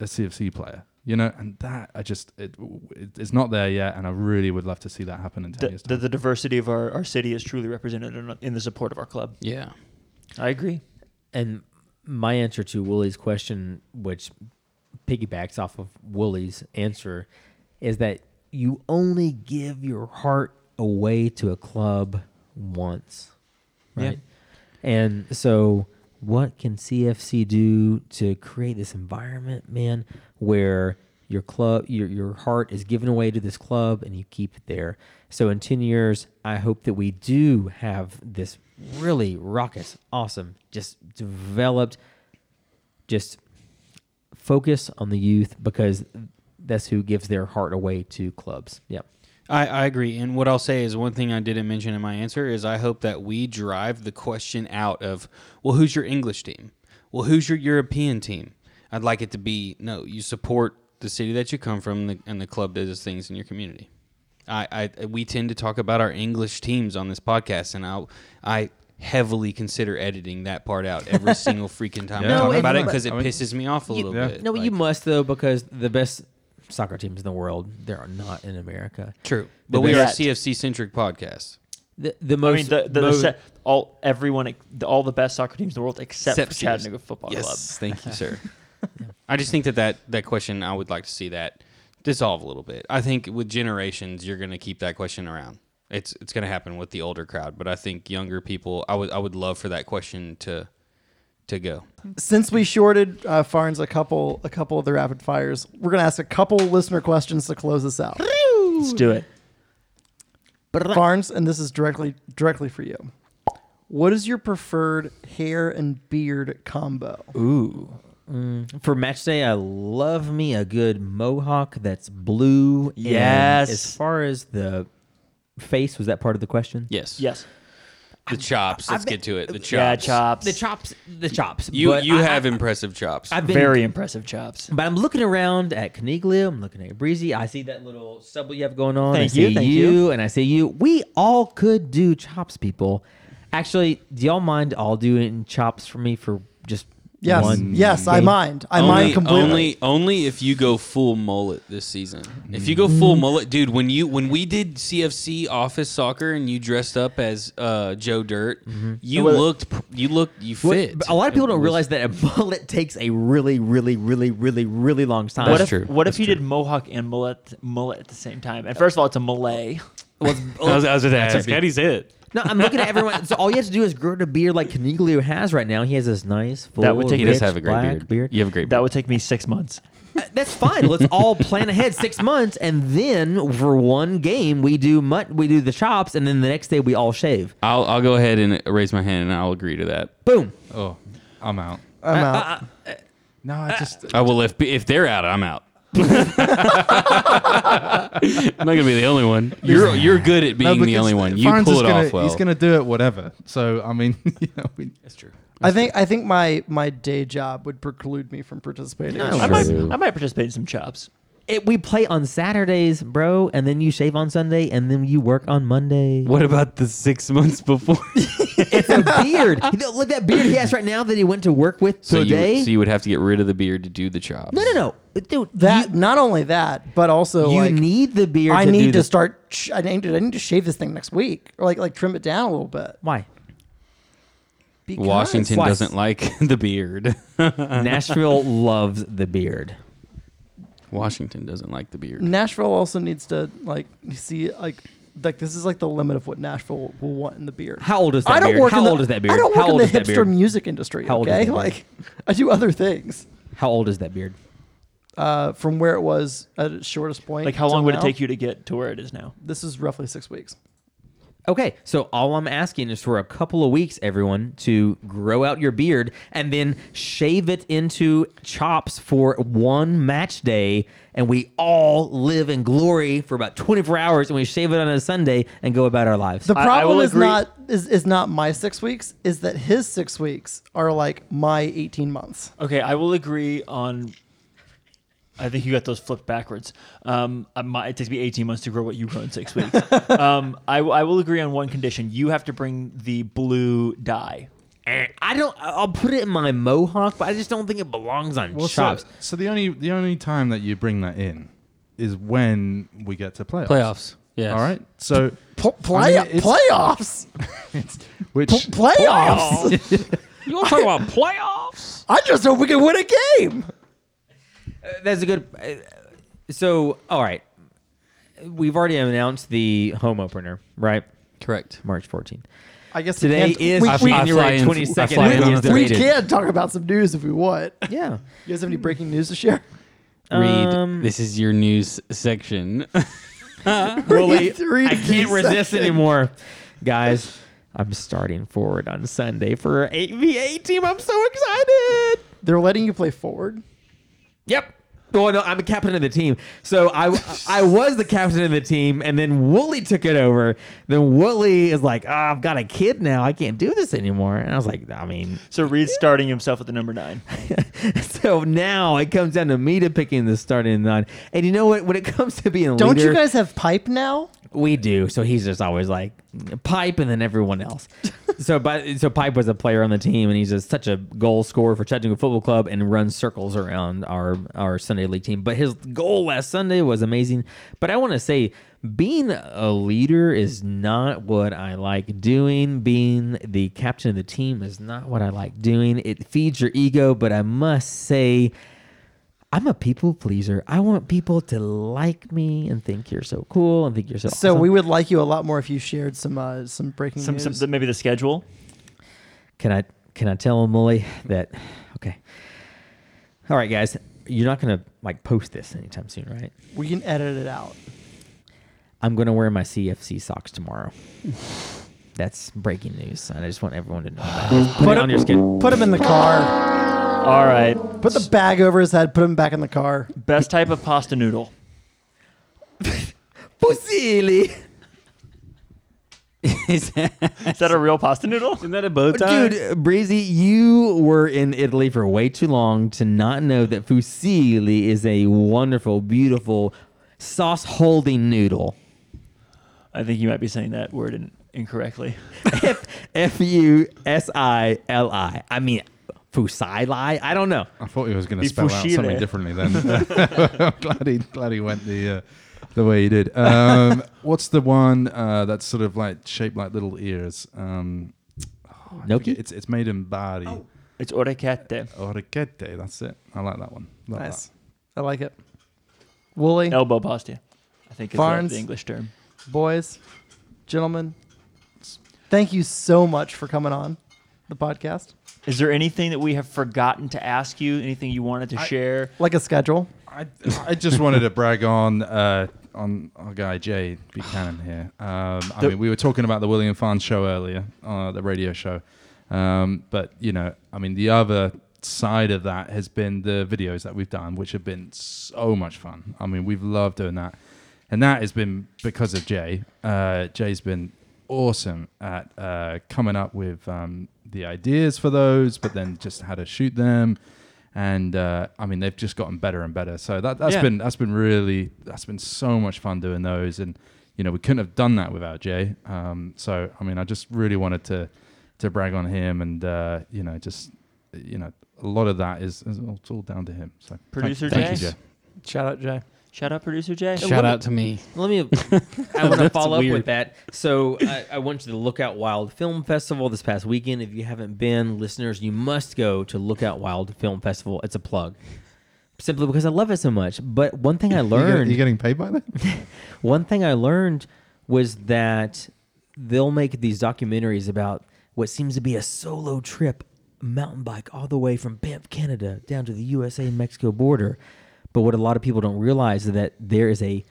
a CFC player, you know, and that I just it, it it's not there yet, and I really would love to see that happen in ten
That
years'
the,
time.
the diversity of our, our city is truly represented in, in the support of our club.
Yeah.
I agree.
And my answer to Wooly's question, which piggybacks off of Wooly's answer, is that you only give your heart away to a club once,
Yeah.
right? And so, what can CFC do to create this environment, man, where your club, your your heart is given away to this club, and you keep it there? So, in ten years, I hope that we do have this really raucous, awesome, just developed, just focus on the youth because that's who gives their heart away to clubs. Yep.
I, I agree. And what I'll say is one thing I didn't mention in my answer is I hope that we drive the question out of, well, who's your English team? Well, who's your European team? I'd like it to be, no, you support the city that you come from the, and the club that does things in your community. I, I we tend to talk about our English teams on this podcast, and I I heavily consider editing that part out every single freaking time
No,
I talk
it's
about it
not-
because it
I mean-
pisses me off a little
Yeah.
bit.
No,
Like-
you must though because the best soccer teams in the world there are not in America.
true, but we are a
best-
CFC centric podcast.
The, the
I
most.
mean, the, the, the
most-
se- all everyone, ex- the- all the best soccer teams in the world except,
Except
for
CFC.
Chattanooga Football Club.
Yes, thank you, sir. I just think that, that that question, I would like to see that dissolve a little bit. I think with generations, you're going to keep that question around. It's it's going to happen with the older crowd, but I think younger people, I would I would love for that question to to go.
Since we shorted uh, Farns a couple a couple of the rapid fires, we're gonna ask a couple listener questions to close this out.
Let's do it.
Farns, and this is directly directly for you. What is your preferred hair and beard combo?
for match day, I love me a good mohawk that's blue. And
Yes.
as far as the face, was that part of the question?
Yes.
Yes.
The chops. Let's get to it. The chops.
Yeah, chops.
The chops, the chops.
You
but
you
I-
have
I-
impressive chops.
I've been
Very impressive chops.
But I'm looking around at Caniglia. I'm looking at Breezy. I see that little sub you have going on. I
Thank
see
you, thank you.
and I see you. We all could do chops, people. Actually, do y'all mind all doing chops for me for just
Yes,
one?
yes, I
thing?
mind. I mind completely.
Only, only if you go full mullet this season. If you go full mullet, dude, when you when we did CFC office soccer and you dressed up as uh, Joe Dirt, you
Well,
looked pr- you looked you
What-
fit.
A lot of people
It
don't
was-
realize that a bullet takes a really, really, really, really, really long time.
what
That's
if,
true.
What if you did mohawk and mullet mullet at the same time? And first of all, it's a Malay.
I was, I was just asking, how do you say it?
No, I'm looking at everyone. So all you have to do is grow the beard like Caniglio has right now. He has this nice full.
That would take-
rich,
He
does have a great
black
beard. You have a great beard.
That would take me six months.
Uh, That's fine. Let's all plan ahead six months, and then for one game we do mut- we do the chops, and then the next day we all shave.
I'll I'll go ahead and raise my hand and I'll agree to that.
Boom.
Oh, I'm out.
I'm
Uh,
out.
No, I just
I will if if they're out, I'm out. I'm not gonna be the only one. You're you're good at being
No,
the
because
only one. You
Farns
pull
is
it
gonna-
off well.
He's gonna do it whatever. So I mean, you know, we,
That's true.
I think I think my my day job would preclude me from participating.
I might, I might participate in some chops.
It, we play on Saturdays, bro, and then you shave on Sunday, and then you work on Monday.
What about the six months before?
It's a beard. You know, Look at that beard he has right now that he went to work with
so
today.
you so you would have to get rid of the beard to do the chops.
no, no, no, dude.
That
you,
not only that, but also
you
like,
need the beard.
I
to do
need to
this.
start. sh- I need to, I need to shave this thing next week, or like like trim it down a little bit.
Why?
Because-
Washington
Why?
doesn't like the beard.
Nashville loves the beard.
Washington doesn't like the beard.
Nashville also needs to like see like like this is like the limit of what Nashville will want in the beard.
How old is that
I don't
beard?
work
How
in the,
old is that beard?
I don't
How
work in
old
the
is that
hipster
beard?
music industry.
How old is
okay,
that beard?
like I do other things.
How old is that beard?
Uh, from where it was at its shortest point.
Like, how
till
long would it
now,
take you to get to where it is now?
This is roughly six weeks.
Okay, so all I'm asking is for a couple of weeks, everyone, to grow out your beard and then shave it into chops for one match day, and we all live in glory for about 24 hours, and we shave it on a Sunday and go about our lives.
The
I- I
problem
will
is
agree-
not is, is not my six weeks. Is that his six weeks are like my eighteen months.
Okay, I will agree on. I think you got those flipped backwards. Um, I might- it takes me 18 months to grow what you grow in six weeks. um, I, w- I will agree on one condition. You have to bring the blue dye.
Eh, I don't. I- I'll put it in my mohawk, but I just don't think it belongs on
well, so,
chops.
so the only the only time that you bring that in is when we get to playoffs.
Playoffs. Yes.
All right. So
Pl-
I
play
mean, it's-
playoffs,
which
P- playoffs.
You want to talk about playoffs?
I just hope we can win a game.
That's a good. uh, So, all right, we've already announced the home opener, right?
Correct.
March 14th.
I guess we
Today
can't-
is
we,
I-
we,
I fly
January
in-
twenty
I fly in
second.
on
is
the
we
debated.
can talk about some news if we want. You
Yeah.
guys have any breaking news to share?
Reed,
Um,
this is your news section.
Willie,
Three
I can't resist
seconds.
anymore, guys. I'm starting forward on Sunday for eight v eight team. I'm so excited.
They're letting you play forward.
Yep. Well, no, I'm the captain of the team. So I I was the captain of the team, and then Wooly took it over. Then Wooly is like, "Ah, I've got a kid now. I can't do this anymore. And I was like, I mean,
So Reed's starting himself at the number nine.
so now it comes down to me to picking the starting nine. And you know what? When it comes to being
Don't
leader,
you guys have pipe now?
we do. So he's just always like pipe, and then everyone else. so, but so pipe was a player on the team, and he's just such a goal scorer for Chattanooga Football Club, and runs circles around our our Sunday league team. But his goal last Sunday was amazing. But I want to say, being a leader is not what I like doing. Being the captain of the team is not what I like doing. It feeds your ego, but I must say. I'm a people pleaser. I want people to like me and think you're so cool and think you're so.
So
awesome.
we would like you a lot more if you shared some uh, some breaking
Some,
news.
some maybe the schedule.
Can I can I tell Emily that? Okay. All right, guys, you're not gonna like post this anytime soon, right?
we can edit it out.
I'm gonna wear my CFC socks tomorrow. That's breaking news. and I just want everyone to know. That. Just Put it on your skin.
Put him in the car.
All right.
Put the bag over his head. Put him back in the car.
Best type of pasta noodle.
Pussy.
Is that-
Is that a real pasta noodle?
Isn't that a bow tie?
Dude, uh, Breezy, you were in Italy for way too long to not know that fusilli is a wonderful, beautiful sauce holding noodle.
I think you might be saying that word in, incorrectly.
F F U S I L I. I mean, fusilli. I don't know.
I thought he was going
Be
to spell out
fushile.
something differently then. I'm glad he, glad he went the, uh, the way he did. Um, what's the one uh, that's sort of like shaped like little ears? Um, I
Gnocchi?
forget. It's, it's made in Bari. Oh.
It's orecchiette.
Orecchiette, that's it. I like that one. Love
Nice. I like it. Wooly,
Elbow pasta. I think is the,
Barnes.
the English term.
boys, gentlemen, thank you so much for coming on the podcast.
Is there anything that we have forgotten to ask you? Anything you wanted to share?
Like a schedule.
I, I just wanted to brag on uh, on our guy Jay Buchanan here. Um, I
The-
mean, we were talking about the William Farn show earlier, uh, the radio show, um, but you know, I mean, the other side of that has been the videos that we've done, which have been so much fun. I mean, we've loved doing that, and that has been because of Jay. Uh, Jay's been awesome at uh, coming up with um, the ideas for those, but then just how to shoot them. And uh, I mean, they've just gotten better and better. So that that's
Yeah.
been that's been really that's been so much fun doing those. And you know, we couldn't have done that without Jay. Um, so I mean, I just really wanted to to brag on him, and uh, you know, just you know, a lot of that is, is it's all down to him. So thank-
Producer
thank,
Jay?
you, Jay.
Shout out, Jay.
Shout out, producer Jay.
Shout out to me.
Let me. I want to follow up
weird.
with that. So I, I want you to Lookout Wild Film Festival this past weekend. If you haven't been, listeners, you must go to Lookout Wild Film Festival. It's a plug, simply because I love it so much. But one thing I learned,
You, getting paid by that?
one thing I learned was that they'll make these documentaries about what seems to be a solo trip mountain bike all the way from Banff, Canada down to the USA Mexico border. But what a lot of people don't realize is that there is a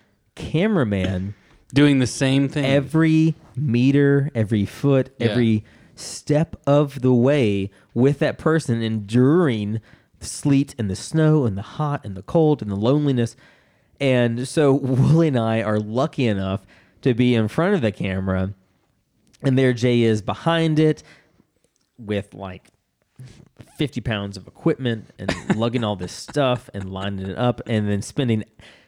cameraman
Doing the same thing.
every meter, every foot,
Yeah.
every step of the way with that person enduring the sleet and the snow and the hot and the cold and the loneliness. And so Willie and I are lucky enough to be in front of the camera, and there Jay is behind it with like 50 pounds of equipment and lugging all this stuff and lining it up and then spending.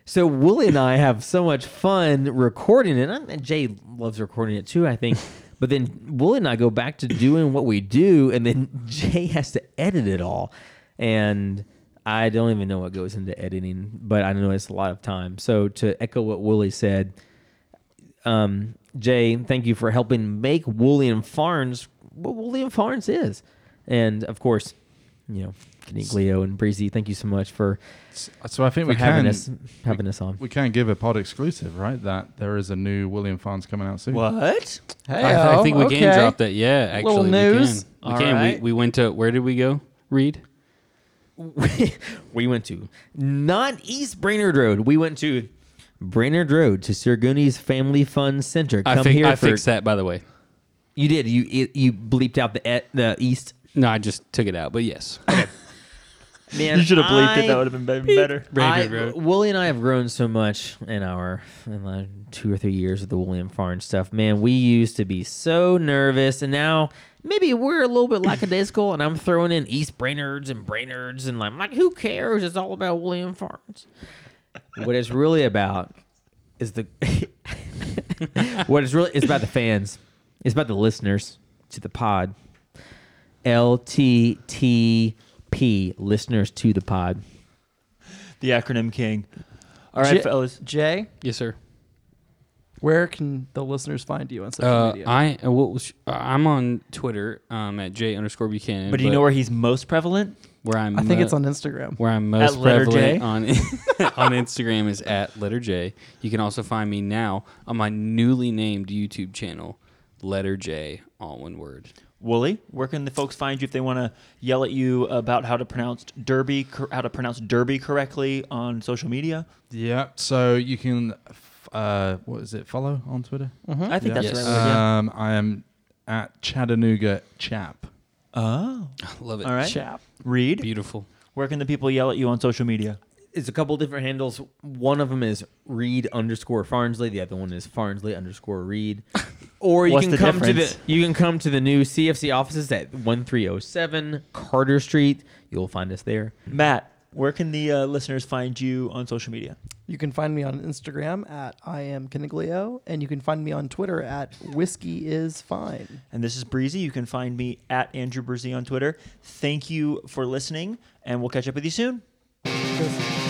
So Willie and I have so much fun recording it. And Jay loves recording it too, I think. But then Willie and I go back to doing what we do, and then Jay has to edit it all. And I don't even know what goes into editing, but I know it's a lot of time. So to echo what Willie said, um, Jay, thank you for helping make William Farnes what William Farnes is. And of course, you know, Caniglio and Breezy, thank you so much for,
So I think
for
we
having
can
us having us on.
we can give a pod exclusive, right? That there is a new William Farns coming out soon.
What?
Hey, oh,
I, I think we can drop that. Yeah, actually,
Little
we
news.
can.
All
We, can.
right.
we, we went to where did we go? Reed.
we went to not East Brainerd Road. We went to Brainerd Road to Sirguni's Family Fun Center. Come
I, fi-
here
I
for
fixed that by the way.
you did you you bleeped out the e- the East.
No, I just took it out. But yes,
Man,
You should have bleeped
I-
it. That would have been be- better.
Raven
I-
Road.
Wooly and I have grown so much in our in the two or three years of the William Farn stuff. Man, we used to be so nervous, and now maybe we're a little bit lackadaisical. And I'm throwing in East Brainards and Brainards, and like, like who cares? It's all about William Farns. What it's really about is the what it's really it's about the fans. It's about the listeners to the pod. LTTP listeners to the pod.
The acronym king. All right,
J-
fellas.
Jay,
Yes, sir.
where can the listeners find you on social
Uh,
media?
I uh, what was, uh, I'm on Twitter um, at j underscore Buchanan.
But do you know where he's most prevalent?
where I'm? uh,
I think
mo-
it's on Instagram.
where I'm most
At letter
prevalent
J?
on on Instagram is at letter J. You can also find me now on my newly named YouTube channel, letter J, all one word.
Wooly, where can the folks find you if they want to yell at you about how to pronounce derby, cor- how to pronounce derby correctly on social media?
Yeah. So you can, f- uh, what is it? Follow on Twitter.
Hmm? I think that's
Yes.
the right word. Yeah.
Um, I am at Chattanooga Chap.
Oh,
Love it.
all right.
Chap.
Reed,
Beautiful.
where can the people yell at you on social media?
it's a couple different handles. One of them is Reed underscore Farnsley. The other one is Farnsley underscore Reed. Or you
What's
can
the
come
difference?
to the you can come to the new CFC offices at one three zero seven Carter Street. You'll find us there.
Matt, where can the uh, listeners find you on social media?
You can find me on Instagram at I am Caniglio, and you can find me on Twitter at Whiskey is Fine.
And this is Breezy. You can find me at Andrew Breezy on Twitter. Thank you for listening, and we'll catch up with you soon.
Just-